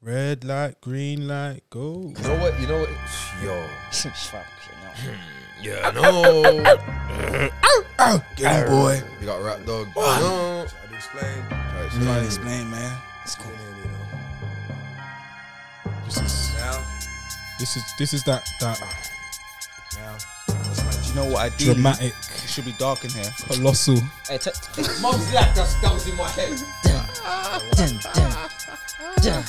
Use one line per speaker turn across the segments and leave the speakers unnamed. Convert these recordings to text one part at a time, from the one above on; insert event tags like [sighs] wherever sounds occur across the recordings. Red light, green light, go.
You know what? You know what? Yo.
Fuck, you know.
Yeah, no.
Oh, get him, boy.
you got rap dog. No.
Try to explain.
Alright, so
Try to explain, man. It's cool.
Tune in, you know.
This is
Now,
this is this is that that
now.
You know what I do?
dramatic,
It should be dark in here.
colossal.
Hey, t-
Mom's like that's that was in my head.
dun, dun, dun, dun, dun.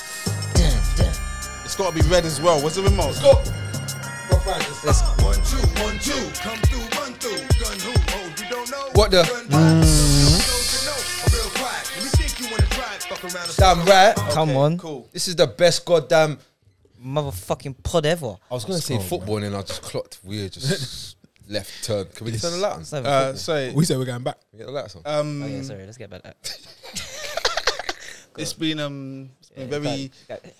It's got to be red as well. What's the remote?
Go. Go find this.
Let's-
One, two, one, two. Come through, run through. Gun who? Oh, you don't know.
What the- Mm.
Gun by. Don't you know? I'm real quiet. Let me think you wanna try it. Fuck around and-
Damn right.
Come on.
Cool.
This is the best goddamn.
Motherfucking pod ever.
I was gonna say football, and then I just clocked weird, just left turn. Can we turn the light on?
It's not even
Uh,
football.
so
We said we're going back.
Get the lights on.
um,
Oh, yeah, sorry. Let's get back to that.
it's been um, it's been
Yeah,
very
back- back-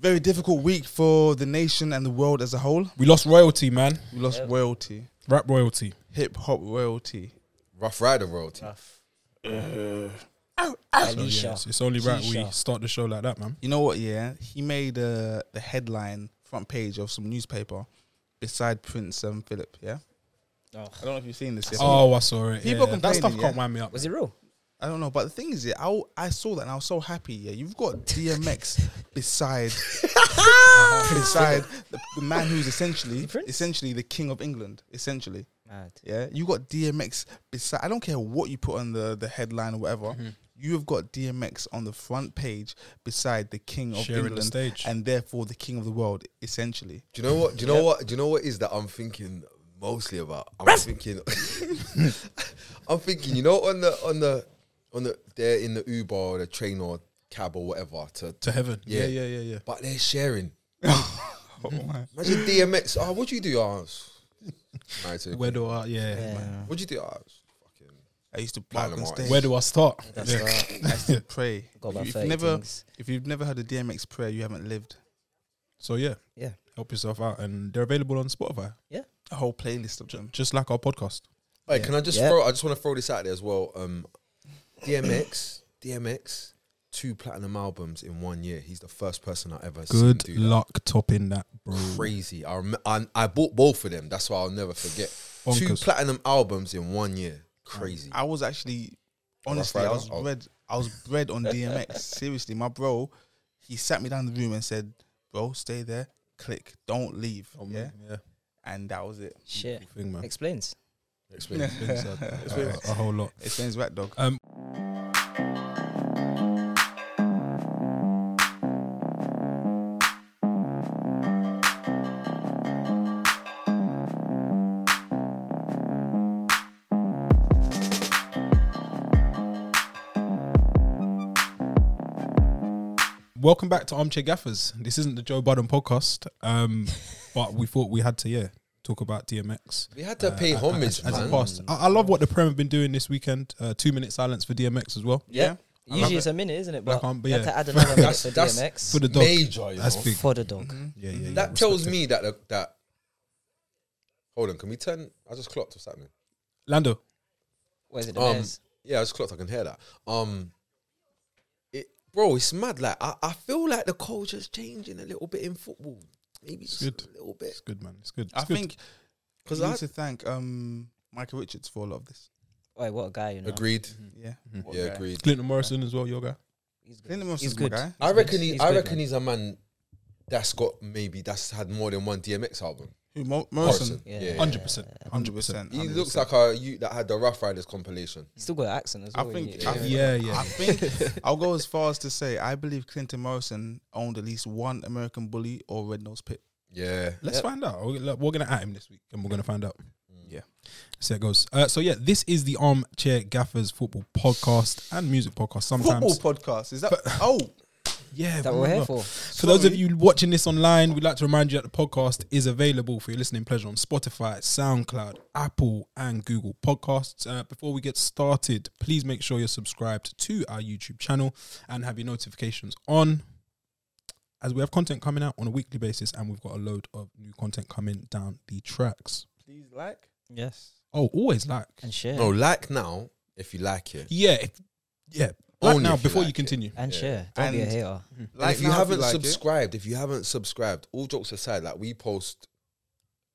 very difficult week for the nation and the world as a whole.
We lost royalty, man.
We lost
Yep.
royalty,
Rap royalty.
hip hop royalty.
Rough Rider royalty.
Alicia.
Yes, Oh, it's only right we
Shisha.
start the show like that, man.
You know what? Yeah, he made uh, the headline front page of some newspaper beside Prince um, Philip. Yeah,
Oh.
I don't know if you've seen this. Yet.
Oh, I saw it.
People
yeah. That stuff
complaining,
can't
yeah.
wind me up.
Was it real?
I don't know, but the thing is, yeah, I, I saw that and I was so happy. Yeah, you've got
[laughs]
DMX beside Uh-huh. beside the, the man who's essentially
Ah. The prince?
essentially the king of England. Essentially,
Mad.
yeah, you got DMX beside. I don't care what you put on the the headline or whatever.
Mm-hmm.
You have got DMX on the front page beside the king of
Sharing the
England
stage.
and therefore the king of the world. Essentially,
Do you know what? Do you know what? Do you know what is that I'm thinking mostly about? I'm thinking, [laughs] I'm thinking. You know, on the on the on the they're in the Uber or the train or cab or whatever to,
To heaven.
Yeah.
yeah, yeah, yeah.
but
[laughs]
they're sharing. Mm-hmm.
oh my.
Imagine DMX. Oh, what do you do? Oh, it's- married to a
yeah. Where do I? Yeah.
Yeah.
What do you do? Oh, it's fucking.
I used to
Mile
park
and
on
wide.
stage.
Where do I start?
That's
Yeah.
right.
I used to pray.
[laughs] Got about
If you- if you've
30
never
things.
if you've never heard a DMX prayer, you haven't lived.
So yeah,
Yeah.
help yourself out, and they're available on Spotify,
A whole playlist of
ju-
them.
just like our podcast.
Hey, can I just
Yeah.
throw? I just want to throw this out there as well. Um, DMX, DMX, two platinum albums in one year. He's the first person I ever
Good
seen do that.
luck topping that, bro.
Crazy. I, rem- I I bought both of them. That's why I'll never forget. Two
Bonkers.
platinum albums in one year. Crazy.
I was actually
Rough
honestly, I
Rider?
was
Oh.
bred I was bred on DMX. Seriously, my bro, he sat me down in the room and said, Bro, stay there, click, don't leave. yeah.
yeah.
And that was it.
Shit.
Thing, man.
Explains.
Explain.
Things are-
[laughs]
a, a whole lot.
It sounds rat dog.
Uh, Welcome back to Armchair Gaffers. This isn't the Joe Budden podcast,
[laughs]
um, but we thought we had to yeah talk about DMX.
We had to pay homage,
Uh, as, as a
man.
past. I, I love what the Prem have been doing this weekend. Uh, two minute silence for DMX as well.
Yeah.
I love
Usually
it.
it's a minute, isn't it?
Black
But
on- but
you had
yeah.
to add another minute
That's-
for
that's
DMX.
For the dog.
Major. You
That's
know?
big.
For the dog.
Yeah, yeah, yeah.
That tells me that the, that. Hold on, can we turn? I just clocked what's happening.
Lando.
What is it? The
Um,
Bears?
yeah, I just clocked. I can hear that. Um, it, bro, it's mad. Like I, I feel like the culture's changing a little bit in football. Maybe just
good.
a little
It's
bit.
good, man. It's good.
I
It's good.
think
Because
we
I
need to thank um Michael Richards for a lot of this.
Wait, what a guy, you know.
agreed.
Yeah.
Mm-hmm.
What
Yeah,
a guy.
agreed.
Clinton Morrison as well, your guy.
He's good.
Clinton Morrison's
He's
my
good.
guy.
I reckon he.
He's
I
good,
reckon
man.
he's a man that's got maybe that's had more than one DMX album.
Who Mo-
Morrison.
Morrison?
Yeah.
Yeah.
Hundred percent.
Hundred percent.
He looks like a you that had the Rough Riders compilation.
He's still got an accent as
I
well.
think-
yeah.
I think-
Yeah, yeah.
I think I'll go as far as to say I believe Clinton Morrison owned at least one American Bully or Red Nose Pit.
Yeah.
Let's find out. We're, look, we're gonna at him this week, and we're gonna find out.
Mm.
Yeah.
See how it goes. Uh, so yeah, this is the Armchair Gaffers football podcast and music podcast. Sometimes,
Football podcast is that? oh,
yeah,
that what we're here
blah,
for.
blah. For those of
Sorry.
you watching this online, we'd like to remind you that the podcast is available for your listening pleasure on Spotify, SoundCloud, Apple, and Google Podcasts. Uh, before we get started, please make sure you're subscribed to our YouTube channel and have your notifications on. As we have content coming out on a weekly basis, and we've got a load of new content coming down the tracks.
please like.
Yes.
Oh, always like.
And share.
No, like now if you like it.
Yeah, if- yeah. Like
Only
now,
if you
before you
like it.
continue.
and share. Don't be a
And-
hater.
Like if you
now,
haven't
like it-
subscribed, if you haven't subscribed, all jokes aside, like we post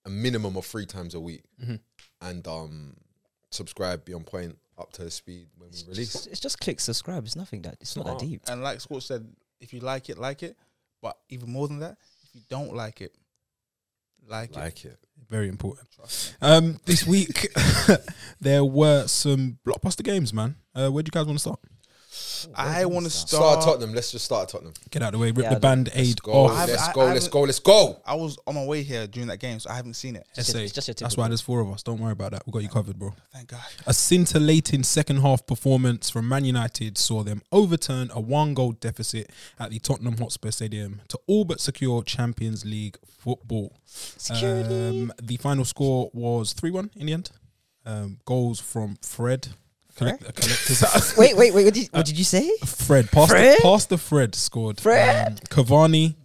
a minimum of three times a week, and um, subscribe be on point up to the speed when we release.
It's, it's just click subscribe. It's nothing that it's not that deep.
and like Scorch said, if you like it, like it. But even more than that, if you don't like it, like, it.
Like it.
Very important. Um, this week [laughs] there were some blockbuster games, man. Uh, where do you guys want to start?
I want to
Start
start.
at Tottenham. Let's just start at Tottenham.
Get out of the way. Rip
Yeah,
the band aid
Let's go.
off.
I've-
Let's
I-
go.
I've-
Let's go. Let's go.
I was on my way here during that game, so I haven't seen it.
Just-
SA.
it's just your
That's
typical-
why there's four of us. Don't worry about that. We got you covered, bro.
Thank God.
A scintillating second half performance from Man United saw them overturn a one goal deficit at the Tottenham Hotspur Stadium to all but secure Champions League football. Um, the final score was 3 1 in the end. Um, goals from Fred. Collect, a collective-
[laughs] Wait, wait, wait. What did, what did you say?
Fred, past
Fred?
The, past the Fred scored.
Fred?
Um, Cavani,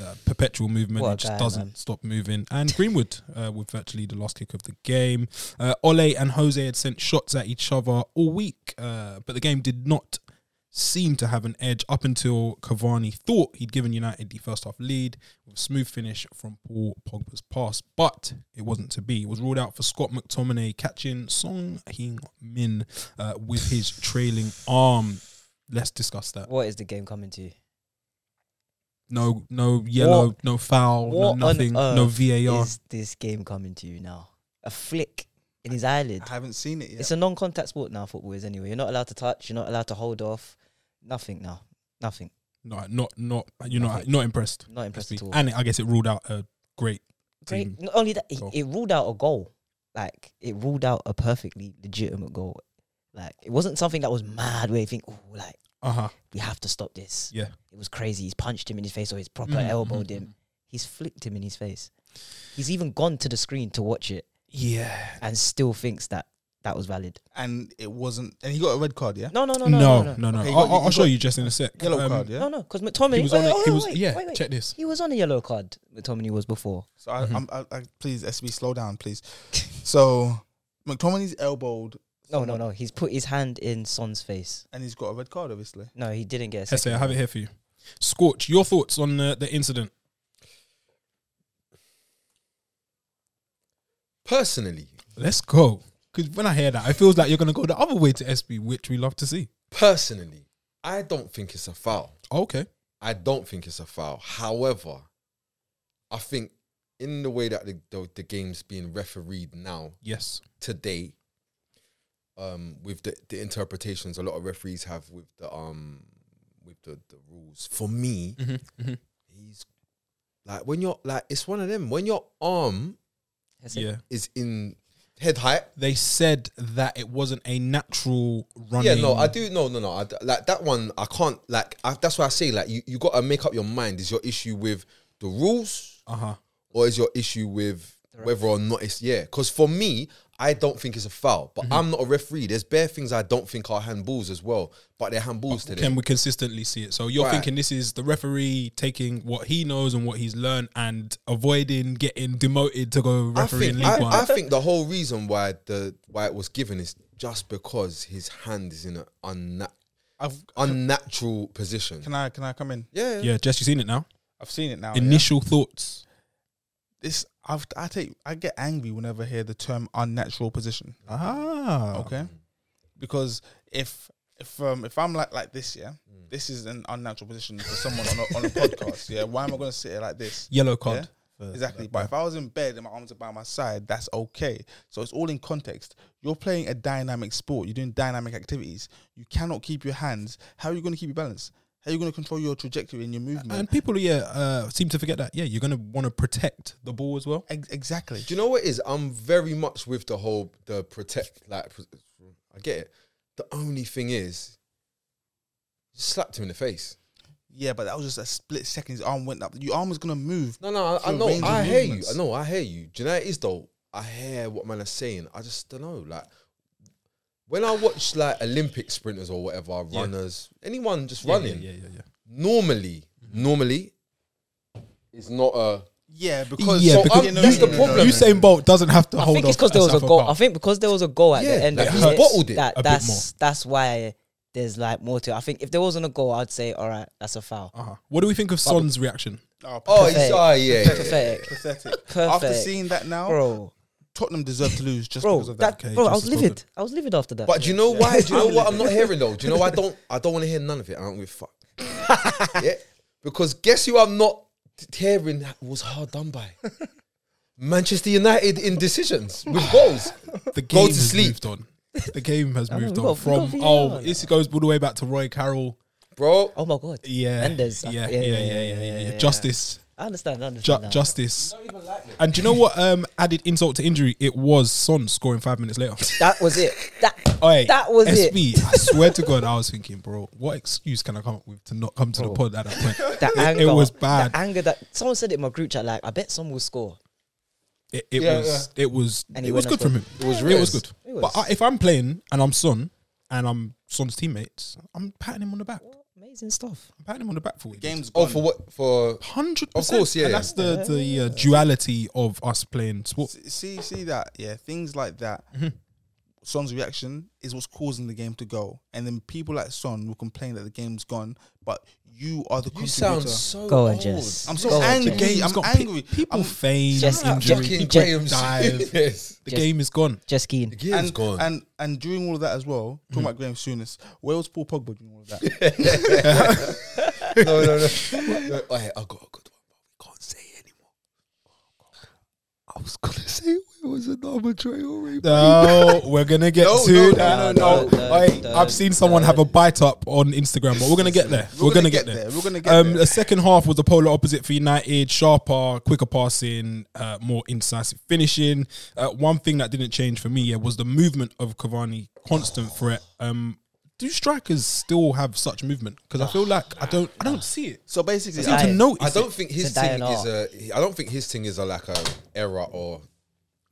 uh, perpetual movement,
What a
he just
guy,
doesn't
man.
stop moving. And Greenwood uh, with virtually the last kick of the game. Uh, Ole and Jose had sent shots at each other all week, uh, but the game did not seem to have an edge up until Cavani thought he'd given United the first half lead with a smooth finish from Paul Pogba's pass, but it wasn't to be. It was ruled out for Scott McTominay catching Song Hing Min uh, with his trailing arm. Let's discuss that.
What is the game coming to?
No, no yellow,
What-
no foul, no
what on
nothing, no
earth
VAR.
Is this game coming to you now? A flick in his eyelid.
I haven't seen it yet.
It's a non-contact sport now. Football is anyway. You're not allowed to touch. You're not allowed to hold off. Nothing now. Nothing.
No, not not you're not not impressed.
Not impressed at all.
And I guess it ruled out a great team.
Great. Not only that, it,
Goal.
it ruled out a goal. Like it ruled out a perfectly legitimate goal. Like it wasn't something that was mad where you think, oh, like
Uh huh.
we have to stop this.
Yeah.
It was crazy. He's punched him in his face or he's proper
Mm,
elbowed
mm,
him. He's flicked him in his face. He's even gone to the screen to watch it
Yeah.
and still thinks that that was valid.
and it wasn't. And he got a red card, yeah?
No, no, no,
No,
no, no,
no,
no,
no.
Okay, you
I'll,
got- you
I'll show
got
you just in a sec.
Yellow
Um,
card, yeah?
no, no. Because McTominay
He was on
wait,
it.
wait,
He was
wait,
yeah.
wait, wait.
Check this.
He was on a yellow card. McTominay was before.
So I,
Mhm.
I'm, I, I, please, SB, slow down, please. [laughs] so McTominay's elbowed.
No, no,
someone,
no. He's put his hand in Son's face.
And he's got a red card, obviously.
No, he didn't get. A
Hesse,
second
I have
one.
it here for you. Scorch, your thoughts on the, the incident?
Personally,
Let's go. Because when I hear that, it feels like you're going to go the other way to SB, which we love to see.
personally, I don't think it's a foul.
Okay.
I don't think it's a foul. However, I think in the way that the, the, the game's being refereed now,
Yes.
today, um, with the, the interpretations a lot of referees have with the um with the, the rules. For me,
Mm-hmm,
he's like when you're like it's one of them. When your arm
Hesse?
Yeah.
is in head height,
They said that it wasn't a natural running.
Yeah, no, I do. No, no, no. I d like that one. I can't. Like I, that's why I say like you, you got to make up your mind. Is your issue with the rules,
Uh huh.
or is your issue with whether or not it's yeah? Because for me, I don't think it's a foul, but I'm not a referee. There's bare things I don't think are handballs as well, but they're handballs today.
Can we consistently see it? So you're
Right.
thinking this is the referee taking what he knows and what he's learned and avoiding getting demoted to go
I
referee in
think
League
I,
One.
I think the whole reason why the why it was given is just because his hand is in an unna-
I've,
unnatural position.
can I can I come in?
Yeah,
yeah, Jess, you seen it now.
I've seen it
Oh,
now. yeah?
Initial thoughts.
This I've, I take I get angry whenever I hear the term unnatural position.
Ah.
Okay, because if if um if I'm like like this, yeah, this is an unnatural position for someone on a, on a podcast. Yeah, why am I going to sit here like this?
Yellow card.
Yeah? Exactly. But if I was in bed and my arms are by my side, that's okay. So it's all in context. You're playing a dynamic sport. You're doing dynamic activities. You cannot keep your hands. How are you going to keep your balance? How are you going to control your trajectory and your movement?
And people, yeah, uh, seem to forget that. Yeah, you're gonna want to protect the ball as well.
Ex- exactly.
Do you know what it is? I'm very much with the whole the protect. Like pr- I get it. The only thing is, you slapped him in the face.
Yeah, but that was just a split second. His arm went up. Your arm was gonna move.
No, no, I, I
Through
know.
range of
I hear
movements.
you. I know. I hear you. Do you know what it is though? I hear what man is saying. I just don't know. Like when I watch like Olympic sprinters or whatever, runners, anyone just running.
Yeah, yeah, yeah. yeah.
Normally, normally, it's not a.
Yeah, because
Yeah,
so
because-
I'm- that's the problem.
Usain Bolt doesn't have to
I
hold.
think it's
off
because there was a
Southall
goal.
Park.
I think because there was a goal at
Yeah,
the end
like
he
of it,
bottled it
that,
a bit
that's
more.
that's why there's like more to it. I think if there wasn't a goal, I'd say, all right, that's a foul.
Uh-huh. What do we think of Son's reaction?
Oh,
Oh,
Pathetic.
he's, oh yeah. yeah, yeah.
Pathetic,
pathetic. After
Perfect.
seeing that now,
bro,
Tottenham deserve to lose just
bro,
because of that.
that,
Okay,
bro, I
justice
was livid. I was livid after that.
But do you know why? Do you know what I'm not hearing though? Do you know why I don't I don't want to hear none of it. I don't give a fuck. [laughs] yeah? Because guess who I'm not hearing was hard done by? Manchester United in decisions with goals.
The
Go
game
to
has
sleep.
moved on. The game has
[laughs] No,
moved
we
on
got- we got
from
VAR
oh,
now.
this goes all the way back to Roy Carroll.
Bro,
oh my god,
Yeah,
Mendes.
Yeah, yeah, yeah, yeah, yeah, yeah,
yeah.
Justice,
I understand. I
ju-
understand. now.
justice. And do you know what? Um, added insult to injury, it was Son scoring five minutes
[laughs]
later.
that was it. That
Oi,
that was it.
SB, I swear to God, I was thinking, bro, what excuse can I come up with to not come to the
Bro.
pod at that point?
That
It- it
anger.
was bad.
The anger that someone said it in my group chat. Like, I bet someone will score.
It, it
Yeah,
was, it was,
And he
it was
went
good from
off
him. It was
real.
It was good.
It was.
But I, if I'm playing and I'm Son and I'm Son's teammates, I'm patting him on the back.
Amazing stuff.
I'm patting him on the back for it.
Game's gone.
oh for what for
Hundred
Of
percent.
course, yeah,
And
yeah.
that's the the uh, duality of us playing sport.
S- see see that yeah things like that son's reaction is what's causing the game to go and then people like son will complain that the game's gone but you are the
you sound
contributor
so
Go on,
old.
Jess.
i'm so
Go on,
angry
Jess.
game's
i'm
gone. Pe-
angry
People
I'm-
feign
Just-
injury.
Fucking
Jess-
Graham's
Dive.
[laughs] yes.
the
Jess-
game is gone.
Just keen.
The game's
and,
gone.
and and during all of that as well, talking about Graham Souness, where was Paul Pogba during all of that?
no, [laughs] no, no. no oh, yeah, I got a good one, but we can't say it anymore. I was gonna [laughs] say it was an arbitrary.
No, we're gonna get
[laughs] No,
to
no, no,
that.
no, no, no,
Oi,
no,
I've seen someone have a bite up on Instagram, but we're gonna get there. We're, gonna, get, there.
We're gonna get
Um,
there.
the second half was the polar opposite for United: sharper, quicker passing, uh, more incisive finishing. Uh, one thing that didn't change for me yeah, was the movement of Cavani, constant threat. Um, do strikers still have such movement? Because I [sighs] feel like I don't, I don't see it.
So basically,
I
Aye.
seem to notice.
I don't think his
It's a
thing
dying
is a. I don't think his thing is a like a era or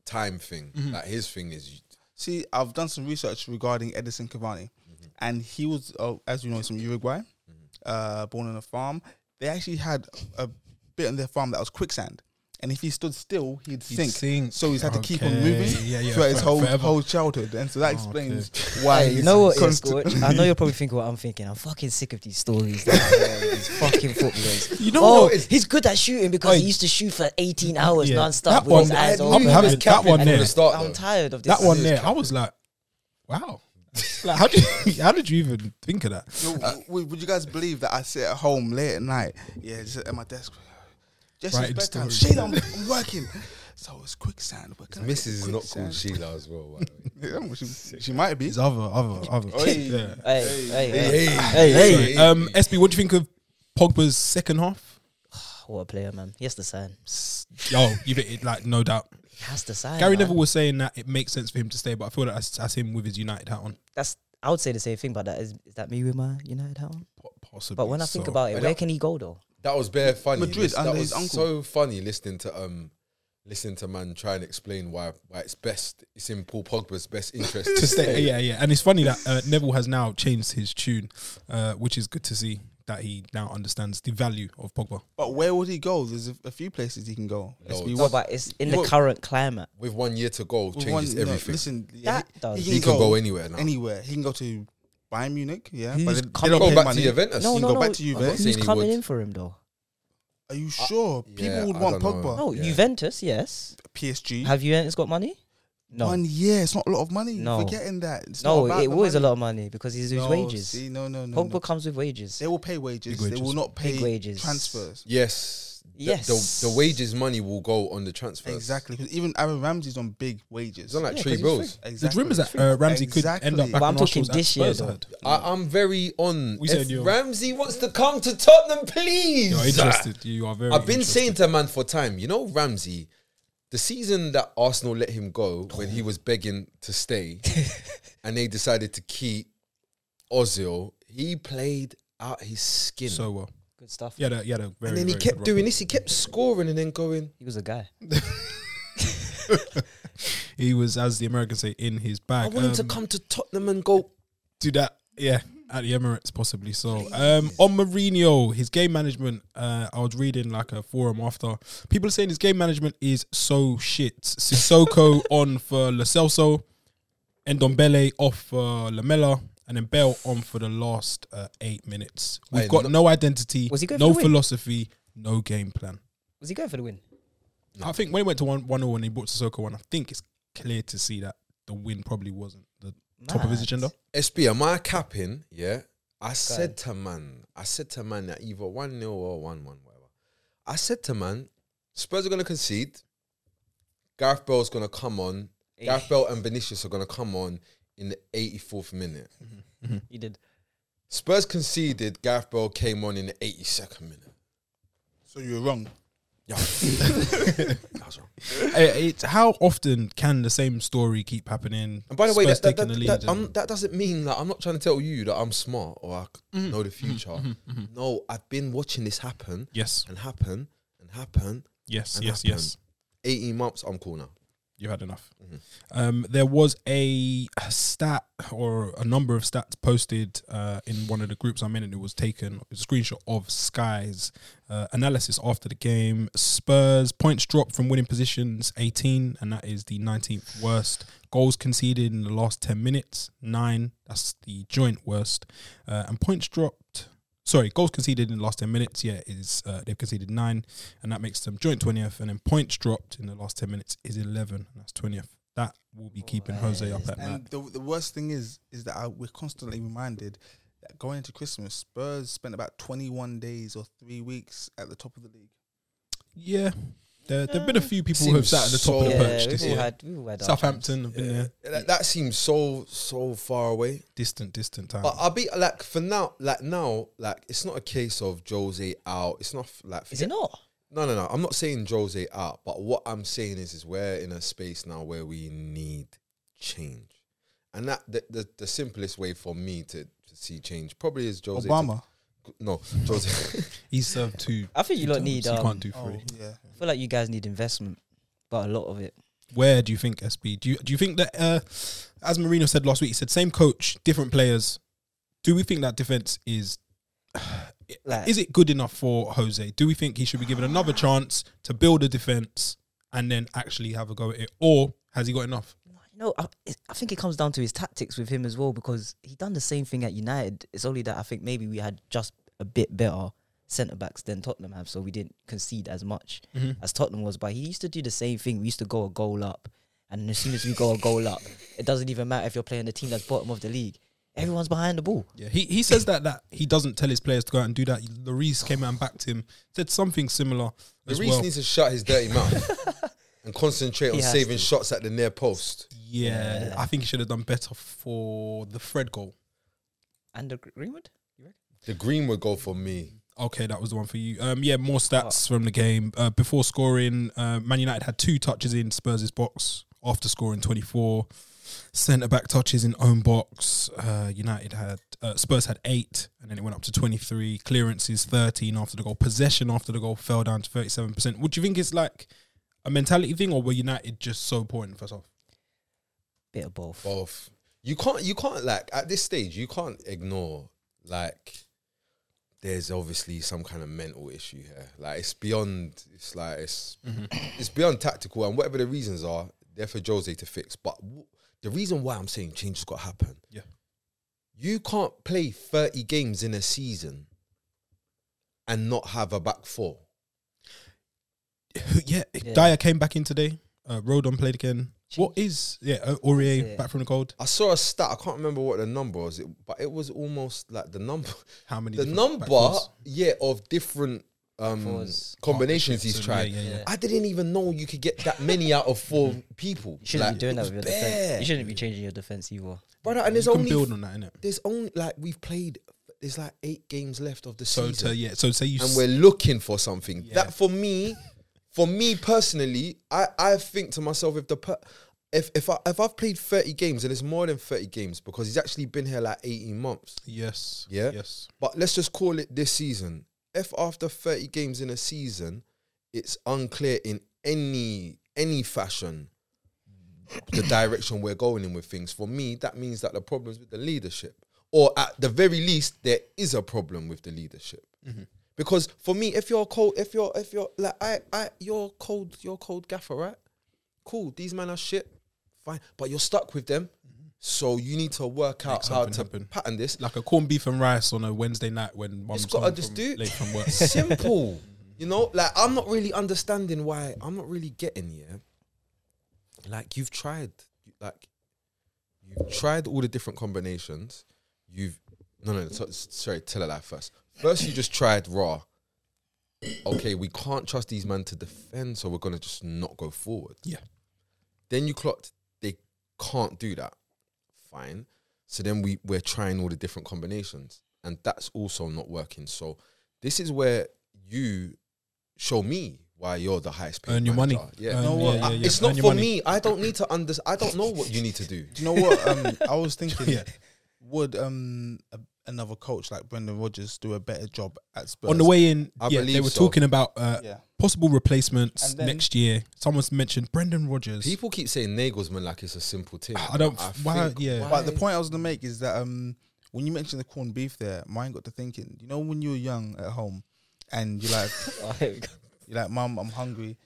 time thing. Like his thing is
see, I've done some research regarding Edison Cavani,
Mm-hmm.
and he was, uh, as you know, he's from Uruguay, uh, born on a farm. They actually had a bit on their farm that was quicksand, and if he stood still,
He'd
he'd, sink.
sink.
So he's had to keep on
Okay.
moving
Yeah, yeah,
throughout his
for-
whole
forever.
whole childhood, and so that
[laughs]
explains why
Hey,
he's
you know what, yes,
constant-
Gorge? I know you're probably thinking what I'm thinking. I'm fucking sick of these stories. that I hear of [laughs] these fucking footballers.
You know
oh,
what?
He's good at shooting because
Oi.
he used to shoot for 18 hours
Yeah.
non-stop
That
with his
one-
eyes
I
open.
knew he was
I'm
capping
tired-
from the
start,
I'm
though.
tired of this.
that one
there.
there, I was like, wow. Like, how did you, [laughs] how did you even think of that?
Yo,
Uh,
w- would you guys believe that I sit at home late at night? Yeah, just at my desk. Just
Writing
bedtime.
stories.
Shade, I'm, I'm working. So it's quicksand. But can I get
Mrs. is not called
quicksand?
Sheila as well. by the way.
Yeah, well, she, she might be.
It's other, other, other. Yeah.
Hey, hey,
[laughs]
hey.
Hey,
Hey, hey.
Sorry. Um, SB, what do you think of Pogba's second half?
What a player, man. He has to sign.
Yo, you bet it, like no doubt.
He has to sign.
Gary
man.
Neville was saying that it makes sense for him to stay, but I feel like that's, that's him with his United hat on.
That's. I would say the same thing, but that is, is that me with my United hat on?
Po- Possibly.
But when I think
so.
about it,
But
where
that-
can he go though?
that was bare funny.
Madrid
Madrid, that
under
was
his uncle.
so funny listening to um, listening to man try and explain why why it's best. It's in Paul Pogba's best interest
[laughs]
to stay, yeah, yeah, and it's funny that uh, Neville has now changed his tune, uh, which is good to see that he now understands the value of Pogba.
But where would he go? There's a, a few places he can go. Let's be
Loads.
No,
what-
but it's in the
What-
current climate.
With one year to go,
with
changes
one- no,
everything.
listen, yeah,
That does.
he can go anywhere now.
Anywhere. He can go to Bayern Munich. Yeah,
Who's
they- they
coming
don't
Go
pay
back
money.
to Juventus.
No,
he can
no,
go
no.
back to
I'm not
Juventus.
saying
Who's
he
coming
would.
in for him though?
Are you sure? People
Uh, yeah,
would
I
want
don't know.
Pogba.
Oh,
Yeah.
Juventus, yes.
PSG.
Have Juventus got money? No,
One year. It's not a lot of money.
No.
Forgetting that. It's
no,
not about
it
the
was
money.
a lot of money because he's his
No,
wages.
See, no, no, no.
Pogba
no.
comes with wages.
They will pay wages.
Big
They will
wages.
not pay
Big wages.
transfers.
Yes. The-
Yes.
The, the, wages money will go on the transfers.
Exactly. 'Cause even Aaron Ramsey's on big wages.
It's on like
Yeah,
three
'cause he's
bills.
The
Exactly.
dream is that uh, Ramsey
Exactly.
could end up back
But
on
I'm talking
Arsenal's at
this year,
Spurs, I
though.
heard.
I, I'm very on.
We
if
said you're-
Ramsey wants to come to Tottenham, please.
You're interested. You are very.
I've been
interested.
saying to a man for time, you know, Ramsey, the season that Arsenal let him go when
Oh.
he was begging
[laughs]
to stay and they decided to keep Ozil, he played out his skin.
so well.
Good stuff.
Yeah, that, yeah, that very,
and then he
very
kept
good
doing this, he kept scoring and then going,
He was a guy.
run. He was, as the Americans say, in his
I
bag.
want him to
Um,
come to Tottenham and go.
do that. Yeah, at the Emirates possibly. So um, on Mourinho, his game management. Uh, I was reading like a forum after people are saying his game management is so shit.
[laughs]
Sissoko on for Lo Celso, Ndombele off for Lamella. and then Bell on for the last uh, eight minutes. We've
Hey,
got
no-
no identity,
Was he going
no
for the win?
philosophy, no game plan.
Was he going for the win?
I think when he went to one one 0 and he brought Sissoko one, I think it's clear to see that the win probably wasn't the top of his
Mad.
agenda.
SB, am I capping? Yeah. I said to man, I said to man that either 1 0 or 1 1, whatever. I said to man, Spurs are going to concede. Gareth Bell's going to come on. Gareth Bell and Vinicius are going to come on in the 84th minute.
He did.
Spurs conceded. Gareth Bell came on in the 82nd minute.
So you were wrong.
Yeah. That was wrong.
Uh, it's how often can the same story keep happening?
And by the way,
Spurs
that, that,
taking
that,
the
that-
lead and-
um, that doesn't mean that I'm not trying to tell you that I'm smart or I c- know the future. No, I've been watching this happen
yes,
and happen and happen.
yes,
and
yes,
happen.
yes.
18 months, I'm cool now.
you've had enough.
Mm-hmm.
Um, there was a stat or a number of stats posted uh, in one of the groups I'm in, and it was taken it was a screenshot of Sky's uh, analysis after the game. Spurs points dropped from winning positions 18, and that is the 19th worst. Goals conceded in the last 10 minutes, nine. That's the joint worst. Uh, and points dropped. Sorry, goals conceded in the last 10 minutes, yeah, is uh, they've conceded nine and that makes them joint 20th. And then points dropped in the last 10 minutes is 11, and that's 20th. That will be keeping Jose up at that.
And the, the worst thing is, is that I, we're constantly reminded that going into Christmas, Spurs spent about 21 days or three weeks at the top of the league.
Yeah, there have been a few people who have
Seems
sat at the top of the
so-
perch
Yeah,
this
we've all
year.
had, we've all had our
Southampton have been there.
That, that seems so, so far away.
Distant, distant time.
But I'll be like, for now, like now, like it's not a case of Jose out. It's not like,
chance. Is it not?
No, no, no. I'm not saying Jose out, but what I'm saying is, is we're in a space now where we need change, and that the the, the simplest way for me to, to see change probably is Jose. to-
Obama.
no,
[laughs]
Jose.
He served two.
I think [laughs] you
two
lot
times.
need,
He
um,
can't do three.
Oh, yeah.
I feel like you guys need investment, but a lot of it.
Where do you think SB? Do you do you think that uh, as Marino said last week, he said same coach, different players. Do we think that defense is
Like,
is it good enough for Jose? Do we think he should be given another chance to build a defense and then actually have a go at it, or has he got enough?
You know, I, it- I think it comes down to his tactics with him as well because he done the same thing at United. It's only that I think maybe we had just a bit better centre backs than Tottenham have, so we didn't concede as much
Mm-hmm.
as Tottenham was. But he used to do the same thing. We used to go a goal up, and as soon as we go a
[laughs]
goal up, it doesn't even matter if you're playing the team that's bottom of the league. Everyone's behind the ball.
Yeah, he, he says that that he doesn't tell his players to go out and do that. Lloris came out and backed him, said something similar as
Lloris
well.
needs to shut his dirty mouth
[laughs]
and concentrate on
He has
saving
to.
shots at the near post.
yeah, I think he should have done better for the Fred goal.
And the Gr- Greenwood,
The Greenwood goal for me.
Okay, that was the one for you. Um, yeah, more
Ah.
stats from the game. Uh, before scoring, uh, Man United had two touches in Spurs' box after scoring 24. Centre back touches in own box. Uh, United had uh, Spurs had eight, and then it went up to 23. Clearances 13 after the goal. Possession after the goal fell down to 37. percent Would you think it's like a mentality thing, or were United just so poor in the first half?
bit of both.
Both. You can't. You can't like at this stage. You can't ignore like. There's obviously some kind of mental issue here. Like it's beyond. It's like it's it's beyond tactical and whatever the reasons are, they're for Jose to fix. But w- the reason why I'm saying change has got to happen.
Yeah.
You can't play 30 games in a season and not have a back four.
[laughs] yeah,
Yeah.
Dyer came back in today. Uh, Rodon played again. What is yeah? Uh, Aurier
That's it.
back from the gold.
I saw a stat. I can't remember what the number was, it, but it was almost like the number.
How many?
the
different
number,
backwards?
yeah, of different um,
Fours.
combinations
Partnerships
he's tried.
and- yeah, yeah, yeah.
I didn't even know you could get that many out
[laughs]
of four
Mm-hmm.
people.
You shouldn't
Like,
be doing
it
that
was
with your
bare.
defense. You shouldn't be changing your defense either.
[laughs] brother. And there's
you can
only
build on that, innit?
there's only like we've played. There's like eight games left of the
So
season,
to, yeah, so say you
and
s-
we're looking for something.
Yeah.
That for me, for me personally, I I think to myself if the per- if if I if I've played thirty games and it's more than thirty games because he's actually been here like eighteen months.
yes,
Yeah.
yes,
But let's just call it this season. If after 30 games in a season, it's unclear in any any fashion the direction we're going in with things, for me, that means that the problem's with the leadership. Or at the very least, there is a problem with the leadership.
Mm-hmm.
Because for me, if you're cold, if you're if you're like I I you're cold, you're cold gaffer, right? Cool, these men are shit. Fine. But you're stuck with them. So you need to work out how
Mm-hmm. something
to
happen.
pattern this.
Like a corned beef and rice on a Wednesday night when mum's
gotta
home
just
from,
do-
late from work.
[laughs] Simple. you know, like I'm not really understanding why I'm not really getting yeah. Like you've tried, like you've tried all the different combinations. You've no, no, so, sorry, tell a lie first. First, you just tried raw. Okay, we can't trust these men to defend, so we're gonna just not go forward.
Yeah.
Then you clocked they can't do that. Fine. So then we we're trying all the different combinations, and that's also not working. So this is where you show me why you're the highest paid.
Earn your money.
manager. Yeah.
Earn-
No,
yeah,
I-
yeah, yeah.
It's
Earn
not
your
for
money.
me. I don't need to understand. I don't know what you need to do.
Do you know what? Um, I
[laughs]
was thinking,
Yeah.
would um a, another coach like Brendan Rodgers do a better job at Spurs?
On the way in,
I
yeah, they
believe
were
so.
talking about uh,
Yeah.
possible replacements
And then-
next year. Someone's mentioned Brendan Rodgers.
People keep saying Nagelsmann like it's a simple thing.
I don't- why- yeah.
But the point I was gonna make is that um, when you mentioned the corned beef there, mine got to thinking. You know, when you were young at home, and you're like,
[laughs]
you're like, Mum, I'm hungry.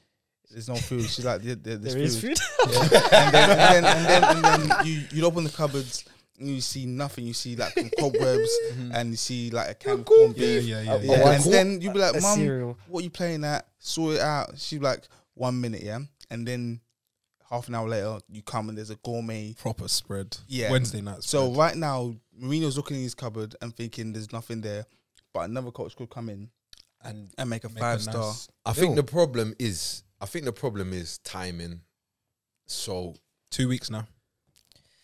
There's no food. She's like, there,
[laughs]
there- there's
there is food.
and then and then, and then, and then you you'd open the cupboards and you see nothing. You see like some cobwebs and you see like a can of corned
Yeah,
beef.
yeah, Mm-hmm. yeah.
Yeah,
Oh,
and
cool.
then you'd be like,
A
Mum,
cereal.
what you playing at? Sort it out. She'd be like, one minute, yeah, and then half an hour later you come and there's a gourmet.
Proper spread.
Yeah.
Wednesday night.
So
spread.
right now, Mourinho's looking in his cupboard and thinking there's nothing there, but another coach could come in
and
and make a
Make a
five star.
nice-
I think the problem is. I think the problem is timing. So
two weeks now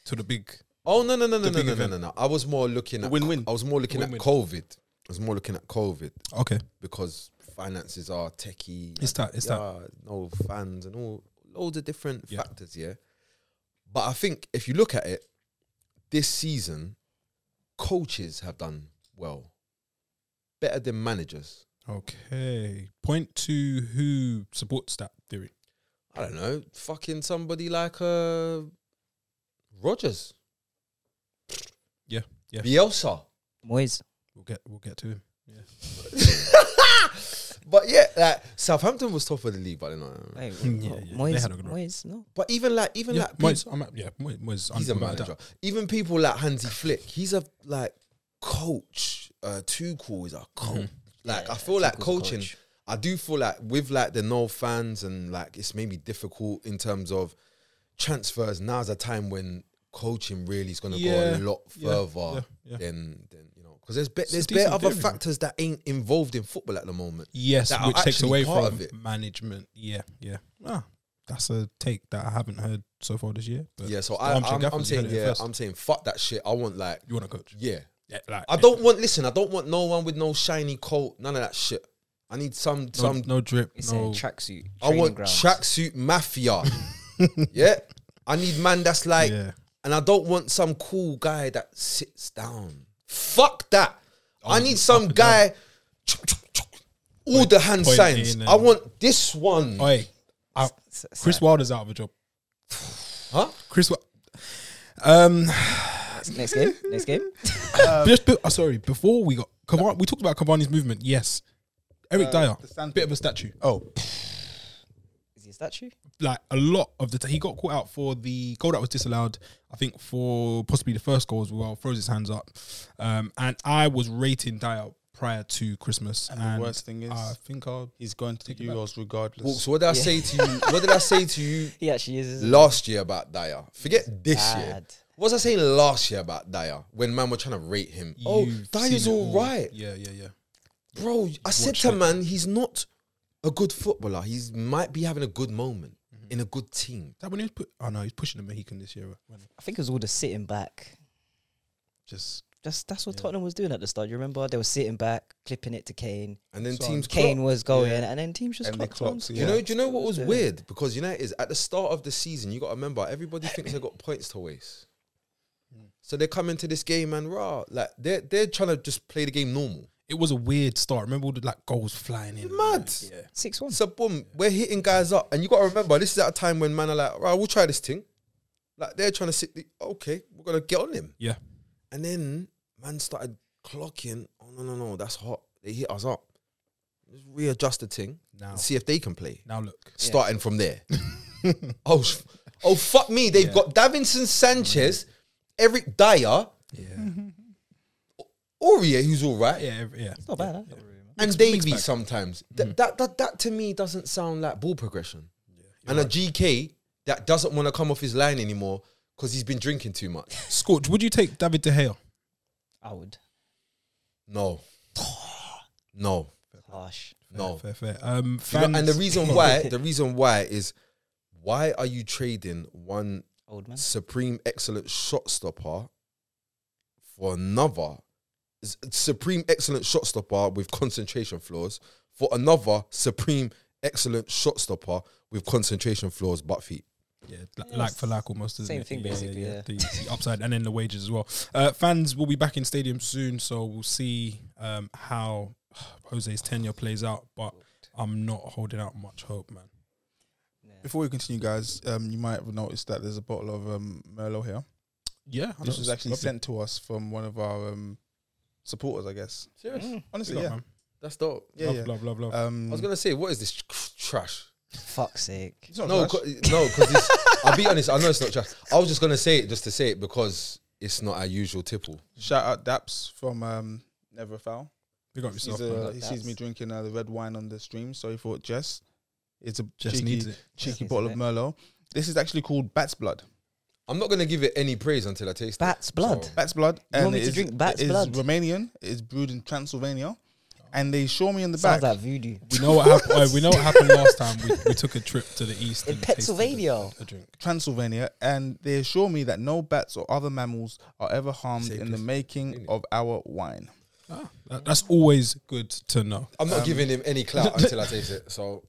to the big.
Oh no no no
The
no no
big
no, no
event.
no no! I was more looking
The
at
win-win.
I was more looking
Win-win.
at COVID. I was more looking at COVID
Okay,
because finances are techie.
It's that, it's that.
No fans and all loads of different
Yeah.
factors. Yeah, but I think if you look at it, this season, coaches have done well, better than managers.
okay. Point to who supports that theory.
I don't know, fucking somebody like uh, Rogers,
Yeah, yeah. [laughs]
Bielsa. [laughs]
Moyes.
We'll get we'll get to him.
But yeah, like Southampton was top of the league, but they're not. [laughs]
Hey,
Yeah,
oh,
yeah, they
Moyes.
had a good run.
Moyes. No.
But even like, even
yeah,
like, peop-
Moyes, I'm at, yeah, Moy- Moyes.
he's a
without
manager.
doubt.
Even people like Hansi Flick, he's a like coach. Uh, Tuchel is a coach.
Mm-hmm.
Like I feel like
Tuchel's a
coaching.
coach.
I do feel like with like the no fans and like it's maybe difficult in terms of transfers. Now's a time when coaching really is going to
Yeah,
go a lot
yeah,
further
yeah, yeah.
than than you know because there's be,
a
there's bare
decent
other
theory.
factors that ain't involved in football at the moment.
Yes,
that are
which takes
actually
away
part
from
of it.
management. Yeah, yeah. Ah, that's a take that I haven't heard so far this year. But
Yeah, so
the
I,
Armchair
I'm,
Gaffer's
I'm
heard
saying
it
yeah,
first.
I'm saying fuck that shit. I want like
you want to coach?
yeah.
Yeah, like,
I don't want. Listen, I don't want no one with no shiny coat. None of that shit. I need some
no,
some.
no drip.
It's
no,
a tracksuit.
I
training
want
grounds.
tracksuit mafia.
[laughs]
yeah, I need man that's [laughs] like,
yeah.
and I don't want some cool guy that sits down. Fuck that. I need some guy. All the hand
Oh, point
signs.
in and-
I want this one.
Oi, I-
[laughs]
S- s-
Chris Wilder's out of a job.
Huh?
Chris, Wa- um,
[laughs]
Next game. Next game.
Um,
just be- oh, sorry. Before we got Cavani, we talked about Cavani's movement. Yes, Eric
uh,
Dyer,
the stand-
bit of a statue.
Oh,
Is he a statue?
Like a lot of the t- he got caught out for the goal that was disallowed. I think for possibly the first goal as well. Throws his hands up, um, and I was rating Dyer prior to Christmas. And,
the worst thing is-
I think I'll.
uh, he's going to the
it back.
Euros regardless.
Walks, what did I say to you? What did I say to you
He actually is. isn't he?
last year about Dyer. Forget this year.
Bad.
What was I saying last year about Dyer when man were trying to rate him? oh,
You've
Dyer's
seen it
all right.
Yeah, yeah, yeah.
Bro, I said
watched
to
it.
man, he's not a good footballer. He might be having a good moment in a good team.
That when he was put. Oh no, he's pushing the Mohican this year. When
I think it was all the sitting back.
just
That's that's what Tottenham was doing at the start. You remember they were sitting back, clipping it to Kane.
And then
So
teams
Kane
clock.
was going,
Yeah.
and then teams just
And they
clocked on.
clocked,
Do
yeah.
you know, do you know what was
Yeah.
weird? Because you know it is at the start of the season, you gotta remember everybody thinks they got points to waste. So they come into this game and rah, like they're they're trying to just play the game normal.
it was a weird start. Remember all the like goals flying in.
Mad.
Yeah.
Six one.
So boom, we're hitting guys up, and you got to remember this is at a time when man are like, right, we'll try this thing. Like they're trying to sit. The, okay, we're gonna get on him,
Yeah.
and then man started clocking. Oh no, no, no, that's hot. They hit us up. Let's readjust the thing
Now,
and see if they can play.
now look.
Starting
[laughs]
from there. oh, sh- oh fuck me! They've got Davinson Sanchez Eric Dyer,
Yeah,
Aurier, who's all right,
yeah, every- yeah.
Not bad. huh?
and Davy sometimes.
Mm.
Th- that, that that to me doesn't sound like ball progression. and a GK that doesn't want to come off his line anymore because he's been drinking too much.
Scorch, would you take David De Gea?
I would.
[sighs]
No, no,
Harsh.
no.
Fair, fair. Um,
Do you know- and the
fans-
[laughs] reason why the reason why is why are you trading one
Old man.
supreme excellent shot stopper for another s- supreme excellent shot stopper with concentration flaws for another supreme excellent shot stopper with concentration flaws but feet.
Yeah, li- like for like almost. Isn't
Same
it?
thing basically, yeah.
The, the upside and then the wages as well. Uh, fans will be back in stadium soon, so we'll see um, how [sighs] Jose's tenure plays out. But I'm not holding out much hope, man.
Before we continue, guys, um, you might have noticed that there's a bottle of um, Merlot here.
Yeah, I know
This was
it's
actually
lovely.
sent to us from one of our um, supporters, I guess.
Serious?
Mm.
Honestly,
Love,
yeah,
man.
That's dope.
yeah,
love,
yeah.
love, love, love.
Um,
I was gonna say, what is this tr- trash?
Fuck's sake.
it's not
No,
trash.
co- no,
[laughs]
because I'll be honest. I know it's not trash. I was just gonna say it just to say it because it's not our usual tipple.
shout out Daps from um, Never Foul.
Big up
He's,
yourself, man.
uh,
man.
he sees me drinking uh, the red wine on the stream, so he thought, Jess, it's a
Just
cheeky,
needs it.
cheeky
Yes,
bottle of
isn't
Merlot. This is actually called Bat's Blood.
I'm not gonna give it any praise until I taste it.
Bat's blood.
So-
Bat's Blood.
You want me
it
to
is-
drink Bat's
it is
Blood? Oh.
Romanian. It is brewed in Transylvania. And they show me in the
Sounds
back.
like voodoo.
We know what happened. uh, we know what happened last time. We, we took a trip
[laughs]
to the E east
In
and tasted
Pennsylvania.
A, a drink.
Transylvania, and they assure me that no bats or other mammals are ever harmed in the making of our wine.
Ah, that- that's always good to know.
I'm not giving him
[laughs]
any clout until I taste it. So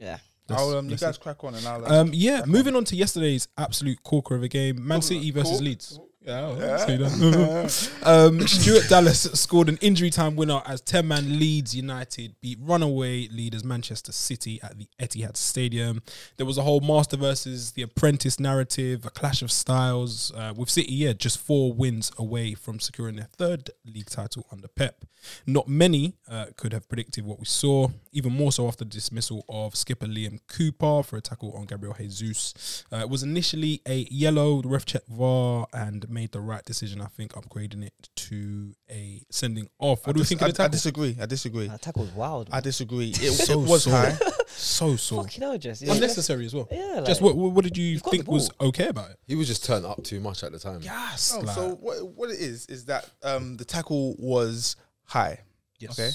Yeah.
That's-
I'll, um, you
that's
guys crack on, and I'll. Um,
Um, yeah, moving on to yesterday's absolute corker of a game: Man City versus Leeds. Yeah, I'll say that. [laughs] um, Stuart Dallas scored an injury time winner as ten man Leeds United beat runaway leaders Manchester City at the Etihad Stadium. There was a whole master versus the apprentice narrative, a clash of styles. Uh, with City, yeah, just four wins away from securing their third league title under Pep. Not many uh, could have predicted what we saw, even more so after the dismissal of skipper Liam Cooper for a tackle on Gabriel Jesus. Uh, it was initially a yellow, the ref checked VAR and made the right decision, I think, upgrading it to a sending off. What do we think
I,
of the tackle?
I
Ah,
disagree. I disagree.
That tackle's wild.
I
man.
disagree. It,
So
it was
sore. [laughs]
high.
so sore.
Fucking hell, Jess. Yeah.
Unnecessary as well.
Yeah,
Just
like-
what, what did you
You've got
think
the ball. Oh,
was okay about it?
he was just turned up too much at the time.
Yes.
No, Oh, so what, what it is is that um, the tackle was high,
yes.
okay?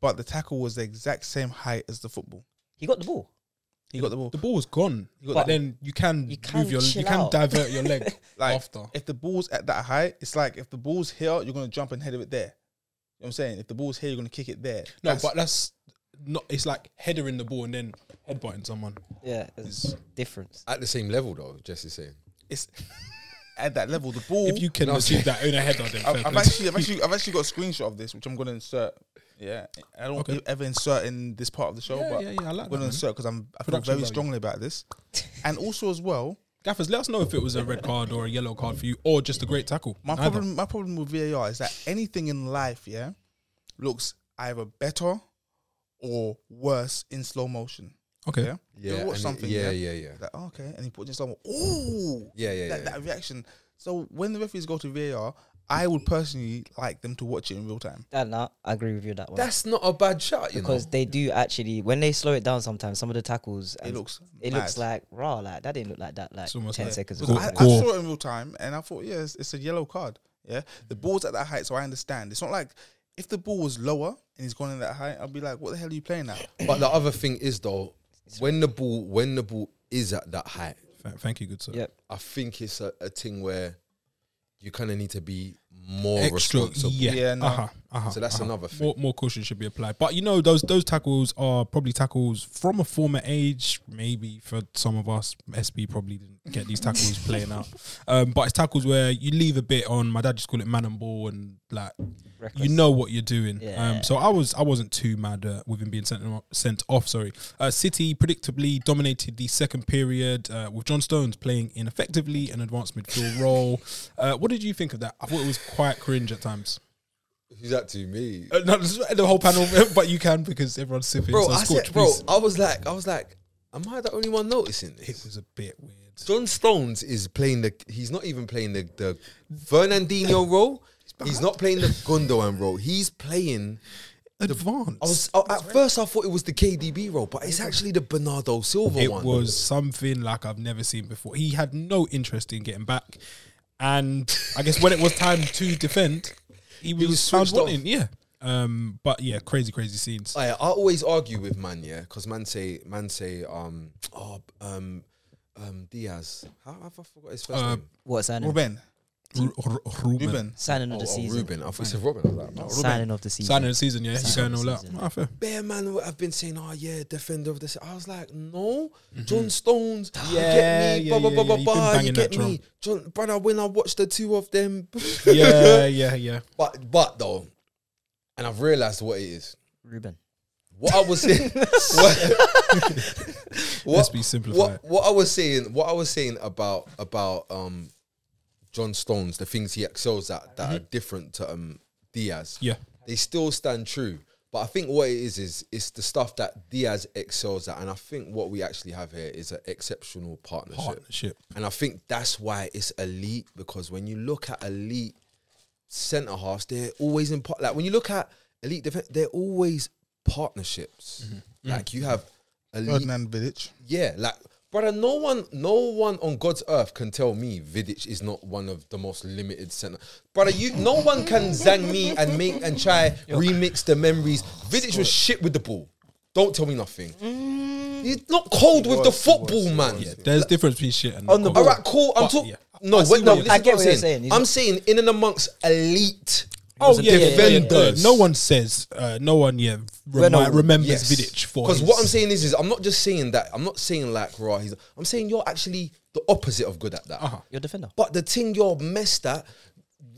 but the tackle was the exact same height as the football.
He got the ball.
He got the ball.
The ball was gone.
You got
but
the-
then you can,
You can
move your you
chill
can
out.
divert your leg
[laughs] Like
after.
if the ball's at that height, it's like if the ball's here, you're gonna jump and head it there. You know what I'm saying? If the ball's here, you're gonna kick it there.
No,
That's-
but that's not. It's like headering the ball and then headbutting someone.
Yeah. There's difference.
At the same level though, Jesse's saying.
it's at that level. The
[laughs]
ball.
If you can achieve that in a header,
[laughs]
then fair
Oh, I've, I've
play.
actually, I've
[laughs]
actually, I've actually got a screenshot of this, which I'm gonna insert. Yeah, I don't
Okay.
ever insert in this part of the show,
Yeah,
but
yeah, yeah, I like
I'm
that,
gonna
man.
insert because I'm I feel
Production
very
value.
strongly
[laughs]
about this, and also as well,
Gaffers, let us know if it was a red card or a yellow card for you, or just a great tackle.
my
Neither.
problem, my problem with VAR is that anything in life, yeah, looks either better or worse in slow motion.
Okay.
Yeah, You'll watch
and it-
something.
yeah, yeah,
Yeah,
yeah.
Like, oh, okay, and he put it in slow mo. Ooh,
Yeah, yeah,
that,
yeah,
that reaction. So when the referees go to VAR, I would personally like them to watch it in real time.
Yeah, no, I agree with you on that one.
That's not a bad shot, you
because
know.
they do actually when they slow it down sometimes some of the tackles and
looks
it
mad.
looks like raw like that didn't look like that like
It's almost
10
like
seconds
gore-
ago
I, I
Gore.
saw it in real time and I thought, yeah, it's, it's a yellow card. Yeah, the ball's at that height, so I understand. It's not like if the ball was lower and he's gone in that height, I'll be like, what the hell are you playing at?
But the other thing is though, when the ball when the ball is at that height,
Th- Thank you, good sir.
yep
I think it's a, a thing where you kind of need to be more
Extra,
responsible.
yeah,
Yeah, no.
uh-huh, uh-huh,
So that's
uh-huh.
another thing.
More, more caution should be applied, but you know those those tackles are probably tackles from a former age. Maybe for some of us, SB probably didn't get these
[laughs]
tackles playing out. Um, but it's tackles where you leave a bit on. My dad just called it man and ball, and like
Reckless.
you know what you're doing.
Yeah.
Um, so I was I wasn't too mad uh, with him being sent off, sent off. Sorry, uh, City predictably dominated the second period uh, with John Stones playing in effectively an advanced [laughs] midfield role. Uh, what did you think of that? I thought it was quite cringe at times.
Who's that to me?
[laughs] Uh, not the whole panel, but you can because everyone's sipping.
bro,
so
I
Scorch,
said, bro,
please.
I was like, I was like, Am I the only one noticing
It
this?
was a bit weird.
John Stones is playing the. He's not even playing the, the Fernandinho role. He's not playing the Gundogan role. He's playing.
Advanced.
I was I, at first I thought it was the KDB role, but it's actually the Bernardo Silva
it
one.
was something like I've never seen before. He had no interest in getting back, and I guess when it was time to defend, he was,
was
found
switched off.
wanting. Yeah, um, but yeah, crazy, crazy scenes.
I, I always argue with man, yeah, because man say man say um oh um um Diaz. How have I forgot his first
Uh,
name?
What signing?
Ruben,
Ru- Ru- Ruben.
Ruben,
Signing of
Oh,
the
oh,
season.
Ruben. I thought you said Robin. I was like, no, Ruben.
Signing of the
Oh,
season.
Signing of the season, yeah, he's
Signing
going all
of the
out.
season.
Ah, fair.
Bear man would have been saying, oh yeah, defender of the. se-" I was like, no, John Stones, you get me,
Mm-hmm. Yeah,
blah blah
yeah,
blah
yeah,
blah
yeah, you've been banging
blah, you
that
get me, John. Brother, when I watched the two of them, [laughs]
Yeah, yeah, yeah.
but but though, and I've realised what it is.
Ruben.
What I was [laughs] saying, what,
[laughs] Let's be simplified.
What, what I was saying, what I was saying about about um, John Stones, the things he excels at that
Mm-hmm.
are different to um, Diaz.
Yeah.
they still stand true. But I think what it is is it's the stuff that Diaz excels at, and I think what we actually have here is an exceptional partnership.
Partnership.
And I think that's why it's elite because when you look at elite centre halves, they're always in part. Like when you look at elite defense, they're always partnerships. Like you have elite
Ferdinand Vidic.
yeah, like brother, no one, no one on God's earth can tell me Vidic is not one of the most limited center. Brother, you, no one can zang me and make and try remix the memories. Vidic was shit with the ball. Don't tell me nothing.
Mm.
He's not cold with the football, man.
There's difference between shit and
On the
cold.
All right, cool. I'm
But,
talking.
yeah.
No,
I
wait,
see
no.
what
Listen
you're-
I
to what I'm
get what you're
saying.
saying. He's
I'm
not-
saying in and amongst elite.
Oh yeah, yeah, yeah, yeah, yeah.
defenders.
No one says. Uh, no one yeah remi-
Renault.
remembers Vidic for
Because
his-
what I'm saying is, is I'm not just saying that. I'm not saying like raw. He's. I'm saying you're actually the opposite of good at that.
Uh-huh.
Your defender.
But the thing you're messed at,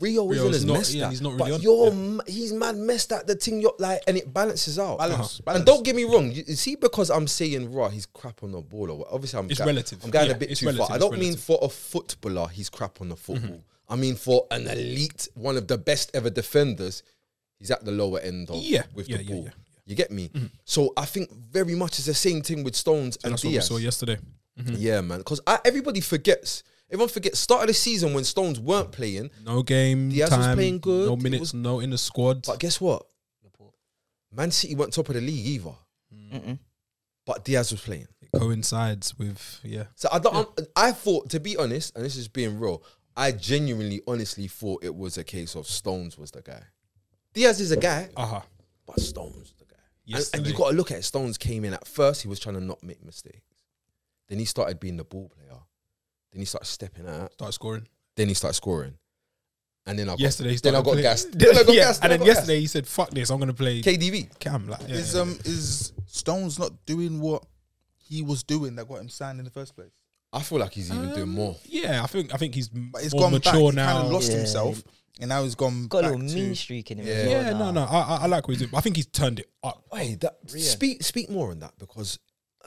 Rio isn't
Rio's
as
not-
messed
yeah,
at.
he's not really
but
on it,
you're
yeah.
m- he's mad messed at the thing you're like, and it balances out. Uh-huh.
Balance,
And
balance.
don't get me wrong, you you see, because I'm saying raw, he's crap on the ball. Or what- obviously, I'm
It's
ga-
relative.
I'm going
Yeah,
a bit
it's
too
relative,
far. I
it's
don't mean
relative. Mm-hmm.
for a footballer, he's crap on the football. I mean for an elite, one of the best ever defenders, he's at the lower end of
Yeah,
with
yeah,
the
yeah,
ball.
yeah,
You get me? So I think very much it's the same thing with Stones and
Mm-hmm. That's what we
Diaz.
saw Mm-hmm. yesterday.
Yeah, man. Because everybody forgets. Everyone forgets. Start of the season when Stones weren't playing.
No game
Diaz was
time.
playing good.
No
He
minutes.
was-
no in the squad.
But guess what? Man City weren't top of the league either. But Diaz was playing.
It coincides with yeah.
So I don't. I thought, to be honest, and this is being real, I genuinely, honestly thought it was a case of Stones was the guy. Diaz is a guy,
Uh huh.
but Stones the guy. And,
Yesterday.
and you got to look at it. Stones came in at first. He was trying to not make mistakes. Then he started being the ball player. Then he started stepping out.
start scoring.
Then he started scoring. And then I got,
Yesterday, he
then I
started
got
playing-
gassed. Then I
[laughs]
got
yeah,
gassed.
and
I
then
got
yesterday he said, "Fuck this, I'm gonna play
gassed. KDB.
Cam." Like, yeah,
Is
yeah,
um is Stones not doing what he was doing that got him signed in the first place?
I feel like he's even
Um,
doing more.
yeah. I think I think he's m-
But he's
more
gone back.
mature
He
now.
kind of lost
Yeah.
himself, and now he's gone
Got a
back
little
to-
mean streak in him. as
yeah,
well
no,
now.
no. I, I, I like what he's doing. I think he's turned it up.
Hey, that speak speak more on that because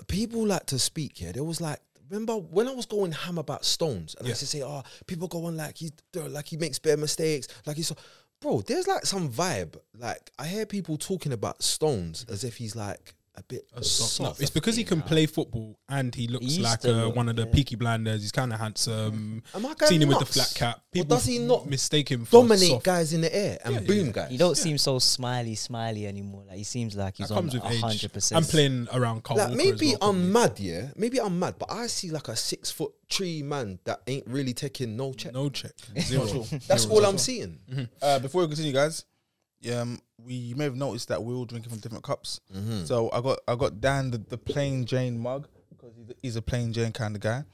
people like to speak here. There was like remember when I was going ham about Stones and I
Yeah.
used to say, oh, people go on like he like he makes bare mistakes, like he's so bro. There's like some vibe. Like I hear people talking about Stones as if he's like a bit soft.
It's because he can play football and he looks
He used
like
to
uh,
look,
one of the Peaky Blinders. He's kind of handsome.
Am I going
Seen him with
nuts?
the flat cap.
Or
People
does he not
mistake him for
Dominate
soft.
guys in the air and boom guys.
He don't seem so smiley, smiley anymore. Like he seems like he's
That comes
on
with age.
hundred percent.
I'm playing around Carl
Like
Walker as
maybe
well, probably.
I'm mad, yeah. Maybe I'm mad, but I see like a six foot three man that ain't really taking no check.
no check
[laughs]
zero.
That's
Zero.
all I'm seeing.
Uh, before we continue, guys, um, we you may have noticed that we're all drinking from different cups.
Mm-hmm.
So I got I got Dan the, the plain Jane mug because he's, a- he's a plain Jane kind of guy.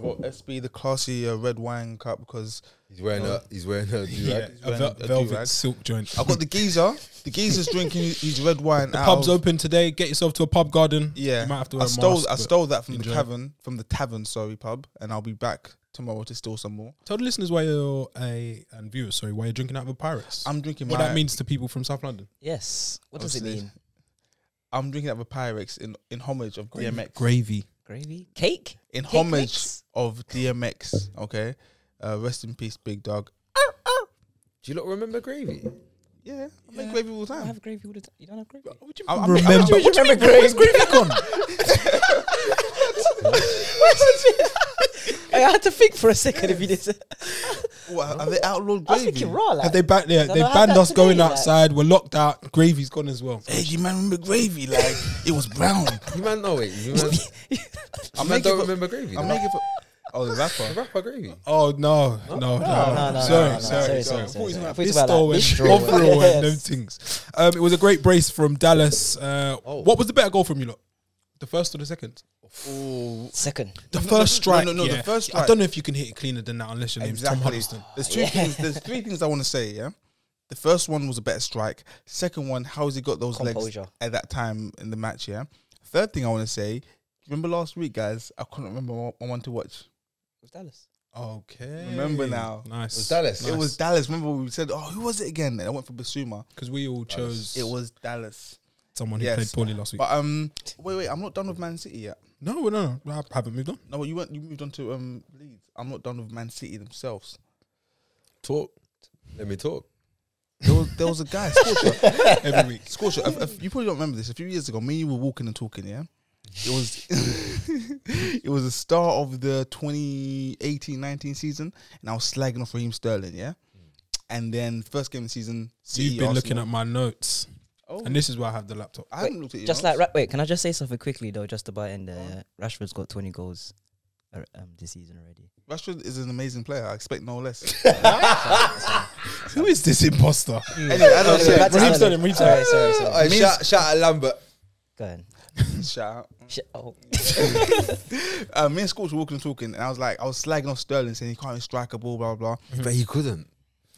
[sighs]
got SB the classy uh, red wine cup because
He's wearing a he's wearing a
[laughs] Yeah,
durag.
a
wearing
vel-
a
velvet
do-rag.
silk joint.
I got the geezer. The geezer's drinking his red wine. out
pub's
of-
open today. Get yourself to a pub garden.
Yeah,
you might have to wear
I
a
stole
mask.
I
but
stole that from
enjoy.
the tavern from the tavern sorry pub, and I'll be back tomorrow to steal some more.
Tell the listeners why you're a and viewers, sorry, why you're drinking out of a pirates.
I'm drinking
what
my,
that means to people from South London.
Yes. What does it
Obviously.
mean?
I'm drinking out of a Pyrex in in homage of DMX.
Gravy.
Gravy, cake.
in
Cake
homage
mix?
of DMX. Okay, uh, rest in peace, Big Dog.
Do you not remember gravy?
Yeah, I make gravy all the
I [laughs]
time.
have gravy all the time. You don't have gravy.
I, I
Remember,
Make,
where's gravy gone?
I had to think for a second if
[laughs]
you did. not
What, have they outlawed
I was
gravy?
thinking raw. Like,
Have they banned? Yeah,
I
they
know I had
banned
that
us
today,
going
like-
outside. We're locked out. Gravy's gone as well.
Hey, you man remember gravy? Like it was brown.
You man, no wait. [laughs] You man, you man
making
don't
for-
remember gravy.
I'm
I'm
making for. Oh, the rapper.
rapper gravy.
Oh no, no, no,
No, no, no,
sorry,
no, no,
sorry,
sorry,
sorry.
sorry,
sorry,
sorry, sorry.
This
Thought
store and
about that. Bistro and-
Offroad and them
Yes.
things. Um, it was a great brace from Dallas. Uh,
Oh.
What was the better goal from you lot? The first or the second?
Second.
The
No,
first
no, no,
strike.
no, no, the
yeah.
first
I don't know if you can hit it cleaner than that unless your name's Tom
Exactly.
Huddleston.
There's two things. There's three things I want to say. Yeah. The first one was a better strike. Second one, how has he got those legs
Composure.
at that time in the match? Yeah. Third thing I want to say. Remember last week, guys? I couldn't remember what I wanted to watch.
Was Dallas.
Okay.
Remember now.
Nice.
was Dallas.
It was Dallas. Remember we said, "Oh, who was it again?" And I went for Basuma.
because we all chose
It was Dallas.
someone who
yes.
played poorly last week.
But um, wait, wait, I'm not done with Man City yet.
No, no, no, no. I haven't moved on.
No, you went. You moved on to um Leeds. I'm not done with Man City themselves.
Talk. Let me talk.
There was, there was a guy,
[laughs]
Scorcher.
[laughs]
[laughs]
Every week.
Scorcher. if- if- you probably don't remember this. A few years ago, me and you were walking and talking. Yeah, it was [laughs] it was the start of the 2018-19 season, and I was slagging off Raheem Sterling. Yeah, and then first game of the season, City,
You've been looking
Arsenal.
at my notes,
Oh,
and this is why I have the laptop.
I haven't looked at you.
Just like, Ra- wait, can I just say something quickly though, just about end there? yeah? Rashford's got 20 goals uh, um, this season already.
Rashford is an amazing player. I expect no less.
Who is this imposter?
anyway, I don't
Anyway,
know.
back to
Raheem
Sterling.
Sterling, Raheem
Sorry, sorry, sorry.
Alright, shout, shout out Lambert.
Go ahead.
Shout out.
Sh- oh.
Uh, me and Scorch were walking and talking, and I was like, I was slagging off Sterling, saying he can't strike a ball, blah blah. blah.
Mm-hmm. But he couldn't.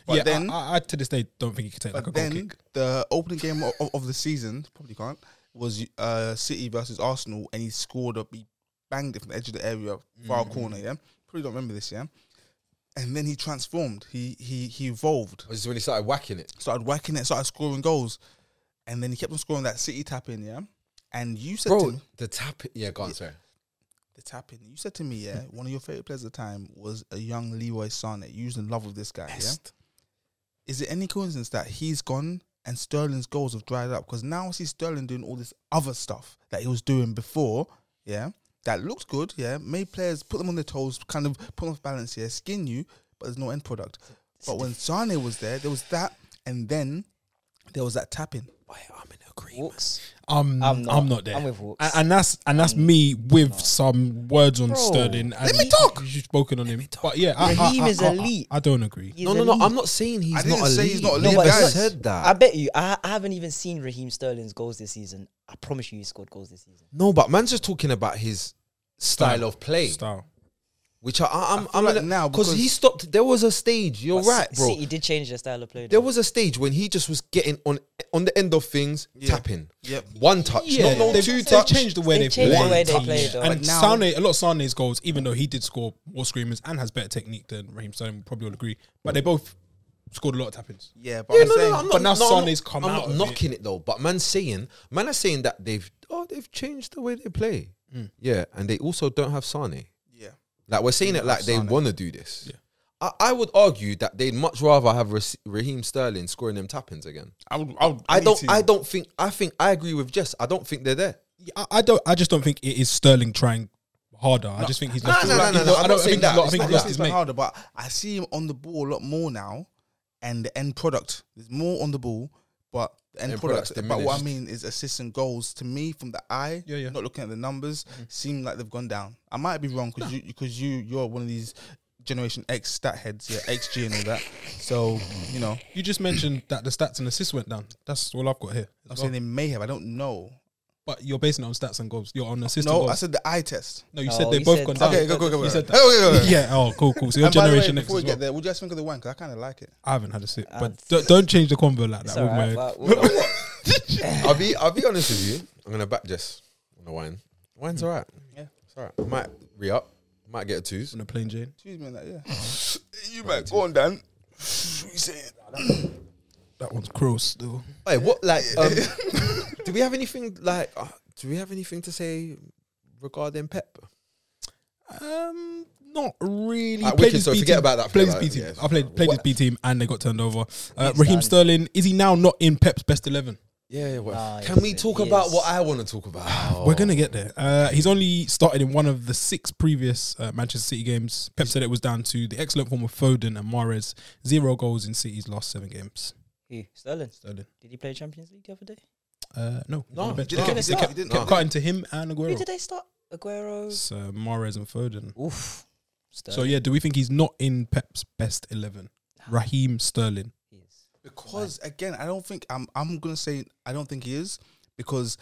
But
yeah,
then,
I, I, I to this day don't think he could take like a
but
goal
then
kick.
the opening game of, of the season probably can't was uh, City versus Arsenal, and he scored up, he banged it from the edge of the area, far corner. Yeah, probably don't remember this. Yeah, and then he transformed. He he he evolved.
This is when he started whacking it.
Started whacking it. Started scoring goals, and then he kept on scoring that City tap in. Yeah, and you said to
Bro,
me,
the tap. Yeah, go on, sorry.
the tapping. You said to me, yeah, one of your favorite players at the time was a young Leroy Sané. You was in love with this guy. Yeah. Is it any coincidence that he's gone and Sterling's goals have dried up? Because now I see Sterling doing all this other stuff that he was doing before. Yeah, that looks good. Yeah, made players put them on their toes, kind of put them off balance. Yeah, skin you, but there's no end product. But when Sane was there, there was that, and then there was that tapping.
Walks.
I'm, I'm,
I'm
not,
not.
there.
I'm with Hawks.
And, and that's and that's me with some words on
Bro,
Sterling. And
let me
you-
talk.
You've spoken on him, but yeah, I, I,
Raheem
I-
is
I- I-
elite.
I, don't agree.
He's
No, no, no.
elite.
I'm not saying he's
I
not
didn't
elite.
say he's not elite,
No, but
guys.
I said that.
I bet you, I, I haven't even seen Raheem Sterling's goals this season. I promise you, he scored goals this season.
no, but man's just talking about his style, of play,
Style.
which I, I, I'm,
feel
I'm
like
like
now
because
because-
he stopped. There was a stage. You're
But
right,
C-
bro.
City did change their style of play.
There
though.
was a stage when he just was getting on on the end of things, tapping.
Yep.
One touch,
Yeah,
not no
they've,
two
they've
touch.
changed the way
They
they,
changed
the
play.
way
they play, though.
And
But now-
Sane, a lot of Sane's goals, even though he did score more screamers and has better technique than Raheem Sterling, we probably all agree. But they both scored a lot of tap-ins.
Yeah, but
Yeah,
I'm
no, no,
saying,
no, I'm not,
But now
no, I'm
Sane's
not-
come
I'm
out
not
of it.
knocking it. though. But man's saying, man are saying that they've oh they've changed the way they play. Yeah, and they also don't have Sane.
yeah.
Like we're saying it like they
Sane.
want to do this. I, I would argue that they'd much rather have Ras- Raheem Sterling scoring them tappings again.
I, would, I, would,
I
need
don't.
to-
I don't think. I think I agree with Jess. I don't think they're there.
Yeah, I, I don't. I just don't think it is Sterling trying harder. I just think he's
No,
lost
no,
his
no,
he's
no, no,
lo-
I'm
I
not
don't
saying
think
that.
he's lo- I
It's
think
not
he's
that.
lost
It's
his
been
mate.
harder, but I see him on the ball a lot more now, and the end product. There's more on the ball, but the end,
End product's
product. But what I
diminished.
mean is assists and goals. To me, from the eye,
Yeah, Mm-hmm. yeah.
not looking at the numbers, seem like they've gone down. I might be wrong because you because you you're one of these Generation X stat heads, yeah, XG and all that. So you know,
You just mentioned that the stats and assists went down. That's all I've got here.
I'm saying they may have. I don't know.
But you're basing it on stats and goals. You're on assists.
no,
and goals.
I said the eye test.
no, you
No,
said they
he
both
Oh, said-
gone down.
Okay, go go go. go. [laughs]
You said that.
Okay, go, go, go.
[laughs] Yeah. Oh, cool, cool. So your
And by the way,
generation X
before we
as
get
well.
there, what do you guys think of the wank? I kind of like it.
I haven't had a sip,
Ah,
but don't, don't change the convo like
It's
that.
all
with
right,
my-
[laughs]
but we'll-
I'll be I'll be honest with you. I'm gonna back Jess on the wine. Wine's alright.
Yeah.
it's alright. I might re up. Might get a twos.
on the plane, Jane.
Excuse me, on that yeah. you man, go on, Dan. What you saying?
That one's cross though.
Hey, what like? [laughs] Um, do we have anything like? Uh, do we have anything to say regarding Pep?
Um, not really.
Ah,
Played
wicked,
his
so
B
forget
team-
about that
Played his
player,
B team.
yeah.
I played played his
What-
B team and they got turned over. Uh,
He's
Raheem
done.
Sterling is he now not in Pep's best eleven?
Yeah, yeah. whatever.
Nah,
Can we
yes,
talk
yes.
about what I want to talk about?
We're gonna get there. Uh, he's only started in one of the six previous uh, Manchester City games. Pep said it was down to the excellent form of Foden and Mares. Zero goals in City's last seven games.
Who? Sterling.
Sterling.
did he play Champions League the other day?
Uh, no,
No,
They
he
kept,
didn't.
they kept-
He didn't.
kept
No.
cutting to him and
Who
Aguero.
did they start? Aguero.
So Mares and Foden.
Oof. Sterling.
So yeah, do we think he's not in Pep's best eleven? Raheem Sterling.
He is.
Because again, I don't think I'm. I'm gonna say I don't think he is because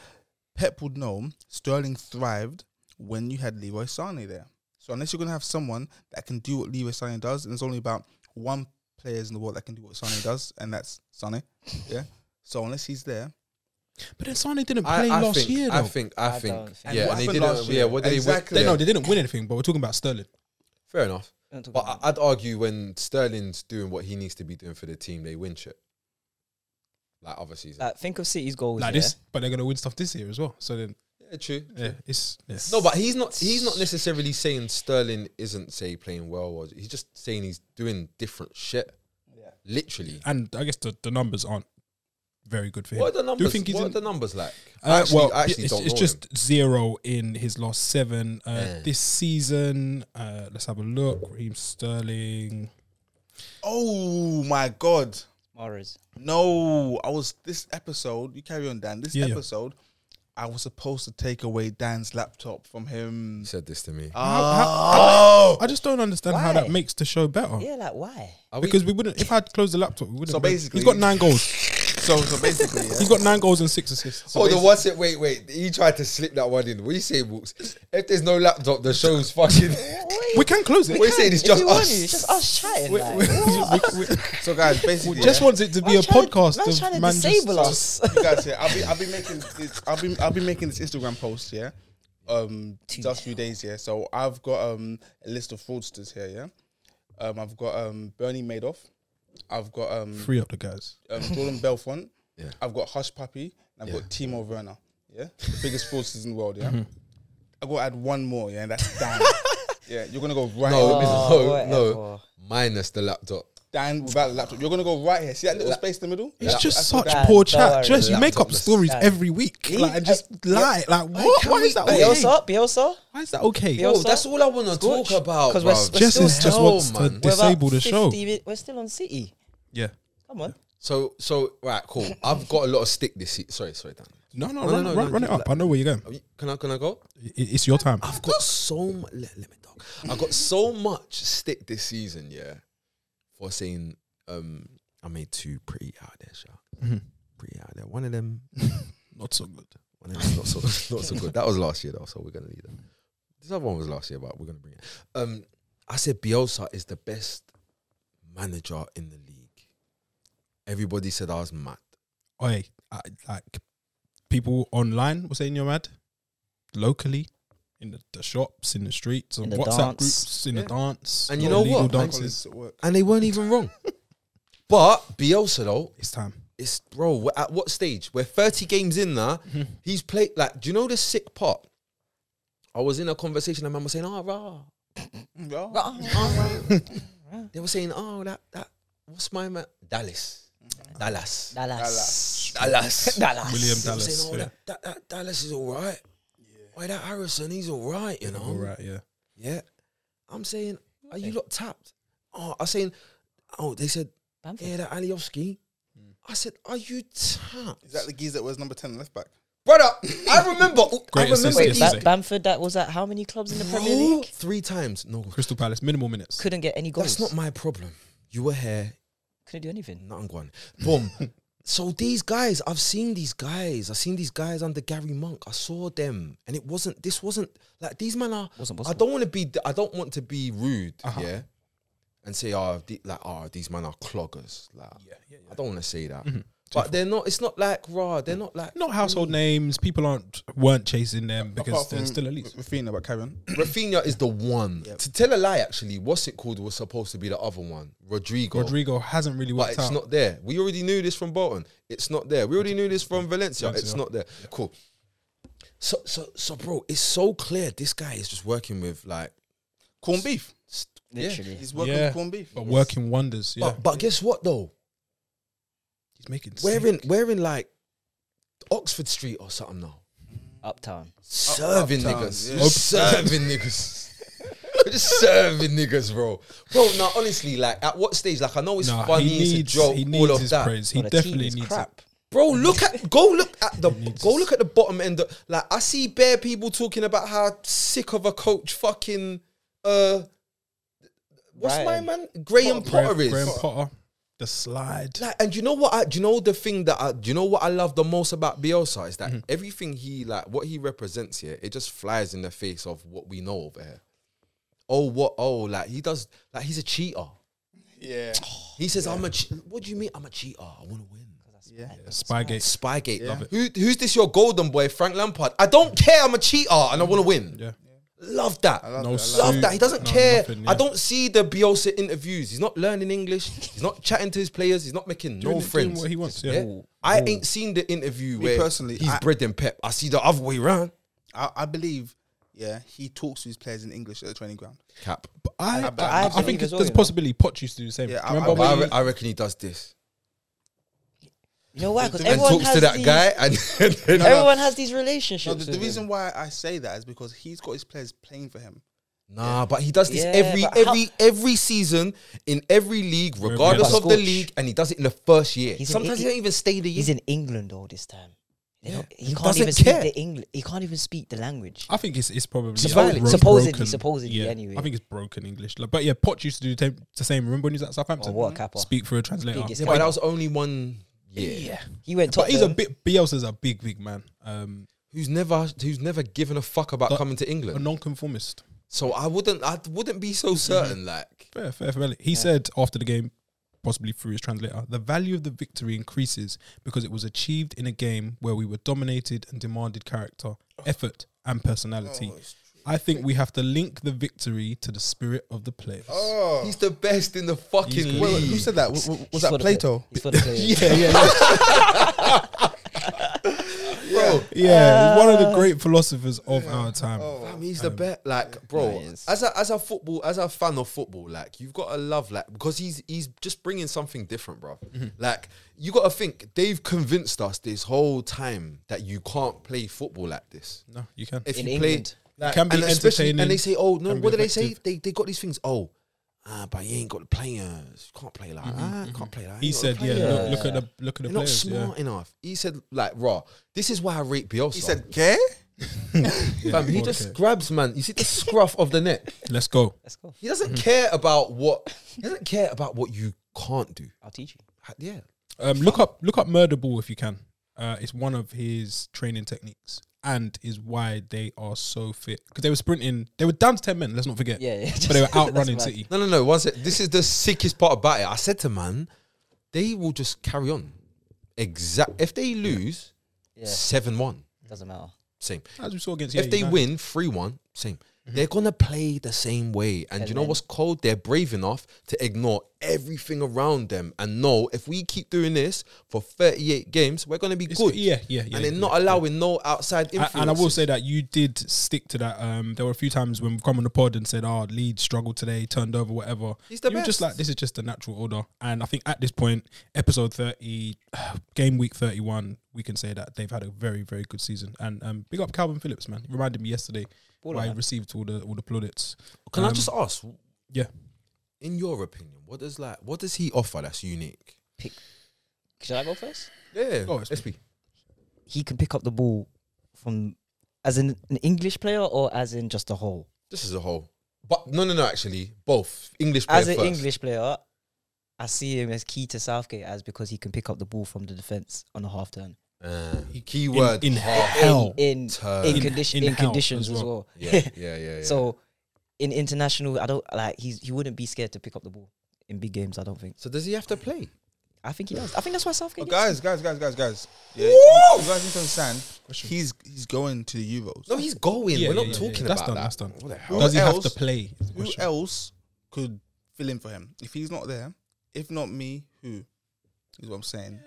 Pep would know Sterling thrived when you had Leroy Sane there. So unless you're gonna have someone that can do what Leroy Sane does, and there's only about one players in the world that can do what Sane does, and that's Sane. Yeah. So unless he's there,
But then Sane didn't
I,
play
I
last
think,
year though.
I think. I,
I
think.
don't think-
Yeah,
And
and
what
they
happened
didn't.
last
Yeah,
year?
what did
They-
they?
no,
win?
they didn't win anything. But we're talking about Sterling.
Fair enough.
Don't talk
But
about
I- I'd argue when Sterling's doing what he needs to be doing for the team, they win shit. Like other seasons.
that. Like, think of City's goals.
Like
yeah?
this, but they're gonna win stuff this year as well. So then,
yeah, true.
yeah, it's yeah.
No, but he's not. He's not necessarily saying Sterling isn't say playing well. Or he's just saying he's doing different shit.
Yeah.
Literally.
and I guess the, the numbers aren't very good for him.
What are the
Do you
numbers?
think he's
what
in-
are the numbers like?
Uh,
actually-
well,
I actually
it's,
don't
it's
know
just zero in his last seven uh,
Yeah.
this season. Uh, let's have a look. Raheem Sterling.
oh my god.
Mahrez.
No, I was this episode. You carry on, Dan. This
Yeah, yeah.
episode, I was supposed to take away Dan's laptop from him.
He said this to me.
Ah.
Oh,
I just don't understand how that
Why?
makes the show better.
Yeah, like why?
Are we-
Because we wouldn't. If I'd closed the laptop, we wouldn't.
So
have been-
basically-
he's got nine goals.
so so basically,
[laughs]
yeah.
He's got nine goals and six assists. So
oh, the what's it? Wait, wait. He tried to slip that one in. What you say, Walks? If there's no laptop, the show's fucking. [laughs]
we can close it.
What you saying? It's
If you
just
want
us.
to, It's just us chatting.
We-
like,
we-
what?
we- we-
So guys, basically,
we just wants it to be a
Man's trying to-
podcast.
Man's
of
trying to
man just-
disable
just-
us.
you guys here. I'll be I'll be making this, I'll be I'll be making this Instagram post yeah, um,
Two
last few days yeah. So I've got um a list of fraudsters here yeah. Um, I've got um Bernie Madoff, I've got um
Free up the guys.
um, Jordan
[laughs]
Belfont.
Yeah.
I've got Hush Puppy. And I've got Timo Werner. Yeah,
[laughs]
the biggest forces in the world.
Mm-hmm.
Yeah, I've got to add one more. Yeah, and
[laughs]
that's Dan. yeah, you're gonna go right.
No,
here.
no, no.
whatever.
Minus the laptop.
Dan without a laptop. You're gonna go right here. See that little space in the middle?
It's
Yeah.
just
That's
such
what Dan-
Dan-
poor
don't
chat.
worry.
Just you make up
Laptopless.
stories
Dan.
every week, like, and just lie. Like what?
can
Why
we-
is that?
Like,
okay?
Bielsa, Bielsa.
Why is that okay?
Bielsa?
Oh, that's all I want to
Scorch?
talk about.
'Cause
Because
we're- we're
Jess
still
is just wants to
man.
We're about
disable the show.
50 mi- We're still on City.
Yeah.
Come on.
So, so right, cool. I've got a lot of stick this. Se- sorry, sorry, Dan.
No, no,
No,
run,
no,
run,
no, no, Ah.
run it
you-
up. I know where you're going.
Are you- Can I? Can I go?
I- It's your time.
I've got so much. Let, let me talk. I've got so much stick this season, yeah, for saying um I made two pretty out there, shot.
Mhm.
Pretty out there. One of them,
[laughs] Not so good.
one of them, not so [laughs] not so good. That was last year though, so we're gonna leave that. This other one was last year, but we're gonna bring it. Um, I said Bielsa is the best manager in the league. Everybody said I was mad.
Oi, I, like people online were saying you're mad. Locally, in the, the shops, in the streets, on
In the
WhatsApp
dance.
groups, in
Yeah.
the dance,
And you
little
know
legal
what? I-
dances.
Colleagues at work.
and they weren't even
[laughs]
wrong. but Bielsa though,
It's time.
it's bro. we're At what stage? We're thirty games
[laughs]
in now. He's played like. Do you know the sick part? I was in a conversation and man was saying, "Oh, rah,
Yeah.
rah, rah, rah."
[laughs]
They were saying, "Oh, that that what's my man? Dallas, Dallas,
[laughs]
Dallas.
Dallas,
Dallas.
William
They were saying,
Mm. Dallas.
"Oh,
yeah.
that, that, that Dallas is all right. Why that Harrison? He's all right, you know.
All right, yeah.
Yeah. I'm saying, are you lot tapped? Oh, I'm saying, oh, they said,
Bamford.
yeah, that Alioski.
Mm.
I said, are you tapped?
Is that the geezer that was number ten left back?
Brother, I remember. I
Great
remember
assist
these.
Ba-
Easy.
Bamford, that was at how many clubs in the
Bro,
Premier League?
Three times. No, goals.
Crystal Palace, minimal minutes.
Couldn't get any goals.
that's not my problem. You were here,
Couldn't do anything.
nothing gone. Boom. so these guys, I've seen these guys. I've seen these guys under Gary Monk. I saw them, and it wasn't. This wasn't like these men are.
Wasn't
I
possible.
don't want to be. I don't want to be rude. Yeah. And say, oh, the, like, oh, these men are cloggers. Like, I don't want to say that. But they're not. It's not like raw. They're not like
Not household names. People aren't weren't chasing them because
Apart
they're
from
still elites.
Rafinha, but carry on. [clears throat]
Rafinha is the one. To tell a lie, actually, what's it called was supposed to be the other one, Rodrigo.
Rodrigo hasn't really
but
worked
it's
out.
not there. We already knew this from Bolton. It's not there. We already knew this from Valencia. It's not there. Cool. So, so, so, bro, it's so clear. This guy is just working with like,
Corn beef.
st-
Literally.
He's working
Yeah.
with corn beef.
but working wonders. Yeah,
But, but guess what though?
he's making.
We're in, we're in like Oxford Street or something now.
Uptown.
Serving
uptown,
niggas.
yeah.
Just Serving niggas. [laughs] Just serving niggas, bro. Bro, now honestly, like at what stage? Like I know it's
Nah,
funny,
he needs,
it's a joke,
he needs
all of
his
that.
praise. He
But the team
definitely
is
needs
crap.
it.
Bro, look at go look at the
needs
go
us.
look at the bottom end. Of, like I see bare people talking about how sick of a coach fucking uh what's
Ryan.
my man Graham Potter, is.
Graham Potter, the slide.
Like, and you know what? I, do you know the thing that I, do you know what I love the most about Bielsa is that everything he like, what he represents here, it just flies in the face of what we know over here. Oh, what? Oh, like he does, like he's a cheater.
[sniffs]
Yeah.
He says, "I'm a. Che- what do you mean? I'm a cheater. I want to win."
Yeah.
Spygate.
Spygate, love it. Who, who's this? Your golden boy, Frank Lampard. I don't care. I'm a cheater, and I want to win.
Yeah.
Love that.
No
love
suit,
that. He doesn't
no
care.
nothing, yeah.
I don't see the Bielsa interviews. He's not learning English. He's not chatting to his players. He's not making
Doing-
no
doing
friends.
what he wants, yeah. Ooh.
I ain't seen the interview where
personally,
he's
I-
bred and pep. I see the other way round.
I, I believe, yeah, he talks to his players in English at the training ground.
Cap.
But I, I,
I
I
believe
think
as well,
there's
you know.
possibility Poch used to do the same.
Yeah, I-
Remember
I,
when
I,
he-
re- I reckon he does this
You know why? Because
and
everyone
talks
has
to that
these,
guy, and, [laughs] and then
Everyone has these
No,
relationships.
the, the reason why I say that is because he's got his players playing for him.
Nah, but he does this
Yeah,
every
but how-
every every season in every league,
Regardless.
regardless of the
Scorch.
league, and he does it in the first year.
He's an
Sometimes he
idiot.
don't even stay the year.
he's in England all this time. They don't- he can't
doesn't
even
care.
speak the English. He can't even speak the language.
I think it's it's probably
Supposedly-
bro-
supposedly-
broken.
supposedly,
Yeah,
anyway.
I think it's broken English, Like, but yeah, Poch used to do the same- the same. Remember when he was at Southampton?
Oh, what a capper.
Speak through a translator.
Biggest
yeah, but that was only one year.
He went top.
But he's a bit. Bielsa's a big, big man. Um,
Who's never who's never given a fuck about
But-
coming to
a
England.
non-conformist.
So I wouldn't I wouldn't be
Mm-hmm.
so certain. Like
Fair, fair, fair. He said after the game, possibly through his translator, the value of the victory increases because it was achieved in a game where we were dominated and demanded character, effort, and personality.
Oh,
I think we have to link the victory to the spirit of the players.
Oh.
he's the best in the fucking
He's-
Wait, wait,
league.
who said that? Was, was that Plato?
He's for the players.
Yeah, yeah, yeah.
bro.
yeah he's one of the great philosophers of our time.
Fam, he's the best. Like, bro,
he is.
as a as a football as a fan of football, like you've got to love like because he's he's just bringing something different, bro.
Mm-hmm.
Like you got to think they've convinced us this whole time that you can't play football like this.
No, you can.
If
In
you
England.
play, like,
can be
and especially-
entertaining,
and they say, oh no,
can be
what do they say?
effective.
They they got these things. Oh, ah, but you ain't got the players. Can't play like that. Can't play
Mm-hmm, he
like that. Ain't got the
said, yeah, Look,
players.
look at the look at the
They're not
players. yeah.
smart enough. He said, like, raw. This is why I rate Bielsa.
He said, "Care."
Fam, he just grabs, man. You see [laughs] the scruff of the neck.
Let's go.
Let's go.
He doesn't care about what he doesn't care about what you can't do.
I'll teach you.
Ha- Yeah.
Um, look up look up murder ball if you can. Uh, it's one of his training techniques and is why they are so fit because they were sprinting. They were down to ten men. Let's not forget.
Yeah, [laughs] yeah,
but
[laughs]
they were
just-
outrunning
that's mad.
City.
No, no, no. One sec. This is the sickest part about it. I said to man, they will just carry on. Exact. If they lose,
Yeah,
seven one,
doesn't matter.
same.
As we saw against.
if
yeah, Mm-hmm.
they
United.
win three one, same. They're gonna play the same way, and
And
you know
then-
what's cold? They're brave enough to ignore everything around them and know if we keep doing this for thirty-eight games, we're gonna be
It's-
good.
yeah, yeah, yeah.
and they're
yeah.
not allowing no outside
A-
influence.
and I will say that you did stick to that. Um, there were a few times when we've come on the pod and said, "Oh, Leeds struggled today, turned over, whatever."
He's the
you were just
best.
like, "This is just the natural order." And I think at this point, episode thirty, [sighs] game week thirty-one, we can say that they've had a very, very good season. And um, big up Calvin Phillips, man. He reminded me yesterday why he received all the all the plaudits.
Can I
Um,
just ask,
Yeah,
in your opinion, what does like what does he offer that's unique?
Should I go first?
Yeah,
Go on, SP.
SP.
He can pick up the ball from as in an English player or as in just a whole.
This is a whole. But no, no, no. Actually, both English player
As an
first.
English player, I see him as key to Southgate as because he can pick up the ball from the defense on a half turn.
Uh, keyword
in
half
hell.
in
turn.
in, [laughs]
In-
condition
in
in
hell
conditions
as
as well.
yeah,
[laughs]
yeah, yeah, yeah. So,
So in international, I don't like he's he wouldn't be scared to pick up the ball in big games. I don't think.
does he have to play?
I think he does. I think that's why Southgate.
But
gets him.
guys, Oh, guys, guys, guys, guys. Yeah, you, you guys need to understand. He's he's going to the Euros.
No, he's going.
Yeah,
We're
yeah,
not
yeah,
talking
yeah. That's
about
done,
that.
that's done.
What the hell?
Who
does he have to
else-
play? is the
Who
question.
else could fill in for him if he's not there? If not me, who? Is what I'm saying.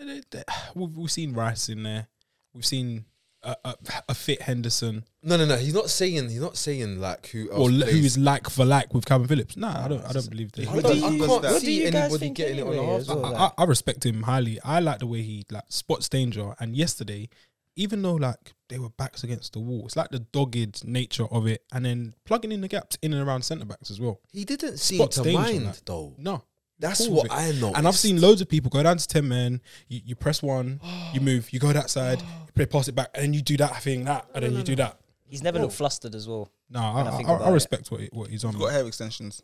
[sighs] We've, we've seen Rice in there. We've seen a, a, a fit Henderson.
No, no, no. He's not saying. He's not saying like who else.
or l-
plays.
who is like for like with Calvin Phillips. Nah, I don't. I don't believe that.
I,
I,
do
don't-
you-
I
what
can't
do
see
you guys
anybody
think
getting it on
anyway
the half.
as well?
I, I respect him highly. I like the way he like spots danger. And yesterday, even though like they were backs against the wall, it's like the dogged nature of it, and then plugging in the gaps in and around centre backs as well.
He didn't seem
Spot's
to
dangerous on
mind
that.
though.
No,
That's
All of
what
it.
I know.
And I've seen loads of people go down to 10 men, you, you press one, you move, you go that side, you play, pass it back, and then you do that thing, that, and then you do that.
He's never looked flustered as well.
No, I,
I
I,
think
I,
about it.
respect what, he- what he's on.
Got hair extensions.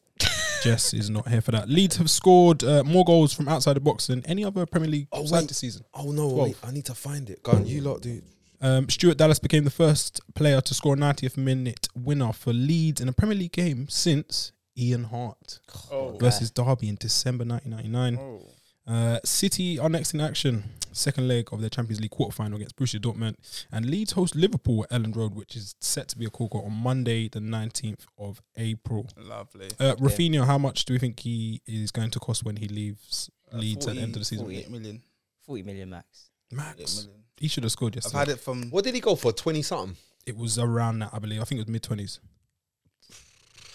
Jess is not here for that. Leeds have scored uh, more goals from outside the box than any other Premier League
Oh,
side
wait.
this season.
Oh no, wait, I need to find it. Go on, you lot, dude.
Um, Stuart Dallas became the first player to score a 90th minute winner for Leeds in a Premier League game since Ian Hart
Oh,
versus Derby in December 1999. Uh, City are next in action, second leg of their Champions League quarterfinal against Borussia Dortmund, and Leeds host Liverpool at Elland Road, which is set to be a call on Monday, the 19th of April.
Lovely.
Uh, Rafinha, how much do we think he is going to cost when he leaves Leeds at the end of the season?
48 Uh, million.
40 million max.
Max,
million.
he should have scored
I've
yesterday.
had it from
What did he go for? Twenty something.
it was around that, I believe. I think it was mid 20s.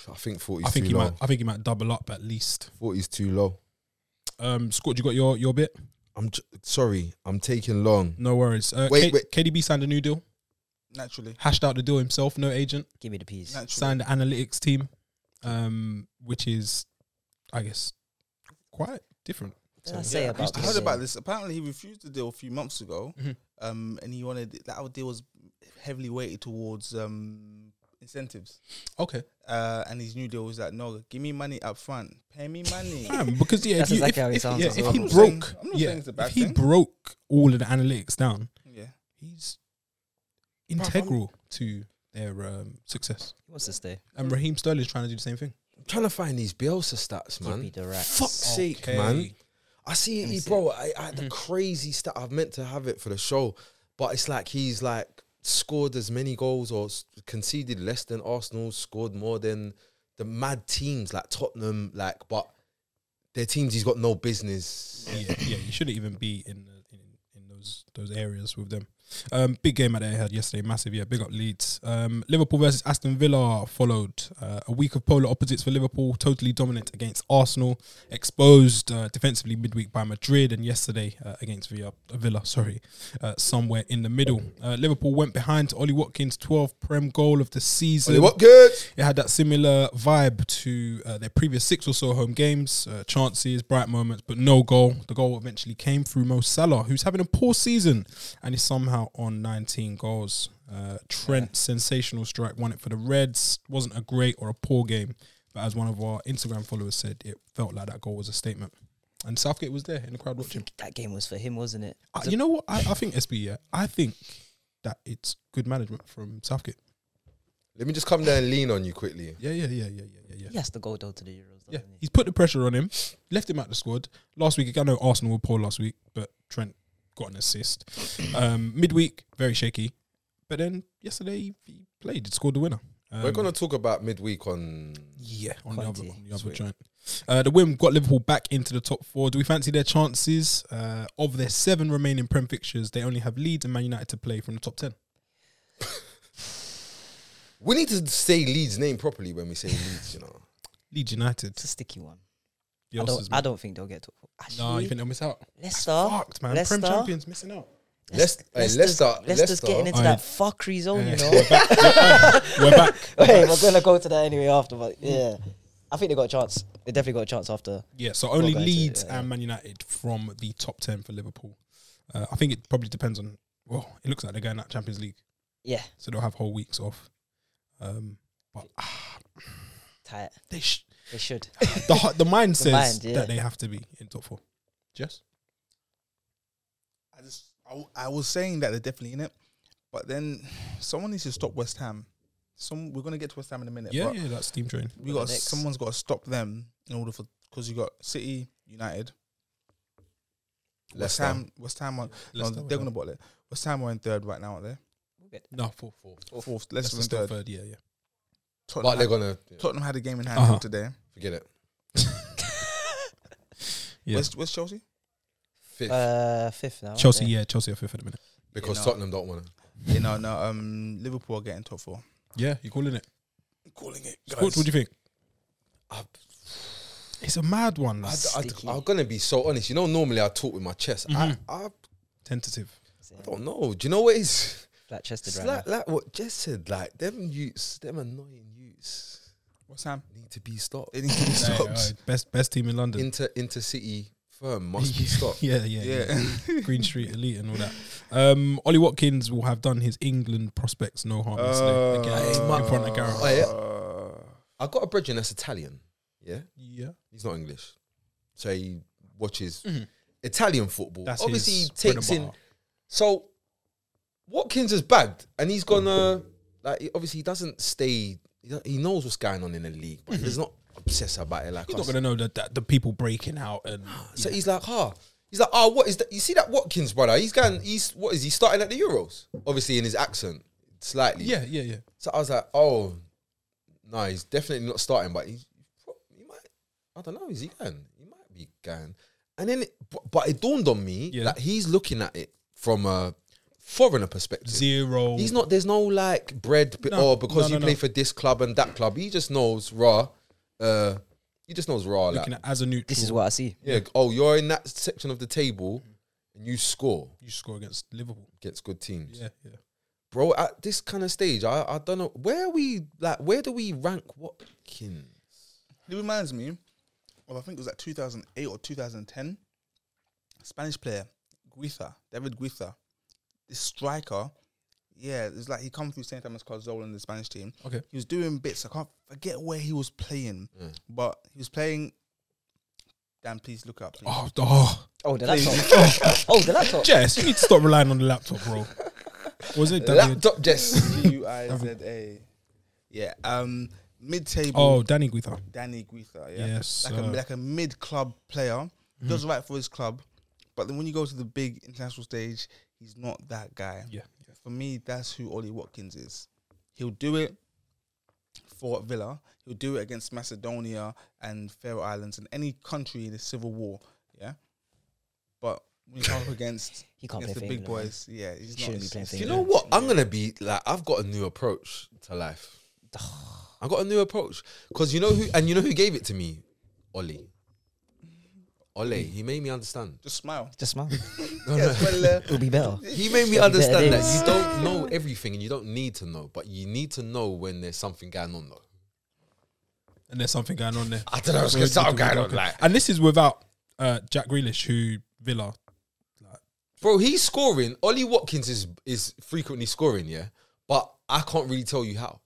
I think forty.
I think
too
he
low.
might. I think he might double up at least.
Forty's too low.
Um, Scott, you got your your bit.
I'm j- sorry. I'm taking long.
No worries. Uh,
Wait,
K-
wait.
KDB signed a new deal.
naturally.
Hashed out the deal himself. No agent.
Give me the piece.
naturally.
Signed the analytics team, um, which is, I guess, quite different.
What did I say about
I
this?
heard about this. Apparently, he refused the deal a few months ago,
Mhm.
um, and he wanted that our deal was heavily weighted towards um, incentives.
Okay,
Uh, and his new deal was like, no, give me money up front, pay me
[laughs]
money.
Fam, because yeah, if,
That's
you,
exactly
if,
how it
if-
sounds
yeah,
as
if
well.
he
I'm not saying-
broke,
I'm not
yeah,
saying it's a bad
if he
thing.
broke all of the analytics down,
yeah,
he's integral to their um, success.
He wants to stay.
And Raheem Sterling's trying to do the same thing.
I'm trying to find these Bielsa stats,
Give me
man.
the rats.
Fuck's sake, man. I see,
me
he,
see
bro. I, I had the crazy stat. I've meant to have it for the show, but it's like he's like scored as many goals or s- conceded less than Arsenal, scored more than the mad teams like Tottenham, like, but their teams he's got no business.
yeah, yeah, you shouldn't even be in the, in, in those those areas with them. Um, big game at Etihad yesterday, massive. Yeah, big up Leeds. Um, Liverpool versus Aston Villa followed uh, a week of polar opposites for Liverpool. Totally dominant against Arsenal, exposed uh, defensively midweek by Madrid, and yesterday uh, against Villa. Villa, sorry, uh, somewhere in the middle. Uh, Liverpool went behind to Ollie Watkins' 12th prem goal of the season.
What good?
It had that similar vibe to uh, their previous six or so home games, uh, chances, bright moments, but no goal. The goal eventually came through Mo Salah, who's having a poor season and is somehow on 19 goals. Uh, Trent, sensational strike, won it for the Reds. Wasn't a great or a poor game, but as one of our Instagram followers said, it felt like that goal was a statement. And Southgate was there in the crowd
I
watching.
think that game was for him, wasn't it?
Uh, you know what? I, I think, SB, yeah, I think that it's good management from Southgate.
Let me just come there and lean on you quickly.
Yeah, yeah, yeah, yeah, yeah, yeah, yeah.
He has to go down to the Euros, doesn't
Yeah,
he?
he's put the pressure on him, left him out the squad. Last week, I know Arsenal were poor last week, but Trent got an assist.
[clears throat]
Um, midweek, very shaky. But then yesterday, he- he played, he scored the winner. Um,
We're gonna talk about midweek on.
yeah, on the other,
Quality.
on the other joint. Uh, the win got Liverpool back into the top four. Do we fancy their chances? Uh, of their seven remaining Prem fixtures, they only have Leeds and Man United to play from the top ten.
We need to say Leeds' name properly when we say Leeds. You know,
Leeds United.
It's a sticky one. I don't,
Bielsa's
I
man.
don't think they'll get to actually,
No, you think they'll miss out?
Leicester.
Fucked, man.
Leicester.
Prem champions missing out.
Leicester,
Leicester's-
Leicester,
Leicester's getting into
Aye.
that fuckery
[laughs]
zone, you know.
we're back. We're back.
Wait, we're gonna go to that anyway after, but yeah, I think they got a chance. They definitely got a chance after.
Yeah, so only
going to it,
Leeds
yeah, yeah.
and Man United from the top ten for Liverpool. Uh, I think it probably depends on. Well, it looks like they're going out Champions League,
Yeah,
so they'll have whole weeks off. Um, but ah,
tight.
they sh-
They should.
the heart- the mind says
mind, yeah.
that they have to be in top four. Jess,
I just I, w- I was saying that they're definitely in it, but then someone needs to stop West Ham. Some we're gonna get to West Ham in a minute.
yeah,
but
yeah, that steam train.
we got
Next. [laughs]
someone's got to stop them in order for because you got City, United, West
Leicester.
Ham, West Ham. Are, no,
Leicester,
they're gonna bottle it. West Ham are in third right now, aren't they?
No, four, four.
Fourth,
That's
Leicester in
still third.
third.
Yeah, yeah.
Tottenham,
but they're
had,
gonna yeah,
Tottenham had a game in hand
Uh-huh.
today.
forget it.
Yeah.
Where's, where's Chelsea?
Fifth
Uh, fifth now. aren't
Chelsea,
they?
yeah, Chelsea are fifth at the minute.
because
you know.
Tottenham don't want to.
you know, no, um, Liverpool are getting top four.
Yeah, you calling it?
Calling it.
Coach, what do you think?
I-
It's a mad one.
I,
that's
I,
Sticky.
I'm gonna be so honest. You know, normally I talk with my chest. I, I
tentative.
backs.
I don't know. Do you know what is?
Flat chested
It's
right
like,
now.
like what Jess said, like them youths, them annoying youths
What's Sam?
need to be stopped.
It needs
[laughs]
to be stopped.
best best team in London.
Inter intercity firm must be stopped.
[laughs] yeah, yeah, yeah.
Yeah.
Green Street Elite and all that. Um, Ollie Watkins will have done his England prospects no harm
Oh.
yesterday. Again,
my-
in front of Gareth.
Hey,
Uh,
I got a brethren that's Italian. Yeah,
Yeah,
he's not English, so he watches
Mhm.
Italian football.
that's
Obviously,
his
he takes
bread and
in.
butter.
So Watkins is bagged, and he's gonna like. he- Obviously, he doesn't stay. he don't- He knows what's going on in the league, but he's not obsessed about it like
Mm-hmm. He's
us.
not gonna know that, that the people breaking out and
So he's like, huh. He's like, oh, what is that? You see that Watkins brother? He's going, he's, what is he starting at the Euros? Obviously in his accent, slightly.
yeah, yeah, yeah.
So I was like, oh, no, he's definitely not starting, but he's, pro- he might, I don't know, is he going? He might be going. And then, it, but, but it dawned on me
Yeah.
that he's looking at it from a foreigner perspective.
Zero.
He's not. There's no like bread be-
No,
or because
no,
you
no,
play
no.
for this club and that club. He just knows raw. Uh, he just knows raw. Like,
looking at as a neutral.
This is what I see.
yeah. Oh, you're in that section of the table and you score
you score against Liverpool.
against good teams.
Yeah, yeah.
Bro, at this kind of stage, I, I don't know where we like where do we rank Watkins?
It reminds me of I think it was like 2008 or 2010. Spanish player Guiza, David Guiza, this striker. Yeah, it's like he come through same time as Carzola in the Spanish team.
Okay.
he was doing bits. I can't forget where he was playing, but he was playing. Dan, please look it up. Please.
Oh, oh. [laughs]
Oh, the laptop. oh, the laptop.
Jess, you need to stop relying on the laptop, bro. Was it Danny?
Laptop
[laughs]
Jess.
Oh.
G U I Z A. Yeah. Um. Mid table.
Oh, Danny Guitha.
Danny Guitha, yeah,
Yes,
like a
sir.
like a mid club player,
Mhm.
does right for his club, but then when you go to the big international stage, he's not that guy.
Yeah.
For me, that's who Ollie Watkins is. He'll do it for Villa. He'll do it against Macedonia and Faroe Islands and any country in the civil war. Yeah, but when
[laughs]
you come up against
He can't
against
play
the
for
big
England, man.
boys, yeah, he's
Shouldn't
not.
be playing
Do
for
it's-
you know what? I'm gonna be like I've got a new approach
[sighs]
to life. I got a new approach because you know who and you know who gave it to me, Ollie. Ollie, he made me understand.
Just smile.
Just smile.
Yes, well, uh,
[laughs]
It'll be better.
He made me
Gotta be better
understand that
days.
you don't know everything and you don't need to know, but you need to know when there's something going on though.
And there's something going on there.
I don't know, it's got something going on. Like,
And this is without uh, Jack Grealish, who Villa.
bro, he's scoring. Ollie Watkins is is frequently scoring, yeah, but I can't really tell you how.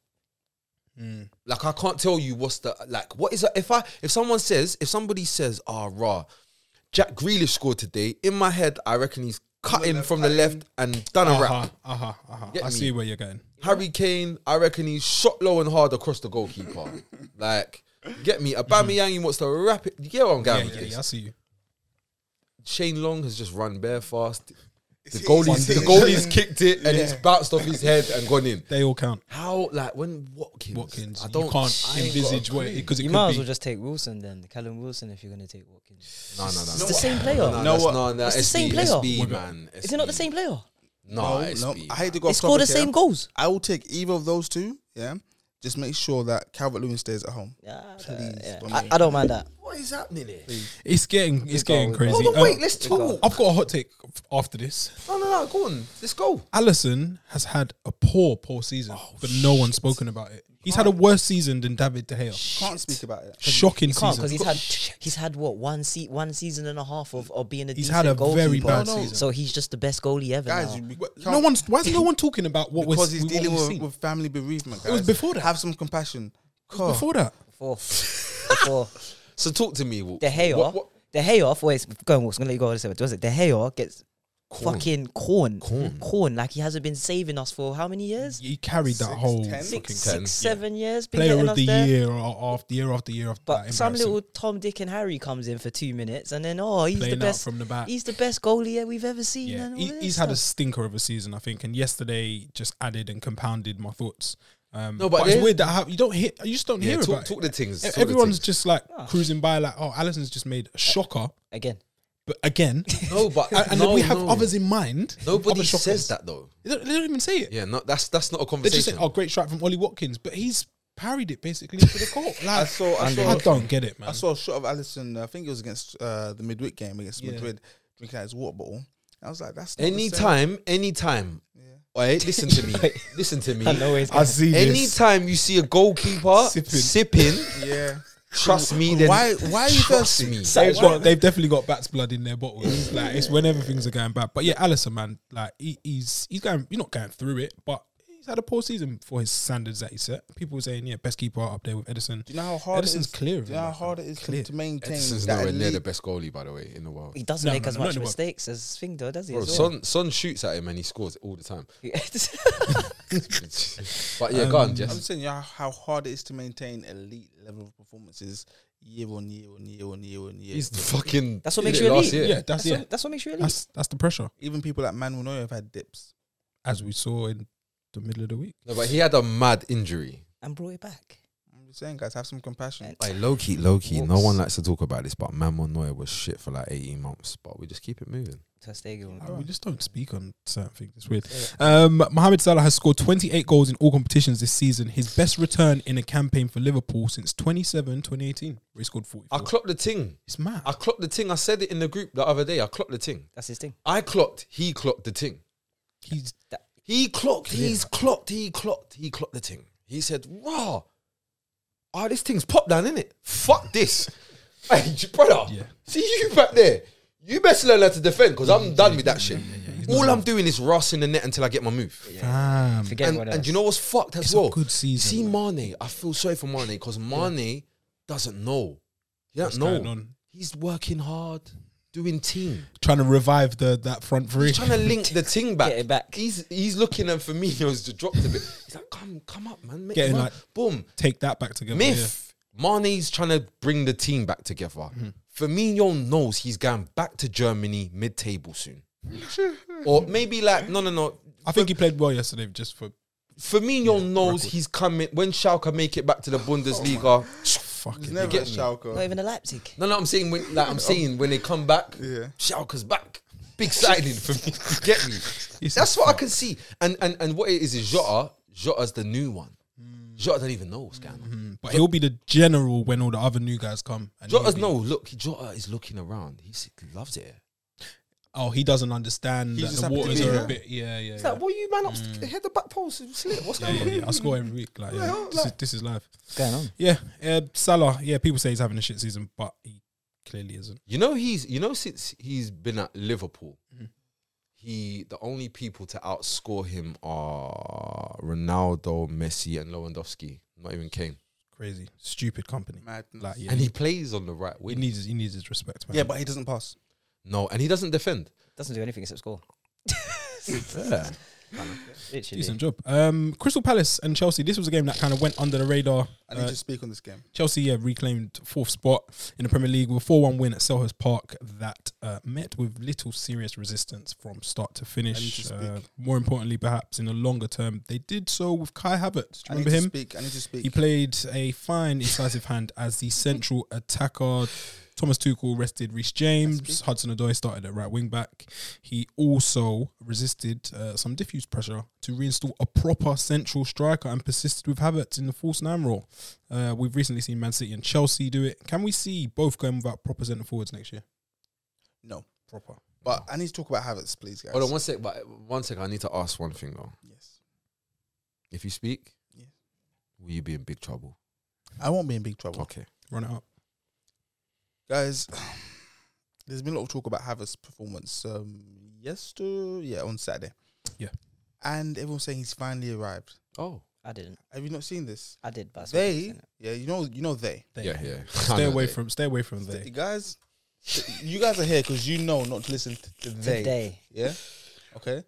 Hmm.
Like, I can't tell you what's the like. What is that? if I if someone says if somebody says, "Ah, rah, Jack Grealish scored today." In my head, I reckon he's cutting from the left and done
Uh-huh.
a
Aha,
wrap.
aha, aha.
Get
uh-huh, I
me.
see where you're going.
Harry Kane, I reckon he's shot low and hard across the goalkeeper. like, get me. Aubameyang, he wants to wrap it. You get what I'm
Yeah,
going with
yeah,
this?
yeah, I see you.
Shane Long has just run bare fast. The
it's-
goalie's, the
it's-
goalie's kicked it and it's bounced off his head and gone in.
They all count.
How, like, when Watkins,
Watkins,
I don't,
you can't
I ain't got a
envisage where
clue.
because it
You
could
might as
be.
well just take Wilson then, Callum Wilson, if you're going to take Watkins.
No, no, no.
It's the same player.
No,
Know
that's
what?
not- no,
It's the
SB,
same player.
SB, man.
Is it not the same player?
No,
No,
SB.
no. I hate to go.
They
off
score the
topic here.
same goals.
I will take either of those two. Yeah. Just make sure that Calvert Lewin stays at home.
Yeah,
Please,
yeah.
for
I,
me.
I don't mind that.
What is happening here?
It's getting, it's getting
goal.
crazy.
Hold on,
Uh,
wait, let's talk.
I've got a hot take f- after this.
No, no, no, go on. Let's go.
Allison has had a poor, poor season,
Oh,
but no one's spoken about it. He's had a worse season than David De Gea.
Can't speak about it.
Shocking
You can't because
season.
he's had he's had what one se- one season and a half of, of being a
He's
decent
had a
goalkeeper.
very bad
No, no.
season.
So he's just the best goalie ever.
Guys,
now.
you be-
no
can't-
one's. Why is no one talking about what was
because he's
what
dealing
we've
with,
seen?
with family bereavement. Guys.
was before that.
Have some compassion.
oh.
before that?
Four.
[laughs]
Four.
So talk to me. Walt.
De Gea.
What- what-
De Gea. Wait, it's going. I'm gonna let you go. on this one. Was it De Gea gets
Corn.
fucking corn,
Corn.
Like he hasn't been saving us for how many years?
He carried that
Six,
whole
ten?
Six,
fucking
six,
ten,
seven years. Been
player
letting
of
us
the
there.
year or after year after year after
But
that.
some
Embarrassing.
little Tom, Dick, and Harry comes in for two minutes, and then oh, he's the
Playing out
best
from the back.
He's the best goalie we've ever seen.
Yeah,
and all
he,
this
he's had a
stuff.
stinker of a season, I think, and yesterday just added and compounded my thoughts. Um,
No,
no,
but
but, it's
there-
weird that how, you don't hear, you just don't
Yeah,
hear
talk-
about
talk
it.
the things,
E-
talk the
Everyone's
things.
just like cruising by, like, oh, Allison's just made a shocker,
again.
but again,
[laughs] No,
[laughs]
but
and, and
no,
then we have
no.
others in mind.
Nobody
other shockers.
says that though.
They don't, they don't even say it.
Yeah, no, that's that's not a
they just say,
conversation.
"Oh, great strike from Ollie Watkins," but he's parried it
[laughs]
basically to the goal. Like, I,
I saw. I saw.
don't get it, man.
I saw a shot of Allison. I think it was against uh, the midweek game against
Yeah.
Madrid, drinking out his water bottle, I was like, that's not the same.
Anytime, anytime. All right,
[laughs]
listen to me. listen to me.
I know where it's
I
going.
see this.
Anytime you see a goalkeeper
Sipping.
sipping,
[laughs]
Yeah.
trust me. Then
Why- why are you
trust
thirsty?
me?
They've, got, they've definitely got bats blood in their bottles. It's Like it's when everything's are going bad. But yeah, Allison, man, like he, he's he's going. You're not going through it, but he's had a poor season for his standards that he set. People were saying, yeah, best keeper up there with Edison.
Do you know how hard
Edison's
it is?
clear. of
Do you know
him,
how
man.
hard it is to,
Clear.
to maintain
Edison's
that
nowhere near the
elite?
best goalie, by the way, in the world.
He doesn't
No,
make
no,
as
no, not
much
in the world.
mistakes as Fing though, does he?
Bro,
as well?
Son, Son shoots at him and he scores all
[laughs]
the time.
[laughs]
but yeah,
Um,
go on,
I'm
Jess.
saying, yeah, how hard it is to maintain elite level of performances year on year on year on year on year.
He's fucking.
That's what
did
makes
it
you
last
elite.
year.
Yeah, that's
that's,
yeah.
What, that's what makes you elite.
That's that's the pressure,
Even people like Manuel Neuer have had dips.
as we saw in the middle of the week.
No, but he had a mad injury.
and brought it back.
I'm just saying, guys, have some compassion.
And-
Like low key, low key. No
Whoops.
one likes to talk about this, but Manuel Neuer was shit for like eighteen months. But we just keep it moving.
Ter Stegen.
Like, we just don't speak on certain things. It's weird. Um, Mohamed Salah has scored 28 goals in all competitions this season. His best return in a campaign for Liverpool since 27 2018. Where he scored 44.
I clocked the ting.
it's mad.
I clocked the ting. I said it in the group the other day. I clocked the ting.
That's his thing.
I clocked. He clocked the ting.
He's
That,
He clocked. He's clocked. He clocked. He clocked the ting. He said, "Raw, ah, this thing's popped down, innit? Fuck this, [laughs] hey j- brother.
Yeah.
See you back there. You best learn how to defend because I'm done with that shit. All I'm doing is rushing the net until I get my move."
damn.
forget
and,
what
and
else.
you know what's fucked as
It's a
well?
good season,
See Mane, I feel sorry for Mane because Mane doesn't know. He
What's
doesn't
going
know.
on?
He's working hard, doing team,
Trying to revive the that front three.
he's trying
[laughs]
to link the ting back.
Get it back.
He's he's looking and [laughs] Firmino's just dropped a bit. He's like, come come up, man. Make
Getting
Getting
like-
boom.
Take that back together.
Myth. Mane's trying to bring the team back together.
Mm-hmm.
Firmino knows he's going back to Germany mid-table soon, [laughs] or maybe like no no no.
yeah. I think he played well yesterday. Just for
Firmino knows he's coming when Schalke make it
[laughs]
back
Oh
to the Bundesliga.
He's
fucking
never
get
a
me?
Schalke.
Not even a Leipzig.
[laughs] No, no, I'm saying when like I'm saying when they come back,
Yeah.
Schalke's back. Big signing for [laughs] me. Get me. That's what I can see. And and and what it is is Jota. Jota's the new one. Jota don't even know what's going on.
but he'll be the general when all the other new guys come. And he'll
Jota's
be-
no look. Jota is looking around. He's, he loves it. here.
Oh, he doesn't understand
He's
that
just
the
happy to
waters
be
are a
here.
bit. Yeah, yeah.
It's
yeah.
like, what you man up? Hit the back post. and Slip. What's going
Yeah,
on?
yeah, I score every week. Like, yeah, this, is, this is life.
What's going on?
Yeah, uh, Salah. Yeah, people say he's having a shit season, but he clearly isn't.
You know he's you know since he's been at Liverpool, he the only people to outscore him are Ronaldo, Messi, and Lewandowski. Not even Kane,
Crazy, stupid company.
Madness.
Like, yeah,
and
he,
he plays on the right
he
wing.
needs he needs his respect, man.
Yeah, but he doesn't pass.
no, and he doesn't defend.
Doesn't do anything except score.
Yeah.
[laughs] Literally.
decent job. Um, Crystal Palace and Chelsea. This was a game that kind of went under the radar.
I
Uh,
need to speak on this game.
Chelsea yeah, reclaimed fourth spot in the Premier League with a 4 1 win at Selhurst Park that uh, met with little serious resistance from start to finish.
I need to
Uh,
speak.
more importantly, perhaps in the longer term, they did so with Kai Havertz. Do
I
you
need
remember
to
him?
speak. I need to speak.
He played a fine, incisive hand as the central attacker. Thomas Tuchel rested Reece James. Hudson Odoi started at right wing back. He also resisted uh, some diffuse pressure to reinstall a proper central striker and persisted with Havertz in the false nine role. Uh, we've recently seen Man City and Chelsea do it. Can we see both going without proper centre forwards next year?
no.
Proper.
But I need to talk about Havertz, please, guys.
Hold on one sec, but one sec. I need to ask one thing though.
Yes.
If you speak,
Yeah.
will you be in big trouble?
I won't be in big trouble.
Okay.
Run it up.
guys. [sighs] There's been a lot of talk about Havertz's performance. Um, yesterday, yeah, on Saturday.
Yeah.
and everyone's saying he's finally arrived.
Oh,
I didn't.
Have you not seen this?
I did, but I saw
They,
it.
yeah, you know, you know they.
They-
yeah, yeah. I
Stay
know
away
that.
from. Stay away from they.
You guys, you guys are here because you know not to listen to, to they.
Today.
Yeah. Okay.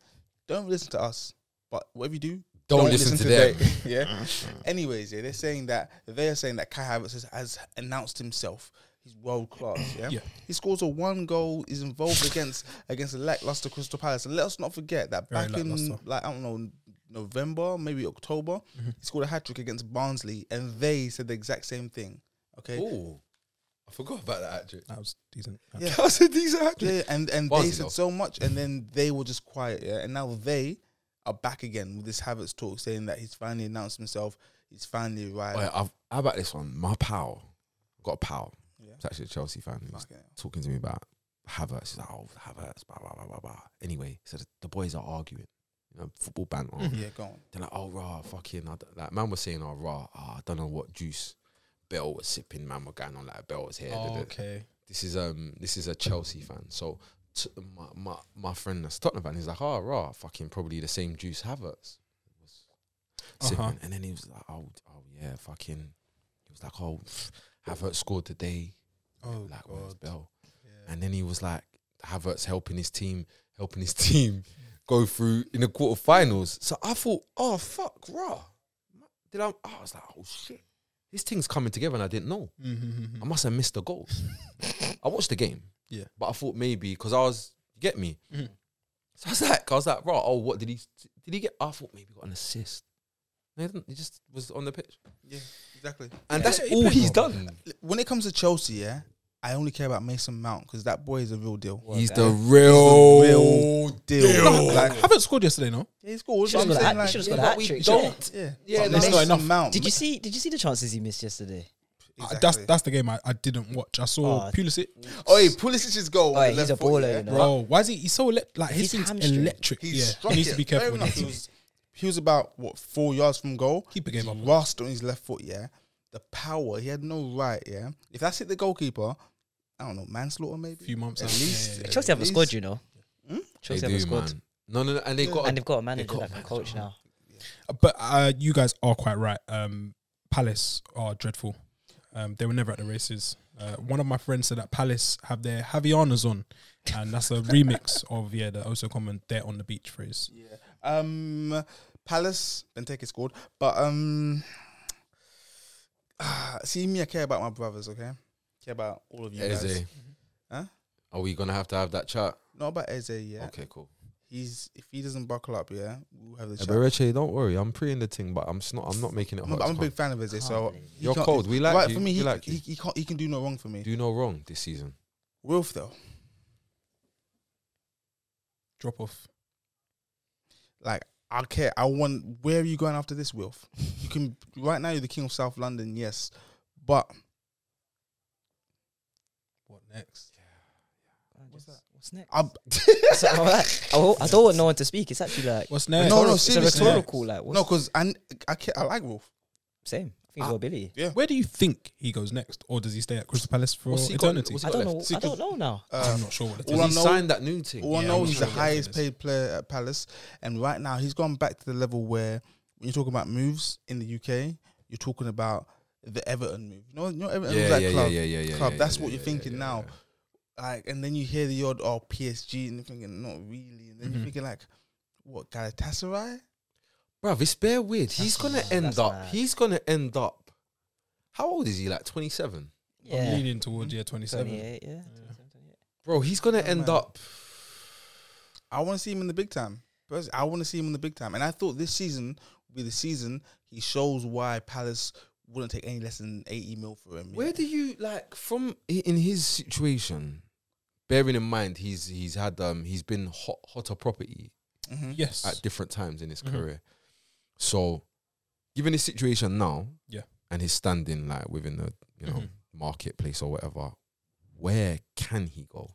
Don't listen to us, but whatever you do,
Don't listen to them.
they. [laughs] yeah. Anyways, yeah, they're saying that they are saying that Kai Havertz has, has announced himself. He's world class. Yeah?
Yeah.
He scores a one goal. Is involved against against the lackluster Crystal Palace. And let us not forget that
Very
back in
lackluster.
like I don't know November, maybe October, he scored a hat trick against Barnsley, and they said the exact same thing. Okay.
[laughs] Ooh, I forgot about that actually.
That was decent. [laughs]
Yeah.
That was a decent hat trick.
Yeah, and and
Barnsley
they said
though.
so much, and then they were just quiet. Yeah, and now they are back again with this Havertz talk, saying that he's finally announced himself. He's finally arrived.
Oh, yeah, I've, how about this one? My pal, got a pal.
Yeah.
It's actually a Chelsea fan. He was
Fucking hell.
talking to me about Havertz. He's like, oh, Havertz, blah, blah, blah, blah, blah. Anyway, so the, the boys are arguing. You know, football banter.
[laughs] Yeah, go on.
They're like, oh, rah, fucking. I d- Like, man was saying, oh, rah, ah, I don't know what juice Bell was sipping. Man was going on like Bell was here. da, da, da.
okay.
This is um, this is a Chelsea fan. So t- my, my my friend that's Tottenham fan, he's like, oh, rah, fucking probably the same juice Havertz was sipping.
Uh-huh.
And then he was like, oh, oh yeah, fucking. He was like, oh, Havertz scored today.
Oh
Like, where's
god.
Bell?
Yeah.
And then he was like, Havertz helping his team, helping his [laughs] team go through in the quarterfinals. So I thought, oh fuck, raw. Did I? I was like, oh shit, this thing's coming together, and I didn't know.
Mhm, mhm,
I must have missed the goal. [laughs] I watched the game,
Yeah.
but I thought maybe because I was, you get me.
Mhm.
So I was like, I was like, raw. Oh, what did he? Did he get? I thought maybe he got an assist. No, he didn't. He just was on the pitch,
Yeah, exactly.
and
Yeah,
that's
he
all
played
he's
well.
done.
When it comes to Chelsea, yeah, I only care about Mason Mount because that boy is a real deal.
He's
guy.
the
He's
real,
real deal.
I
[laughs] Like,
haven't scored yesterday, no.
[laughs] yeah, he scored.
Should've
but
got
I'm
a-
saying, like,
should've
yeah,
got a
but
hat
we
trick,
don't. Yeah,
Yeah,
But
that's
Mason
not enough.
Mount,
Did you see? Did you see the chances he missed yesterday?
Uh, that's
Exactly.
that's the game I, I didn't watch. I saw
Oh.
Pulisic.
Oi, Pulisic's goal. with
Oi,
the
he's
left
a
foot,
baller,
yeah.
you know.
Bro, why is he? He's so elect- like his
He's
thing's
hamstring.
electric.
He
yeah,
struck
he needs
it.
to be
Fair
careful. with
enough.
that.
He was, he was about what four yards from goal.
Keeper gave
He
up.
rushed on his left foot. Yeah, the power he had no right. Yeah, if that's hit the goalkeeper, I don't know manslaughter maybe.
Few months
at
out, yeah,
least.
yeah, yeah.
Chelsea haven't
He's-
scored, you know.
Hmm?
They
Chelsea haven't
do,
scored,
man. No, no, no, and they got
and they've got a manager,
got a
like a coach
manager.
now.
Uh, But uh, you guys are quite right. Um, Palace are dreadful. Um, they were never at the races. Uh, one of my friends said that Palace have their Javianas on, and that's a remix of yeah the also common "They're on the beach" phrase.
Yeah. Um, Palace, Benteke scored, but um, [sighs] see me, I care about my brothers. Okay, care about all of you
Eze.
guys. Huh?
Are we gonna have to have that chat?
Not about Eze. Yeah,
Okay, cool.
he's if he doesn't buckle up, yeah, we'll have the chat.
Bereche, don't worry. I'm pre-ing the thing, but I'm just not. I'm not making it
I'm, a-
hard.
I'm a big fan of Eze, so
believe
he
You're
can't-
cold. We like
right
you.
for
We
me. He,
like
he,
you.
he can't. He can do no wrong for me.
Do no wrong this season.
Wilf though,
Drop off.
like I care. I want. Where are you going after this, Wilf? You can right now. You're the king of South London, yes, but
What next?
What's that? What's next? [laughs]
I'm.
So I'm like, I wo- I don't want no one to speak. It's actually like
What's next?
No, no,
it's a
seriously.
rhetorical. Like what's
No, because I, I, care, I like Wolf.
same. I think he's got ability.
Where do you think he goes next, or does he stay at Crystal Palace for
What's he got-
eternity?
what's he
I
got left?
don't know.
See, Uh,
I don't know now.
I'm not sure what it
all
is.
I
Because he
know-
signed that new thing.
All Um, I
Yeah,
know
I'm
he's
sure
the
he does,
highest
yes.
paid player at Palace, and right now he's gone back to the level where when you're talking about moves in the UK, you're talking about the Everton move. You know, you know Everton was that club.
yeah, yeah,
club.
yeah,
That's
yeah,
what
yeah,
you're
yeah,
thinking
yeah,
now.
yeah.
Like, and then you hear the odd oh PSG, and you're thinking not really, and then
Mhm.
you're thinking like, what Galatasaray?
Bruv, it's bare weird. He's
That's
gonna
mad,
end
that's
up.
mad.
He's gonna end up. How old is he? Like 27.
I'm
Yeah,
leaning towards year 27.
28. Yeah,
Bro, he's gonna
Yeah,
end
man.
up.
I want to see him in the big time. Personally, I want to see him in the big time, and I thought this season would be the season he shows why Palace wouldn't take any less than eighty mil for him.
Where do you like from i- in his situation? Bearing in mind he's he's had um he's been hot hotter property
hmm
Yes.
at different times in his
Mhm.
career. So, given his situation now,
Yeah.
and his standing like within the you know
Mhm.
marketplace or whatever, where can he go?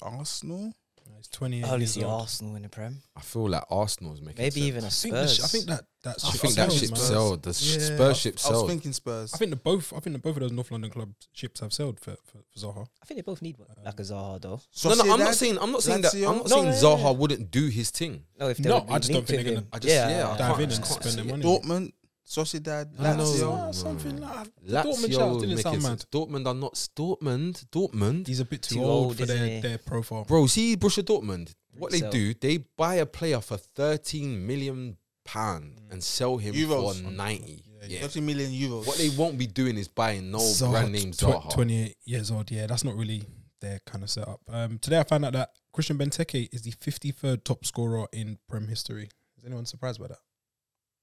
Arsenal?
He's 28
Only
years
see
old.
Arsenal in the Prem.
I feel like Arsenal's making
Maybe
sense.
even a
I think, the sh-
Spurs.
I think that that's
I think that ship sailed. The sh
Yeah.
Spurs ship
I was
sailed.
thinking Spurs.
I think the both. I think the both of those North London club ships have sailed for for, for Zaha.
I think they both need one, like a Zaha though.
No, no, I'm not
Sociedad?
saying I'm not saying that
Lazio?
I'm not
No,
saying
no, no,
Zaha
no.
wouldn't do his thing.
No, if they
No,
would be
I just don't
linked
think
with
they're
him.
gonna-
I just- yeah, I
Dive
can't-
in
I
and
can't
spend
see
their money.
it.
Dortmund, Sociedad,
I don't know.
Lazio.
something like that.
Lazio
Dortmund shout didn't
make
sound
it-
mad.
Dortmund are not Dortmund. Dortmund
He's a bit too,
Too
old,
old,
for
isn't
their,
he?
their profile.
Bro, see Borussia Dortmund. What they
Sell.
do, they buy a player for thirteen million pound
Mm.
and sell him
Euros.
for ninety.
Yeah,
Yeah,
yeah.
30 million euros.
What they won't be doing is buying no
Zaha,
brand name
tw-
Zaha.
28 years old. Yeah, that's not really their kind of setup. Um, today I found out that Christian Benteke is the 53rd top scorer in Prem history. Is anyone surprised by that?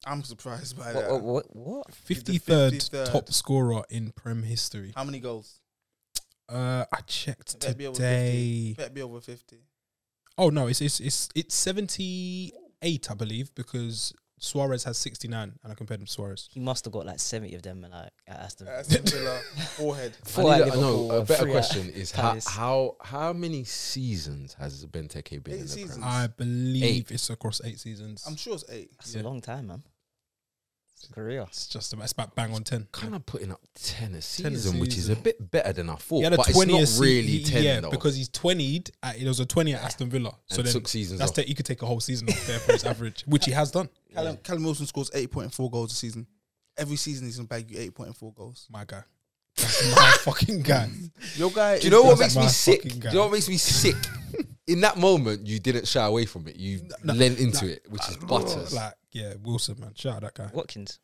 I'm surprised by that.
What, what, what, what?
53rd,
53rd.
top scorer in Prem history.
How many goals?
Uh, I checked
Better be over
today.
Better be over 50.
Oh no, it's it's it's it's 78, I believe, because Suarez has 69, and I compared him to Suarez.
He must have got like 70 of them like, at Aston Villa.
Aston Villa, forehead.
Four at
I know
Liverpool,
uh,
a better
three at
question is how,
Palace.
how how many seasons has Benteke been
Eight
in the
seasons.
Premier?
I believe
Eight.
it's across eight seasons.
I'm sure it's eight.
That's
Yeah.
a long time, man. It's a career.
it's just about, it's about bang on 10.
Kind of putting up ten a season,
a
which is a
season.
bit better than I thought.
He had a
but
20
it's
a
not really
se-
ten
yeah,
though.
because he's 20'd. At, it was a 20 at Aston Villa. So
And
then
took seasons
that's
off.
that he could take a whole season off there for his average, which he has done.
Callum, Callum Wilson scores 8.4 goals a season. Every season he's going to bag you 8.4 goals.
My guy. [laughs] That's my fucking guy.
Your guy
Do you know what
That's
makes me
my
sick?
fucking
Do
guy.
you know what makes me sick? In that moment, you didn't shy away from it. You lent into it, which is butters.
Like, yeah, Wilson, man. Shout out that guy.
Watkins.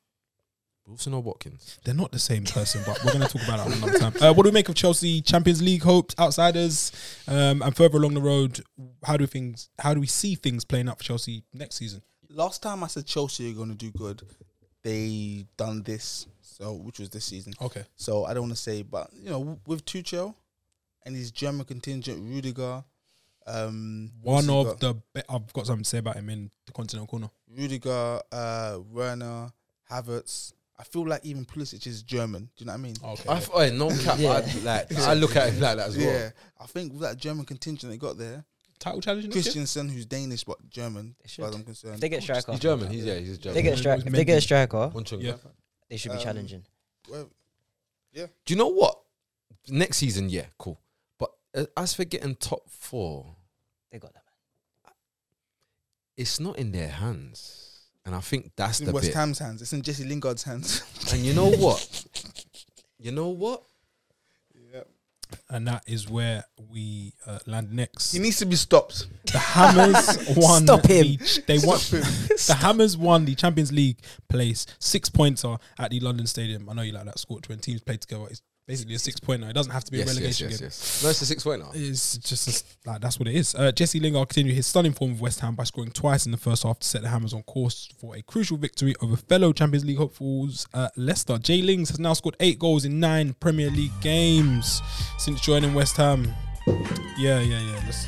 Wilson or Watkins?
They're not the same person, but we're going to talk about that another time. Uh, what do we make of Chelsea Champions League hopes, outsiders, um, and further along the road? How do things? How do we see things playing out for Chelsea next season?
Last time I said Chelsea are going to do good, they done this, so which was this season.
Okay,
So I don't want to say, but you know, w- with Tuchel and his German contingent, Rudiger, um,
one
what's he
of
got?
the be- I've got something to say about him in the continental corner.
Rudiger, uh, Werner, Havertz. I feel like even Pulisic is German. Do you know what I mean?
Okay,
I, f- oh, no cap.
Yeah.
I, like, I look at him like that as well.
Yeah, I think with that German contingent they got there,
title challenge next year.
Christiansen, who's Danish but German,
They
as far as
should.
I'm concerned.
If they get striker,
He's German. He's yeah. He's a
if
German.
they get a stri- if they get a striker,
One chunk.
Yeah.
they should be
Um,
challenging.
Well,
Do you know what? Next season, yeah, cool. But uh, as for getting top four,
They got that. Man.
it's not in their hands, and I think that's
it's
the
in West
bit.
Ham's hands. It's in Jesse Lingard's hands. [laughs]
And you know what? you know what?
and that is where we uh, land next.
he needs to be stopped.
The Hammers won.
[laughs] Stop him.
the- they won. [laughs] the Hammers won the Champions League place six pointer at the London Stadium. I know you like that score when teams play together. It's basically a six pointer. It doesn't have to be a
Yes, yes,
relegation
yes,
game.
yes. No, it's a six pointer.
It's just it's- like that's what it is. Uh, Jesse Lingard continued his stunning form with West Ham by scoring twice in the first half to set the Hammers on course for a crucial victory over fellow Champions League hopefuls uh, Leicester. Jay Lings has now scored eight goals in nine Premier League games since joining West Ham. Yeah, yeah, yeah. That's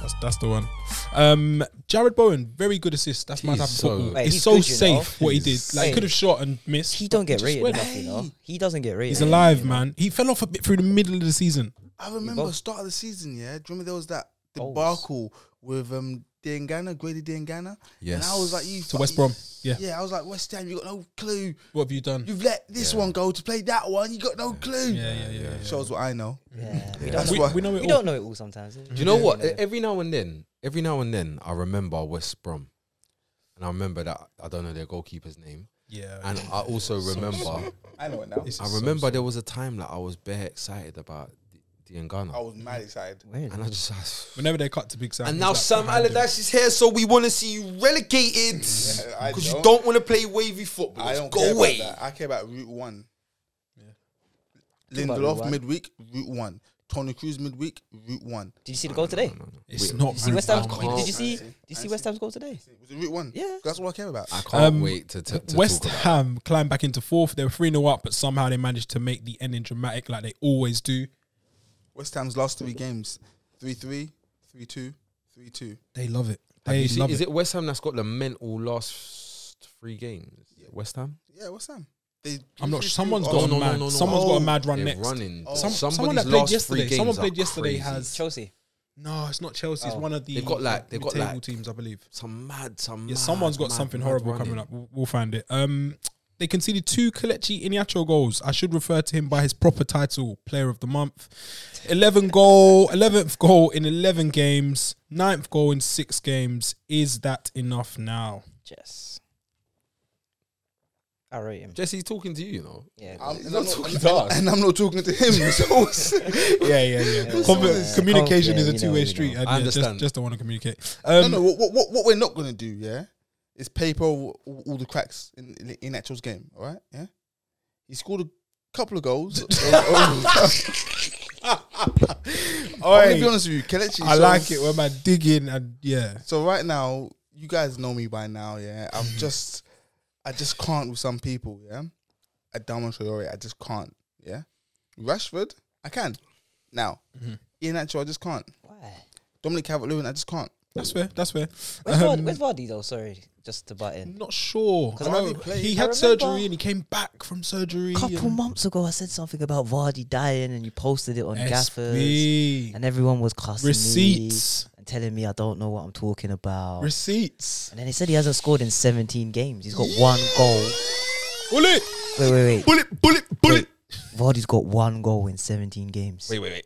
that's, that's the one. Um, Jared Bowen, very good assist. That's my
He's
type of
so
football.
good.
Mate,
It's
he's
so
good, you
safe
know.
what he did.
He's
Like he
safe.
could have shot and missed.
He don't get
Just
rated
went-
enough, you know. He doesn't get rated.
He's alive, man. He fell off a bit through the middle of the season.
I remember
both-
start of the season, yeah. Do you remember there was that
Oh,
Goals.
debacle with um Dengana, Grady Dengana? And
Yes.
I was like, you
To West Brom. Yeah.
Yeah, I was like, West Ham, you got no clue.
What have you done?
You've let this one go to play that one, you got no clue.
Yeah, yeah, yeah. yeah.
Shows what I know.
Yeah, we
That's
we,
don't.
why-
we know it
We
all.
don't know it all sometimes.
Do you know what? Every now and then, every now and then, I remember West Brom, and I remember that I don't know their goalkeeper's name,
Yeah.
and
[laughs]
I also remember,
I know it now.
This is
I
so
remember there was a time that I was bare excited about the
I
Ngana,
was mad excited.
Weird.
and I
[laughs]
just.
Whenever they cut to Big Sam,
and
he's
now
like
Sam
behind him.
Allardyce is here, so we want to see you relegated because
Yeah, I
you
know.
don't want to play wavy football.
I don't
Go
care
away.
about that. I care about route one.
Talk about Route
Lindelof
One.
midweek, route one. Tony Cruz midweek, route one.
Did you see the goal today?
It's not
See West Ham's
can't-
Did you see?
I
Did
see.
you
I
see
see.
West Ham's goal today?
Was it route one?
Yeah.
That's what I care about.
I can't
Um,
wait to, t- to
West
talk about
Ham climbed back into fourth. They were 3 0 up, but somehow they managed to make the ending dramatic like they always do.
West Ham's last three games 3 3, 3 2, 3 2.
They love it.
Have
They
you seen-
love
is
it.
it West Ham that's got the mental last three games? West Ham.
Yeah, what's that? They
I'm not
three,
sure.
three,
Someone's
one.
Oh,
got a mad. Someone's got a mad run
They're
next.
Running.
Oh.
Some,
Somebody's
someone that
last
played
three
yesterday.
games
Someone
are
played yesterday
crazy.
has
Chelsea.
no. It's not Chelsea. It's
Oh.
one of the
They've got like- they've got
mid-table
like-
teams, I believe.
Some mad. Some.
Yeah,
mad,
someone's got
mad,
something
mad
horrible
running.
coming up. We'll, we'll find it. Um, they conceded two Kelechi Iheanacho goals. I should refer to him by his proper title, Player of the Month. Eleven goal, eleventh goal in eleven games, ninth goal in six games. Is that enough
[laughs]
now?
Yes. I rate him.
Jesse's talking to you. You know.
Yeah.
I'm,
He's
and,
not
I'm
talking
not,
to us.
and I'm not talking to him. [laughs]
Um,
So it's-
Yeah, yeah, yeah.
Yeah,
Conver-
yeah.
communication
Yeah,
is a
we know,
two-way
we
street.
know.
and
I
yeah, just-
understand.
Just, don't want to communicate.
no,
Um,
no. What, what, what- what we're not gonna do, yeah, is paper all, all the cracks in in, in Nacho's game. All right, yeah. He scored a couple
[laughs]
of goals. I'm gonna be honest with you, Kelechi.
I
so-
like it when man digging and yeah.
So right now, you guys know me by now, yeah. I'm just, I just can't with some people, yeah. At Diamond Traore, I just can't, yeah. Rashford,
Mm-hmm.
I can. Now, Ian Nacho, I just can't.
Why?
Dominic Calvert-Lewin, I just can't.
That's fair. That's fair.
Where's, Vardy,
Um,
where's Vardy though? Sorry, just to butt in.
Not sure.
'Cause
I
I
know
remember-
he
I
had
remember-
surgery and he came back from surgery.
A couple
and-
months ago, I said something about Vardy dying, and you posted it on Gaffers,
SB.
and everyone was cussing me
Receipts.
and telling me I don't know what I'm talking about.
Receipts.
and then he said he hasn't scored in 17 games. He's got one goal.
Bullet.
Wait, wait, wait.
Bullet. Bullet. Bullet.
Vardy's got one goal in 17 games.
wait, wait.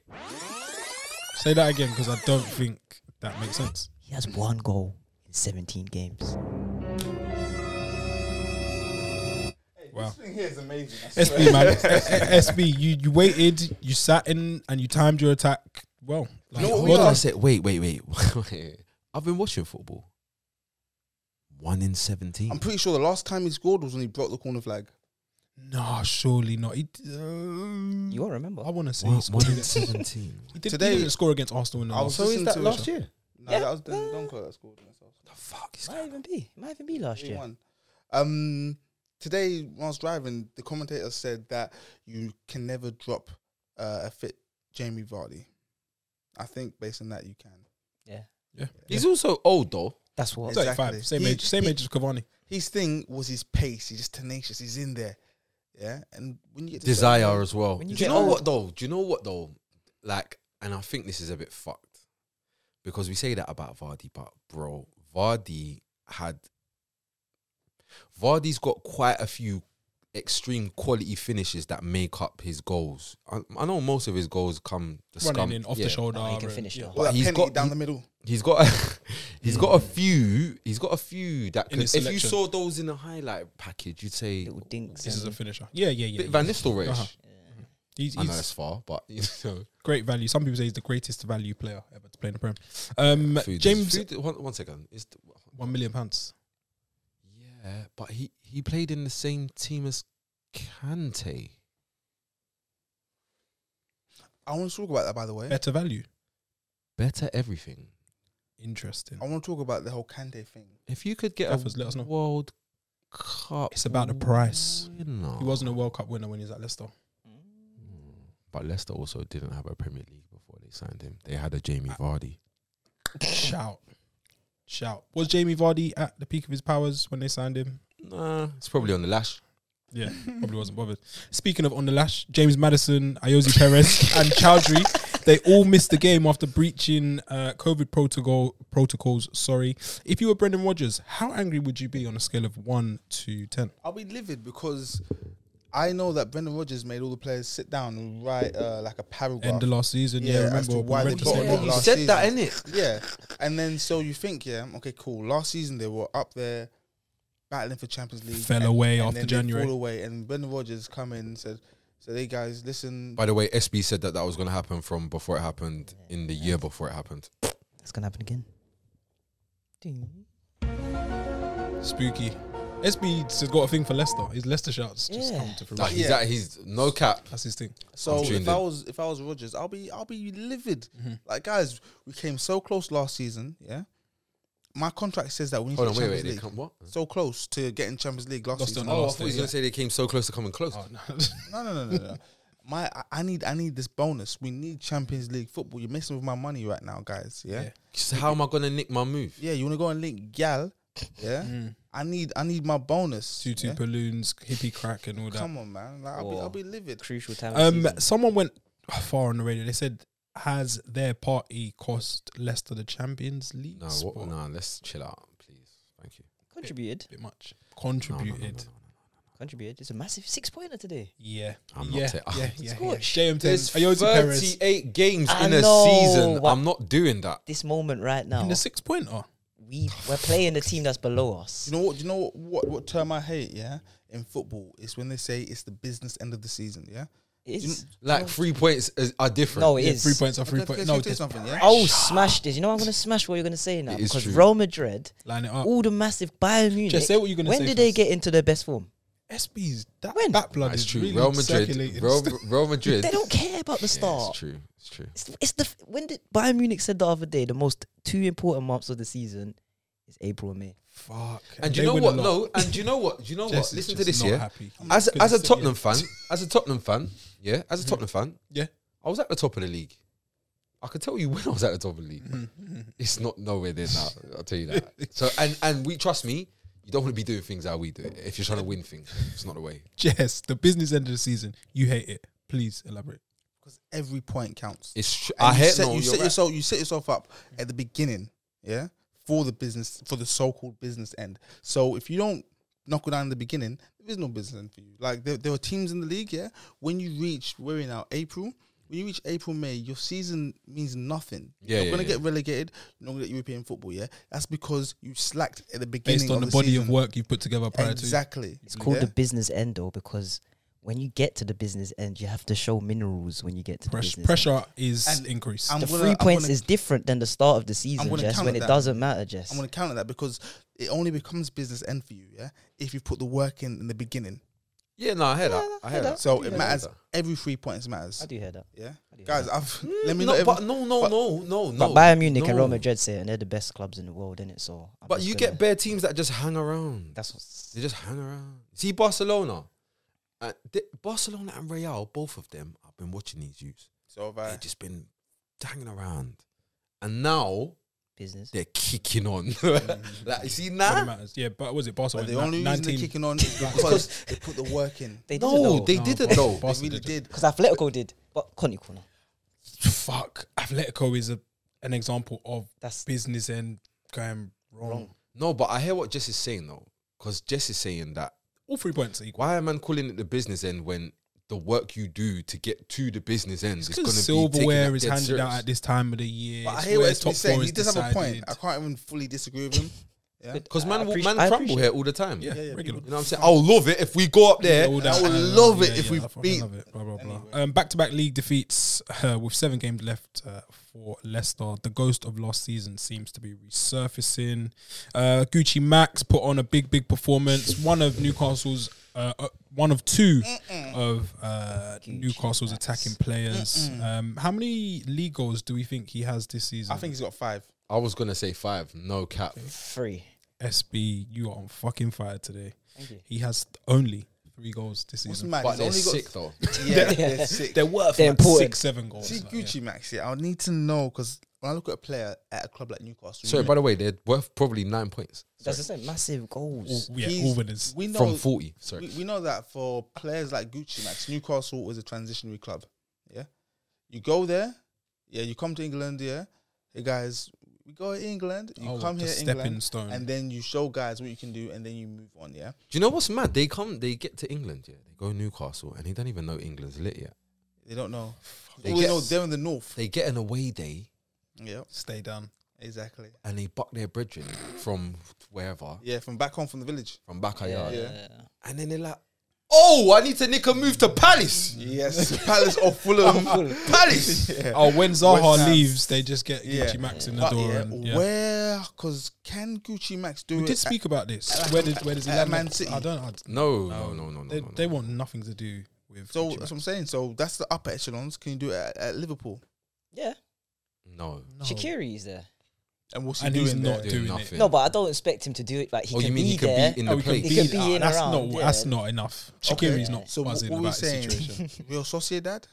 Say that again because I don't think that makes sense.
He has one goal in 17 games.
Wow.
This thing here is amazing. I swear.
SB
[laughs]
man, Eh, eh, SB, you you waited, you sat in, and you timed your attack well. Like,
You know what we
well
gotta
done.
say? Wait, wait, [laughs] wait. I've been watching football. One in seventeen.
I'm pretty sure the last time he scored was when he broke the corner flag.
Nah, surely not. He, um,
You won't remember.
I want to say
one,
he scored
one in
against, [laughs]
seventeen.
he did,
Today-
he didn't score against Arsenal. In the
I was
last.
so is that last
year?
No,
Yeah.
that was Denzel Donko that scored.
The fuck is
Might even be. Might even be last
He
year.
won. Um, today, when I was driving, the commentator said that you can never drop uh, a fit Jamie Vardy. I think based on that, you can.
Yeah.
He's also old though.
That's what.
Exactly.
Thirty-five, same
He-
age, same
he-
age as Cavani.
His thing was his pace. He's just tenacious. He's in there. Yeah, and when you get to
Desire
certain-
as well.
When
Do
you
you
get
know
old-
what though? Do you know what though? Like, and I think this is a bit fucked because we say that about Vardy, but bro, Vardy had Vardy's got quite a few extreme quality finishes that make up his goals. I, I know most of his goals come the
Running
scum,
in off
yeah.
the shoulder.
Oh, he can
and-
finish
yeah.
though.
Well, that
He's
penalty
got-
down
he-
the middle.
He's got a, [laughs] he's got a few. He's got a few that
In
could,
his
if you
selection.
saw those in the highlight package, you'd say
Little dinks.
This is a
and-
finisher. Yeah, yeah, yeah.
bit
yeah.
Van Nistelrooy.
Uh-huh. He's,
I know that's
he's
far, but you know,
great value. Some people say he's the greatest value player ever to play in the Prem. Um,
food is-
James,
food- one, one second. Is the-
one million pounds.
yeah, but he he played in the same team as Kante.
I want to talk about that, by the way.
Better value.
Better everything.
Interesting.
Oh.
I want to talk about the whole Kante thing.
If you could get
Gaffers,
a
let us know.
World Cup,
It's about the price.
winner.
He wasn't a World Cup winner when he was at Leicester.
Mm. But Leicester also didn't have a Premier League before they signed him. They had a Jamie
Uh,
Vardy.
Shout. Shout. Was Jamie Vardy at the peak of his powers when they signed him?
Nah, it's probably on the lash.
Yeah, probably wasn't bothered. Speaking of on the lash, James Madison, Ayoze Perez,
[laughs]
and Chowdhury, they all missed the game after breaching uh, COVID protocol protocols. Sorry. If you were Brendan Rodgers, how angry would you be on a scale of one to ten?
I'll be livid because I know that Brendan Rodgers made all the players sit down and write uh, like a paragraph.
End of last season, yeah.
Yeah, as
remember
to
we
why they
read the
got
same
him.
one.
you Last said season. that,
it?
yeah, and then so you think, yeah, okay, cool. Last season they were up there battling for Champions League,
Fell
and-
away
and
after
then they
January.
Fall away, and Brendan Rodgers come in and said, "So hey guys, listen,
By the way, SB said that that was going to happen from before it happened in the year before it happened.
That's gonna happen again. Ding.
Spooky. SB has got a thing for Leicester. His Leicester shouts just
Yeah.
come to
Like
fruition.
he's,
Yeah.
at, he's no cap.
That's his thing.
So
I'm tuned
if I
in.
was if I was Rogers, I'll be I'll be livid. Like guys, we came so close last season. Yeah, my contract says that we need
Hold
to
on,
get
wait,
Champions
wait. They come
League.
what?
So close to getting Champions League last
Lost
season.
on the
Oh, I
last
thought he was
day,
going to say they came so close to coming close.
Oh, no.
No, no, no, no,
[laughs]
no. My I- I need I need this bonus. We need Champions League football. You're messing with my money right now, guys. Yeah,
Yeah.
yeah.
So how am I going to nick my move?
you want to go and link Gal? [laughs] Yeah,
Mm.
I need I need my bonus.
Tutu
yeah?
balloons, hippie crack, and all that.
Come on, man. Like, I'll, be,
Whoa.
I'll be livid.
Crucial time. of
Um,
season.
someone went far on the radio. They said, "Has their party cost Leicester the Champions League
No,
spot?"
what, no, let's chill out, please. Thank you.
contributed.
Bit much.
No, no, no,
Contributed.
no, no, no.
Contributed. It's a massive six pointer today.
Yeah,
I'm not
yeah,
ta- [laughs]
yeah, yeah, yeah.
Scorch.
JM10,
There's
Ayoze Perez
38 games
I
in a
know,
season.
but-
I'm not doing that.
This moment right
in
now,
the six pointer.
we we're playing the team that's below
You
us.
know what? You know what, what? What term I hate? Yeah, in football, it's when they say it's the business end of the season. Yeah,
It's
Like three points is, are different.
no, it
Yeah,
is
three points or three
Okay,
points.
can
No,
you say
just
something. Yeah,
Oh, smash this! You know I'm gonna smash what you're gonna say now
It is
because
true.
Real Madrid,
line it up.
all the massive Bayern Munich.
Just say Uh, what you're gonna
when
say
did they
first.
get into their best form?
SB's that
When?
that blood
That's
is
true.
really
Real Madrid.
circulating. [laughs]
Real, Real Madrid.
They don't care about the
Yeah,
start.
it's true. It's true.
It's, it's the when did Bayern Munich said the other day the most two important months of the season is April and May.
Fuck.
And
they
you know
win a
what?
lot.
No, and do you know what? Do you know
Jess
what?
is
Listen to
just
this,
not
yeah.
Happy. Couldn't
As as a
sit here. Mm-hmm.
Tottenham fan, as a Tottenham fan, yeah, as a Tottenham fan,
Yeah.
I was at the top of the league. I could tell you when I was at the top of the league. [laughs] It's not nowhere near now. I'll tell you that. So and and we trust me. You don't want to be doing things how we do it. If you're trying to win things, it's not the way.
Jess, the business end of the season, you hate it. Please elaborate.
because every point counts.
It's tr-
And
I
you
hate
set,
no.
you
you're
set
right.
yourself you set yourself up at the beginning, yeah, for the business for the so called business end. So if you don't knock it down in the beginning, there is no business end for you. Like there, there are teams in the league, yeah. When you reach we're in now April, when you reach April May, your season means nothing.
Yeah,
you're
yeah,
gonna
yeah.
get relegated. You're not gonna get European football, yeah. That's because you slacked at the beginning
Based on
of
the, body
season.
of work you've put together prior
Exactly.
It's called
yeah?
the business end though because when you get to the business end, you have to show minerals when you get to
to pressure.
the business end.
Pressure is
And-
increased.
I'm
The
gonna-
3
I'm
points
gonna-
is different than the start of the season,
gonna
Jess. When
counter
it
that.
doesn't matter, Jess.
I'm going to counter that because it only becomes business end for you, yeah, if you put the work in in the beginning.
Yeah, no, I hear that. I hear that.
So
Yeah,
it
I
matters.
hear that.
Every three points matters.
I do hear that.
Yeah,
I do hear
guys,
that.
I've let me
Mm, no,
know.
but no, no,
but-
no, no, no.
But Bayern Munich and
no.
Real Madrid say it, and they're the best clubs in the world, innit? So, I'm
But
just
you
gonna-
get bare teams that just hang around.
that's what's
They just hang around. See Barcelona, uh, they, Barcelona and Real, both of them. I've been watching these youths. [laughs]
so have
They've just been hanging around, and now
business.
they're kicking on. [laughs] like you see now,
What it matters. Yeah, but was it Barcelona?
Mm. But the only reason they're
19
kicking on is because they put the work in.
They didn't
no,
know.
they
No,
didn't
Bas- [laughs]
though.
Bas-
They really did.
Because Atletico did, but Connie Corner.
Fuck. Atletico is a, an example of
That's
business end going wrong.
No, but I hear what Jess is saying though, because Jess is saying that
All three points are equal.
why am I calling it the business end when the work you do to get to the business end is going to be
Because
taken
silverware
at
is
dead
handed out
serious.
at this time of the year.
But I
It's
hear
where
what he's saying.
four
He
is
does have a point.
decided.
I can't even fully disagree with him. Yeah.
Because
I
man, will
appreci-
man
I
crumble
appreciate
here all the time.
Yeah,
Yeah, yeah,
[laughs] regular.
You know what I'm saying? I'll love it if we go up there.
All
I
that-
would
uh,
love it
yeah,
if
yeah,
we
I fucking
beat.
love it, blah, blah, blah. Um, back-to-back league defeats uh, with seven games left uh, for Leicester. The ghost of last season seems to be resurfacing. Uh, Gucci Max put on a big, big performance. One of Newcastle's, uh, uh, one of 2 of uh,
Gucci
Newcastle's
Max.
attacking players. Um, how many league goals do we think he has this season?
I think he's got five.
I was gonna say five, no cap.
free.
SB, you are on fucking fire today.
Thank you.
He has only three goals this
What's
season.
mad?
But
He's
they're
only
sick
[laughs]
got
though.
[laughs] yeah, they're sick.
They're worth
They're
like
important.
six, seven goals.
See
like, yeah.
Gucci Max. Yeah, I need to know because when I look at a player at a club like Newcastle,
Sorry, by the way, they're worth probably nine points
That's the same. Massive goals.
Yeah,
he's-
all winners.
we know
from forty. Sorry,
we, we know that for players like Gucci Max, Newcastle was a transitionary club. Yeah, you go there, yeah, you come to England, yeah, hey guys, we go to England, you
Oh,
come
the
here,
stepping
England,
stone.
and then you show guys what you can do, and then you move on. Yeah,
do you know what's mad? They come, they get to England. Yeah, they go Newcastle, and they don't even know England's lit yet.
they don't know.
They
All they
get-
know they're in the north.
They get an away day,
Yeah,
Stay down.
exactly.
and they buck their brethren from wherever,
Yeah, from back home from the village.
from Bakayard,
Yeah.
and then they're like, "Oh, I need to nick a move to Palace."
Yes, [laughs] Palace
[laughs]
or Fulham. [laughs]
Palace.
Oh, when Zaha
West Ham.
leaves, they just get
Yeah.
Gucci Max in the
But
door.
yeah,
and, yeah.
where? Because can Gucci Max do
we
it?
did speak about this. Where did where does he
at
land?
Man
up?
City.
I don't. I, d-
No, no, no, no, no.
they,
no,
they
no.
want nothing to do with.
so
Gucci
that's what I'm
Max.
saying. So that's the upper echelons. Can you do it at, at Liverpool?
Yeah.
No.
No.
Shakiri is there.
And what's he
and
doing
he's
there?
not
Doing
doing
nothing.
it.
No, but I don't expect him to do it. Like he
oh,
can
you mean
be
he
there.
could be in the
he
place?
He can be in
that's
around,
not
yeah.
that's not enough.
Okay.
Shakiri's not
So
buzzing
what we
about the
saying?
situation.
[laughs] Real Sociedad?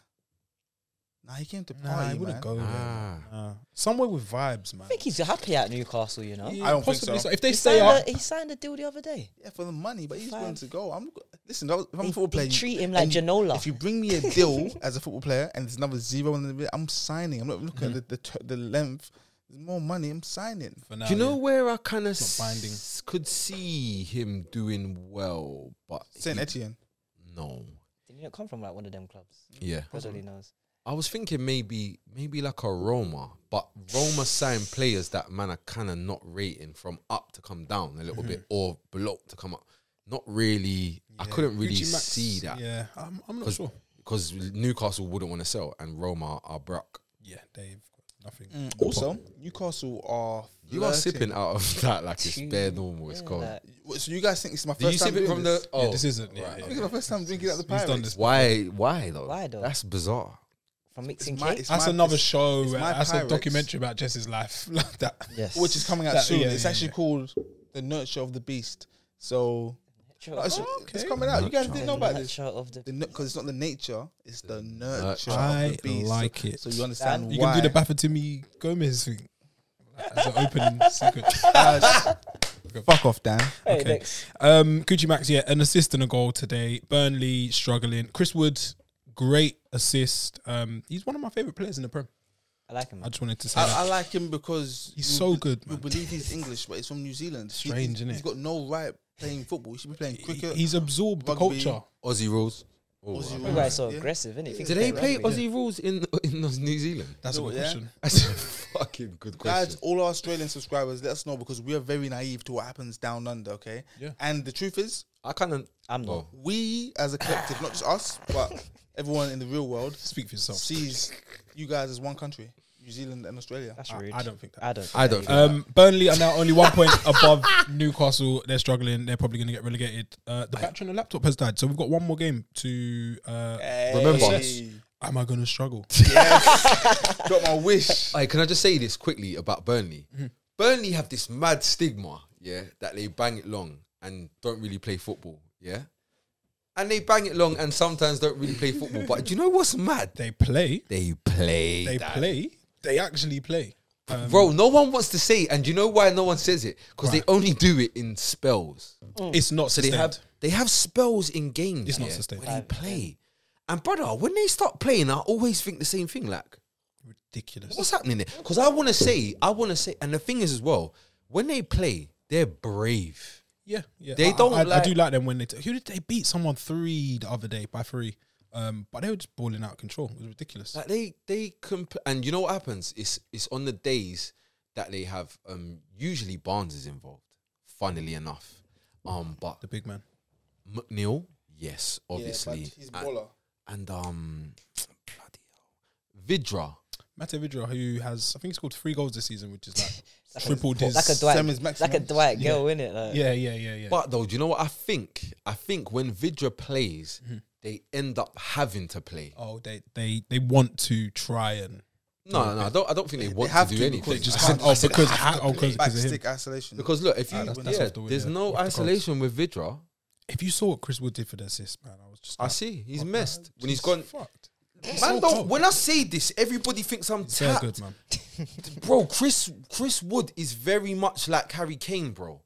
Nah, he came to
nah,
party,
he wouldn't go
man.
there.
Ah.
Nah. somewhere with vibes, man.
I think he's happy at Newcastle. You know.
Yeah,
I don't think
possibly
so.
If they
He
stay
signed,
up,
a, he signed a deal the other day.
Yeah, for the money, but he's
Fam.
willing to go. I'm listen. that was- If I'm a
They-
football
they
player, you-
treat him like
and you-
Janola.
If you bring me a deal [laughs] as a football player and there's another zero in the bit, I'm signing. I'm not looking
Mm.
at the the, t- the length. There's more money. I'm signing.
for now,
Do you know
yeah.
where I kind of
It's not binding.
s- could see him doing well, but
Saint
he-
Etienne.
no,
Did he not come from like one of them clubs?
yeah.
God only knows.
I was thinking maybe maybe like a Roma, but Roma sign players that man are kind of not rating from up to come down a little
Mm-hmm.
bit or below to come up. Not really. I couldn't really
Gucci Max,
see that
Yeah, I'm, I'm not
because
sure.
Newcastle wouldn't want to sell and Roma are broke.
Yeah, they've got nothing.
Also, Newcastle are
You are
flirting.
sipping out of [laughs] that like it's bare
Two-
normal. It's
yeah,
cold.
like-
What, So you guys think it's my
Do
first
you
time
sip it
doing
from
this?
the? Oh,
yeah, this isn't. Yeah,
right.
yeah,
This is my first time drinking at the
He's
Pyrex.
done this.
Why? Why though?
Why though?
That's bizarre.
From mixing
my-
cake.
it's
That's
my-
another
it's-
show.
it's
uh,
my
That's a
Pyrex.
documentary about Jess's life. [laughs] like that.
Yes.
which is coming out
That-
soon.
yeah,
it's
yeah,
actually
yeah.
called The Nurture of the Beast. So
Oh,
No, it's, it's coming out. You guys didn't know about this.
Of the,
Because it's not the nature, it's the nurture.
nurture.
of
I
the beast.
like it.
So you understand
You
why.
can do the Baffatimi Gomez thing as an opening
[laughs]
sequence.
Fuck off, Dan.
Okay. Um, Gucci Max, yeah, an assist and a goal today. Burnley struggling. Chris Wood, great assist. Um, he's one of my favorite players in the Prem.
I like him.
I just wanted to say
I, I
that.
like him because
He's
you
so
be-
good,
You
man. [laughs]
believe he's English, but he's from New Zealand. He-
Strange,
he's-
innit?
He's got no right playing football. He should be playing cricket.
he's absorbed the
rugby.
culture.
Aussie rules. Oh,
Aussie
I-
rules.
You guys are
Yeah.
aggressive, innit? Think
Do
you
they
can
play
rugby.
Aussie rules in [laughs] in New Zealand?
That's a
Do
good
it, yeah?
question.
That's a fucking good
Guys,
question.
all our Australian subscribers, let us know because we are very naive to what happens down under, okay?
Yeah.
And the truth is,
I kind of
I'm not.
Oh. we as a collective, not just us,
[laughs]
but everyone in the real world,
Speak for yourself.
sees you guys as one country New Zealand and Australia. Uh,
That's
I-
rude.
I don't think that.
I don't.
I don't. Um,
Um, Burnley are now only one point above Newcastle. They're struggling. They're probably going to get relegated. Uh, the battery on the laptop has died, so we've got one more game to. Uh,
remember.
Am I going to
[laughs]
struggle?
Got my wish.
Hey, can I just say this quickly about Burnley? Burnley have this mad stigma, yeah, that they bang it long and don't really play football, yeah, and they bang it long and sometimes don't really play football. but do you know what's mad?
They play.
They play.
They
that.
play. They actually play.
Bro, no one wants to say, and you know why no one says it? Because they only do it in spells.
Oh.
It's not
So
sustained.
they have they have spells in games.
It's not
yeah,
sustained.
Where they play, and brother, when they start playing, I always think the same thing. Like,
ridiculous.
what's happening there? Because I want to say, I want to say, and the thing is as well, when they play, they're brave.
Yeah, yeah.
They
I,
don't
I, I
like-
do like them when they. T- who did they beat? Someone three the other day by three. Um, but they were just balling out of control. It was ridiculous.
Like they they comp- and you know what happens? It's it's on the days that they have um usually Barnes is involved. Funnily enough, um, but
the big man.
McNeil, yes, obviously,
he's
And-
baller.
and um bloody hell. Vidra.
Mate Vidra, who has I think he scored three goals this season, which is like tripled his.
[laughs] Like a
Sam
Dwight.
is maximum.
Like a Dwight girl, innit? Like,
yeah, yeah, yeah, yeah.
But though, do you know what I think? I think when Vidra plays,
Mm-hmm.
they end up having to play.
oh, they they they want to try and
No, no, no, I don't. I don't think they want
have
to
to
do
because
anything.
they
[laughs]
just
I
have-
said-
oh,
I said
because-
have to
oh,
play.
back
because of him.
stick isolation.
because look, if you,
Mm. Ah, that's- that's
yeah,
off the wheel,
there's
yeah, off
no
the cards.
isolation with Vidra.
If you saw what Chris Wood did for the assist, man, I was just.
I
like,
see he's
oh, man,
messed when he's
just
gone.
Fucked.
Man,
so
don't,
cold.
when I say this, everybody thinks I'm
He's so
tapped,
good, man.
bro. Chris Chris Wood is very much like Harry Kane, bro.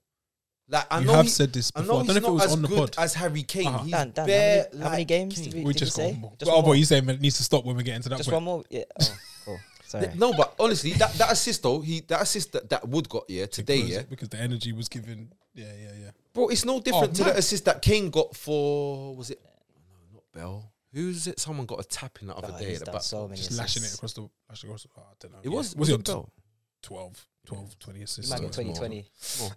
Like I
You
know
have
he-
said this
I
before.
know
I don't know
he's
if it
not
was
as
on the
good
pod.
as Harry Kane.
Uh-huh.
He's
Dan, Dan, how
bare
many- how many
like
games
Kane.
did we-
We
Did
just
you
got
say?
one more.
Just
Well,
one
but
more?
you saying it needs to stop when we get into that
Just
point.
one more. Yeah. Oh, cool. Sorry.
No, but honestly, that, that assist though, he that assist that, that Wood got yeah today,
because,
yeah,
because the energy was given. Yeah, yeah, yeah.
bro, it's no different to
Oh, man.
the assist that Kane got for was it? No, not Bell. Who's it? Someone got a tap in the other
Oh,
day.
he's
At the
done
back.
so many
Just lashing it
assists.
across the. Lashing across the oh, I don't know.
It
Was
was was
he
it
on
Bell?
12, 12, 20 assists?
Small,
Man,
small.
2020.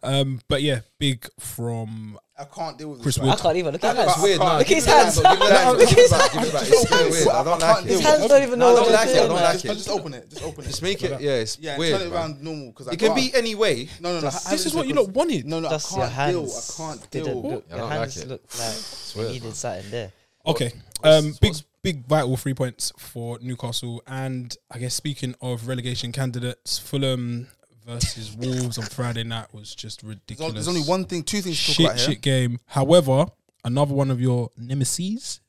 Um, but but yeah, big from
I can't deal with
Chris
this.
Wood.
I can't even look at
That looks
that.
weird. Nah,
Look at
give
his
it back,
hands.
bro, give it back,
Look at
give it
[laughs] his
back, give it back. It's
hands.
weird. I don't like
His
it.
hands don't even
No, I
know
don't
what
like
they're
it. I
doing,
don't
man.
like
Just, just
it.
open it. Just open it.
Just make it. Yeah, it's
yeah,
weird.
turn it
man.
around normal because I
It can
can't.
be any way.
No, no, no.
Just-
I
This
haven't
is what you
because-
lot wanted.
No, no,
Just
I
your
can't deal.
hands.
I can't
Didn't
deal.
look-
Yeah, I
Your
don't like
hands
it.
look like
weird,
you
man.
needed something there.
Okay.
what's-
Um, big, big vital three points for Newcastle. And I guess speaking of relegation candidates, Fulham
[laughs]
versus Wolves on Friday night was just
There's on-
ridiculous.
There's only one thing, two things to talk
shit,
about here.
shit game. However, another one of your nemesis.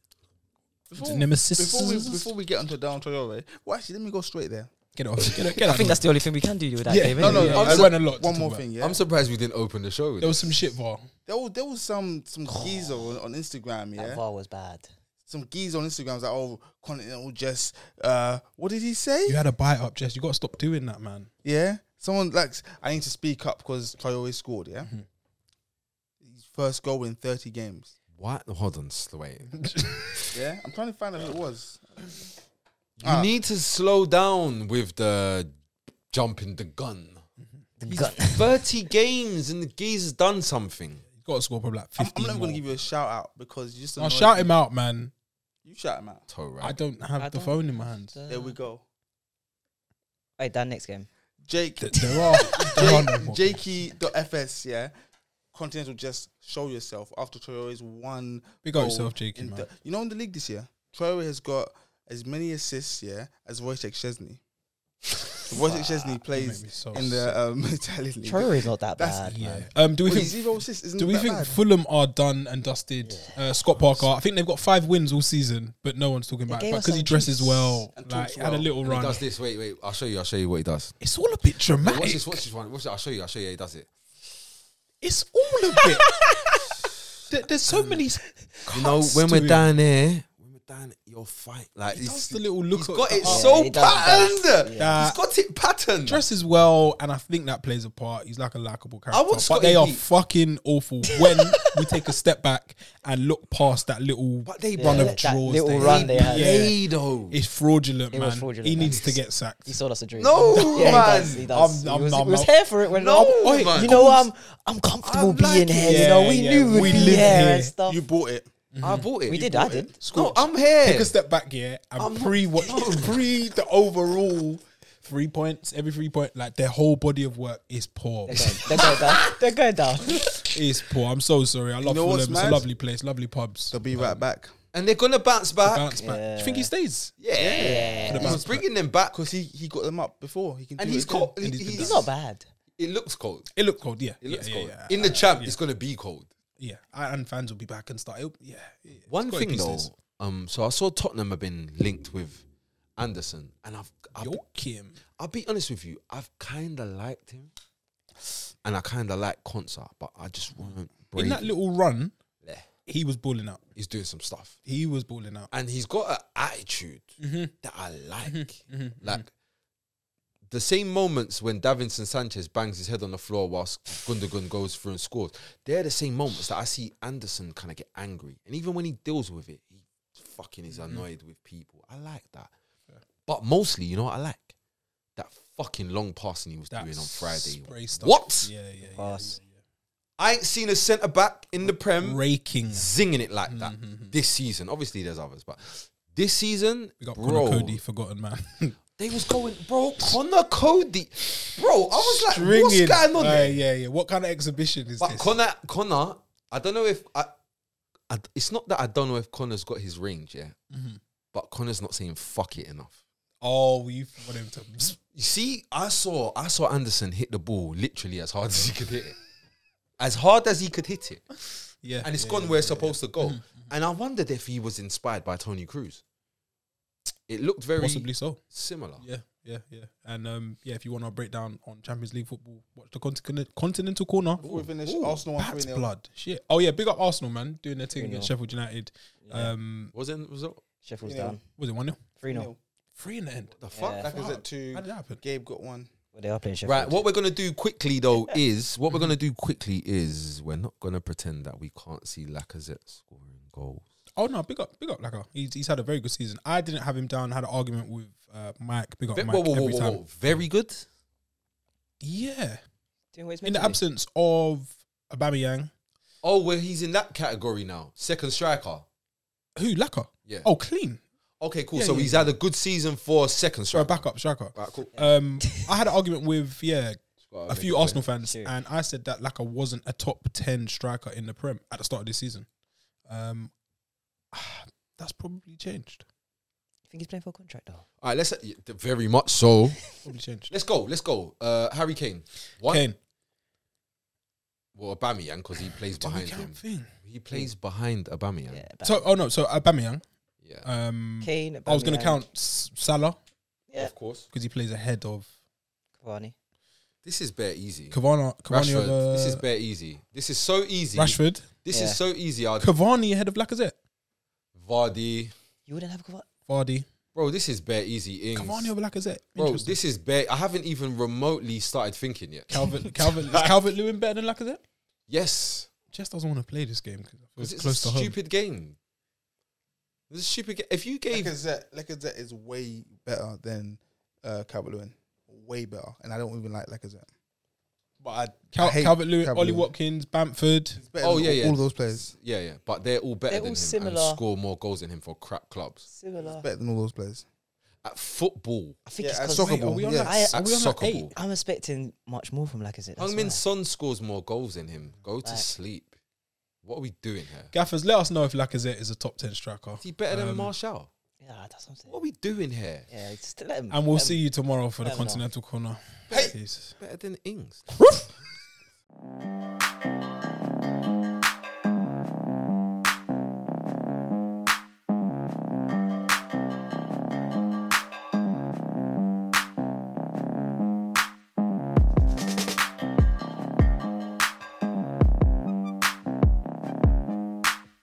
nemesis.
Before we before we get onto Down Traore, well, actually, let me go straight there.
Get it off. Get it, get it
I think that's the only thing we can do with that
Yeah.
game.
No,
innit?
no,
Yeah.
no. I
so-
went a lot to
One
talk
more
about.
thing, yeah.
I'm surprised we didn't open the show. With
There
it.
was some shit var.
there was there was some some geezer on, on Instagram,
That
yeah.
VAR was bad.
Some geezer on Instagram was like, oh, Continental just, uh, what did he say?
You had a bite up, Jess. You got to stop doing that, man.
Yeah. Someone like I need to speak up because Traore scored. Yeah.
Mm-hmm.
His first goal in 30 games.
What? Hold on, s- wait.
Yeah. I'm trying to find out who it was.
You
Ah.
need to slow down with the jumping the gun. He's [laughs]
[laughs] gun.
30 games and the geezer's done something.
You got to score probably like
I'm,
15.
I'm not even gonna give you a shout out because you just.
I'll
annoyed
shout
me.
him out, man.
You shout him out.
Toe
I
rag.
don't have
I
the
don't-
phone in my
[laughs]
hand.
There we go.
Wait, Dan, next game.
Jake.
Th- There are, there are no more.
Jakey.fs, yeah. Continental, just show yourself after Traore's one.
Big up
goal
yourself, Jakey,
in
man.
thir- you know, in the
[laughs]
league this year, Traore has got as many assists, yeah, as Wojciech Szczesny. Wojciech Szczesny
Make
plays
me so
in the um, [laughs] Italian league.
Choro is not that
That's-
bad.
Yeah.
man.
Um, do we
Well,
think
zero assists isn't
do we
that
think
bad.
Fulham are done and dusted? Uh, Scott Parker, I think they've got five wins all season, but no one's talking about it
gave us
because he
some
dresses
juice
well.
and
Like
talks
had a
well.
little
And he
run.
does this. Wait, wait. I'll show you. I'll show you what he does.
It's all a bit dramatic.
Watch this. Watch this one. Watch this. I'll show you. I'll show you. He does it.
It's all a bit. There- there's so many.
You know,
cuts
when
to
we're
it.
down there, when we're down, you'll fight. Like
He does
he's,
the little look.
he's
at-
got it
Oh.
so
he does that.
patterned.
Yeah.
He's got it patterned.
dresses well, and I think that plays a part. He's like a likable character.
want
but
Scotty
they are
Heat.
fucking awful when we take a step back and look past that little
But they
run
Yeah,
of
that
draws.
little
they
run they had.
Yeah.
Play though.
It's fraudulent,
It
man.
was fraudulent,
he
man.
needs to get sacked.
He sold us a dream.
No,
[laughs] yeah,
man.
He does, he does.
I'm-
he was,
I'm-
he was
I'm-
here for it when
No,
I'm-
Oi, man.
you know I'm I'm comfortable
I'm
being
liking
here.
it.
you know
Yeah,
we
yeah,
knew we'd
we
be
live
here
here.
and stuff.
You bought it.
I bought it.
we
You
did.
bought
I
it.
did.
No, I'm here.
Take a step back here and pre what pre the overall three points, every three point, like their whole body of work is poor.
They're going down. They're going down.
[laughs] it's poor. I'm so sorry. I love
know what's
Fulham. It's a
mad?
lovely place, lovely pubs.
They'll be right back.
and they're gonna bounce back.
Bounce back. Do you think he stays?
Yeah.
Gonna bounce
He's bringing them back.
Because he, he got them up before. He can
And
do
he's
it again.
cold. He-
And he's been
He's
he's- [laughs]
not bad.
It looks cold.
It looked cold, yeah.
It
yeah,
looks
yeah,
cold.
yeah.
In the champ, it's gonna be cold.
Yeah, I- and fans will be back and start. it'll- Yeah, yeah.
One
It's got
thing
pieces.
though, um, so I saw Tottenham have been linked with Anderson, and I've, I've
Joachim.
I'll be honest with you, I've kind of liked him, and I kind of like Concert, but I just won't.
in
Brave.
that little run,
Yeah.
he was balling out.
he's doing some stuff,
He was balling out.
and he's got an attitude
Mm-hmm.
that I like, like. The same moments when Davinson Sanchez bangs his head on the floor whilst Gundogan goes through and scores, they're the same moments that I see Anderson kind of get angry. And even when he deals with it, he fucking is
Mm-hmm.
annoyed with people. I like that. But mostly, you know what I like? That fucking long passing he was
That
doing on Friday.
spray stuff.
What?
Yeah, yeah, yeah.
Pass.
I ain't seen a centre back in the Prem
Raking.
zinging it like
Mm-hmm,
that this season. Obviously, there's others, but this season,
We got Connor
bro,
Cody, forgotten
[laughs]
man. [laughs]
they was going, bro, Connor Cody, bro. I was like,
Stringing.
what's going on?
Uh,
there?
yeah, yeah. What kind of exhibition is
But
this?
Connor, Connor, I don't know if I, I, it's not that I don't know if Connor's got his range, yeah,
Mm-hmm.
but Connor's not saying fuck it enough.
oh, you want him
[laughs]
to?
You see, I saw I saw Anderson hit the ball literally as hard as he could hit it. As hard as he could hit it.
Yeah,
And it's
yeah,
gone
yeah, yeah,
where
Mm-hmm,
it's supposed to go. And I wondered if he was inspired by Tony Cruz. It looked
yeah.
very
Possibly so.
similar.
Yeah, yeah, yeah. And um, yeah, if you want our breakdown on Champions League football, watch the Continent- Continental Corner.
Before we finish, Arsenal won 3
That's
0.
blood. Shit. Oh yeah, big up Arsenal, man, doing their thing
3-0.
against Sheffield United. Um,
Was it was it what
Sheffield's
Yeah.
down.
was it one 0
Three 0
Three in the end.
the fuck?
Yeah.
That was at two.
How did that happen?
Gabe got one.
Well, they are playing Sheffield.
Right, what we're gonna do quickly though is what
Mm-hmm.
we're gonna do quickly is we're not gonna pretend that we can't see Lacazette scoring goals.
Oh no, big up, big up, Laka. He's, he's had a very good season. I didn't have him down. Had an argument with uh, Mike. Big up,
Ve-
Mike.
whoa, whoa, whoa,
every
whoa,
time.
whoa. Very good.
Yeah.
Doing what he's
In
meant
the
to do.
absence of Aubameyang,
Oh, well, he's in that category now. Second striker.
who Laka?
Yeah.
Oh, clean.
Okay, cool.
Yeah,
so
yeah,
he's had a good season for second
Sorry,
striker.
backup striker.
Right, cool. Oh,
Um, I had an argument with yeah
Gotta
a
make
few
point.
Arsenal fans,
Sure.
and I said that Laka wasn't a top ten striker in the Prem at the start of this season. Um, [sighs] that's probably changed.
I think he's playing for a contract though.
All right, let's yeah, th- very much so.
Probably changed.
Let's go. Let's go. Uh, Harry Kane. One.
Kane,
Well, Aubameyang because he plays
do we
behind
count
him.
Thing?
He plays behind Aubameyang.
Yeah.
Yeah.
but
So, oh no, so Aubameyang. Um,
Kane.
I was going
Aubameyang,
to count S- Salah
Yeah.
Of course.
because he plays ahead of
Cavani.
This is bare easy.
Cavani. Cavani
Rashford.
over
this is bare easy. This is so easy.
Rashford.
This
Yeah.
is so easy. I'd-
Cavani ahead of Lacazette.
Vardy.
You wouldn't have Cavani.
Vardy.
Bro, this is bare easy. Ings.
Cavani over Lacazette.
Bro,
Interesting.
this is bare. I haven't even remotely started thinking
[laughs]
yet.
Calvert Calvert is Calvert Lewin better than Lacazette.
yes.
Just doesn't want to play this game because it's
Because it's
close
a
to home.
stupid game. It's a stupid game. If you gave.
Lacazette, Lacazette is way better than uh, Calvert-Lewin. Way better. And I don't even like Lacazette. But I, I
Cal-
hate
Calvert Lewin,
Calvert-Lewin.
Ollie Watkins, Bamford.
He's better
Oh,
than
yeah,
all-
yeah.
All those players.
Yeah, yeah, but they're all better
They're
than
all
him
similar.
and score more goals than him for crap clubs.
Similar.
Better than all those players.
At football,
I think
Yeah,
it's
and
because
soccer
Wait, are we on
Yeah.
like,
I-
are
at
we on like
soccer
eight?
ball.
I'm expecting much more from Lacazette. that's
Hung Min
why.
Son scores more goals than him. Go to
Right.
sleep. What are we doing here?
Gaffers, let us know if Lacazette is a top ten striker.
Is he better
Um,
than Marshall?
Yeah, Yeah, that's what I'm saying.
What are we doing here?
Yeah, just let him.
And we'll
let him-
see you tomorrow for the
Let 'em know.
Continental Corner.
Hey.
Jesus.
Better than Ings.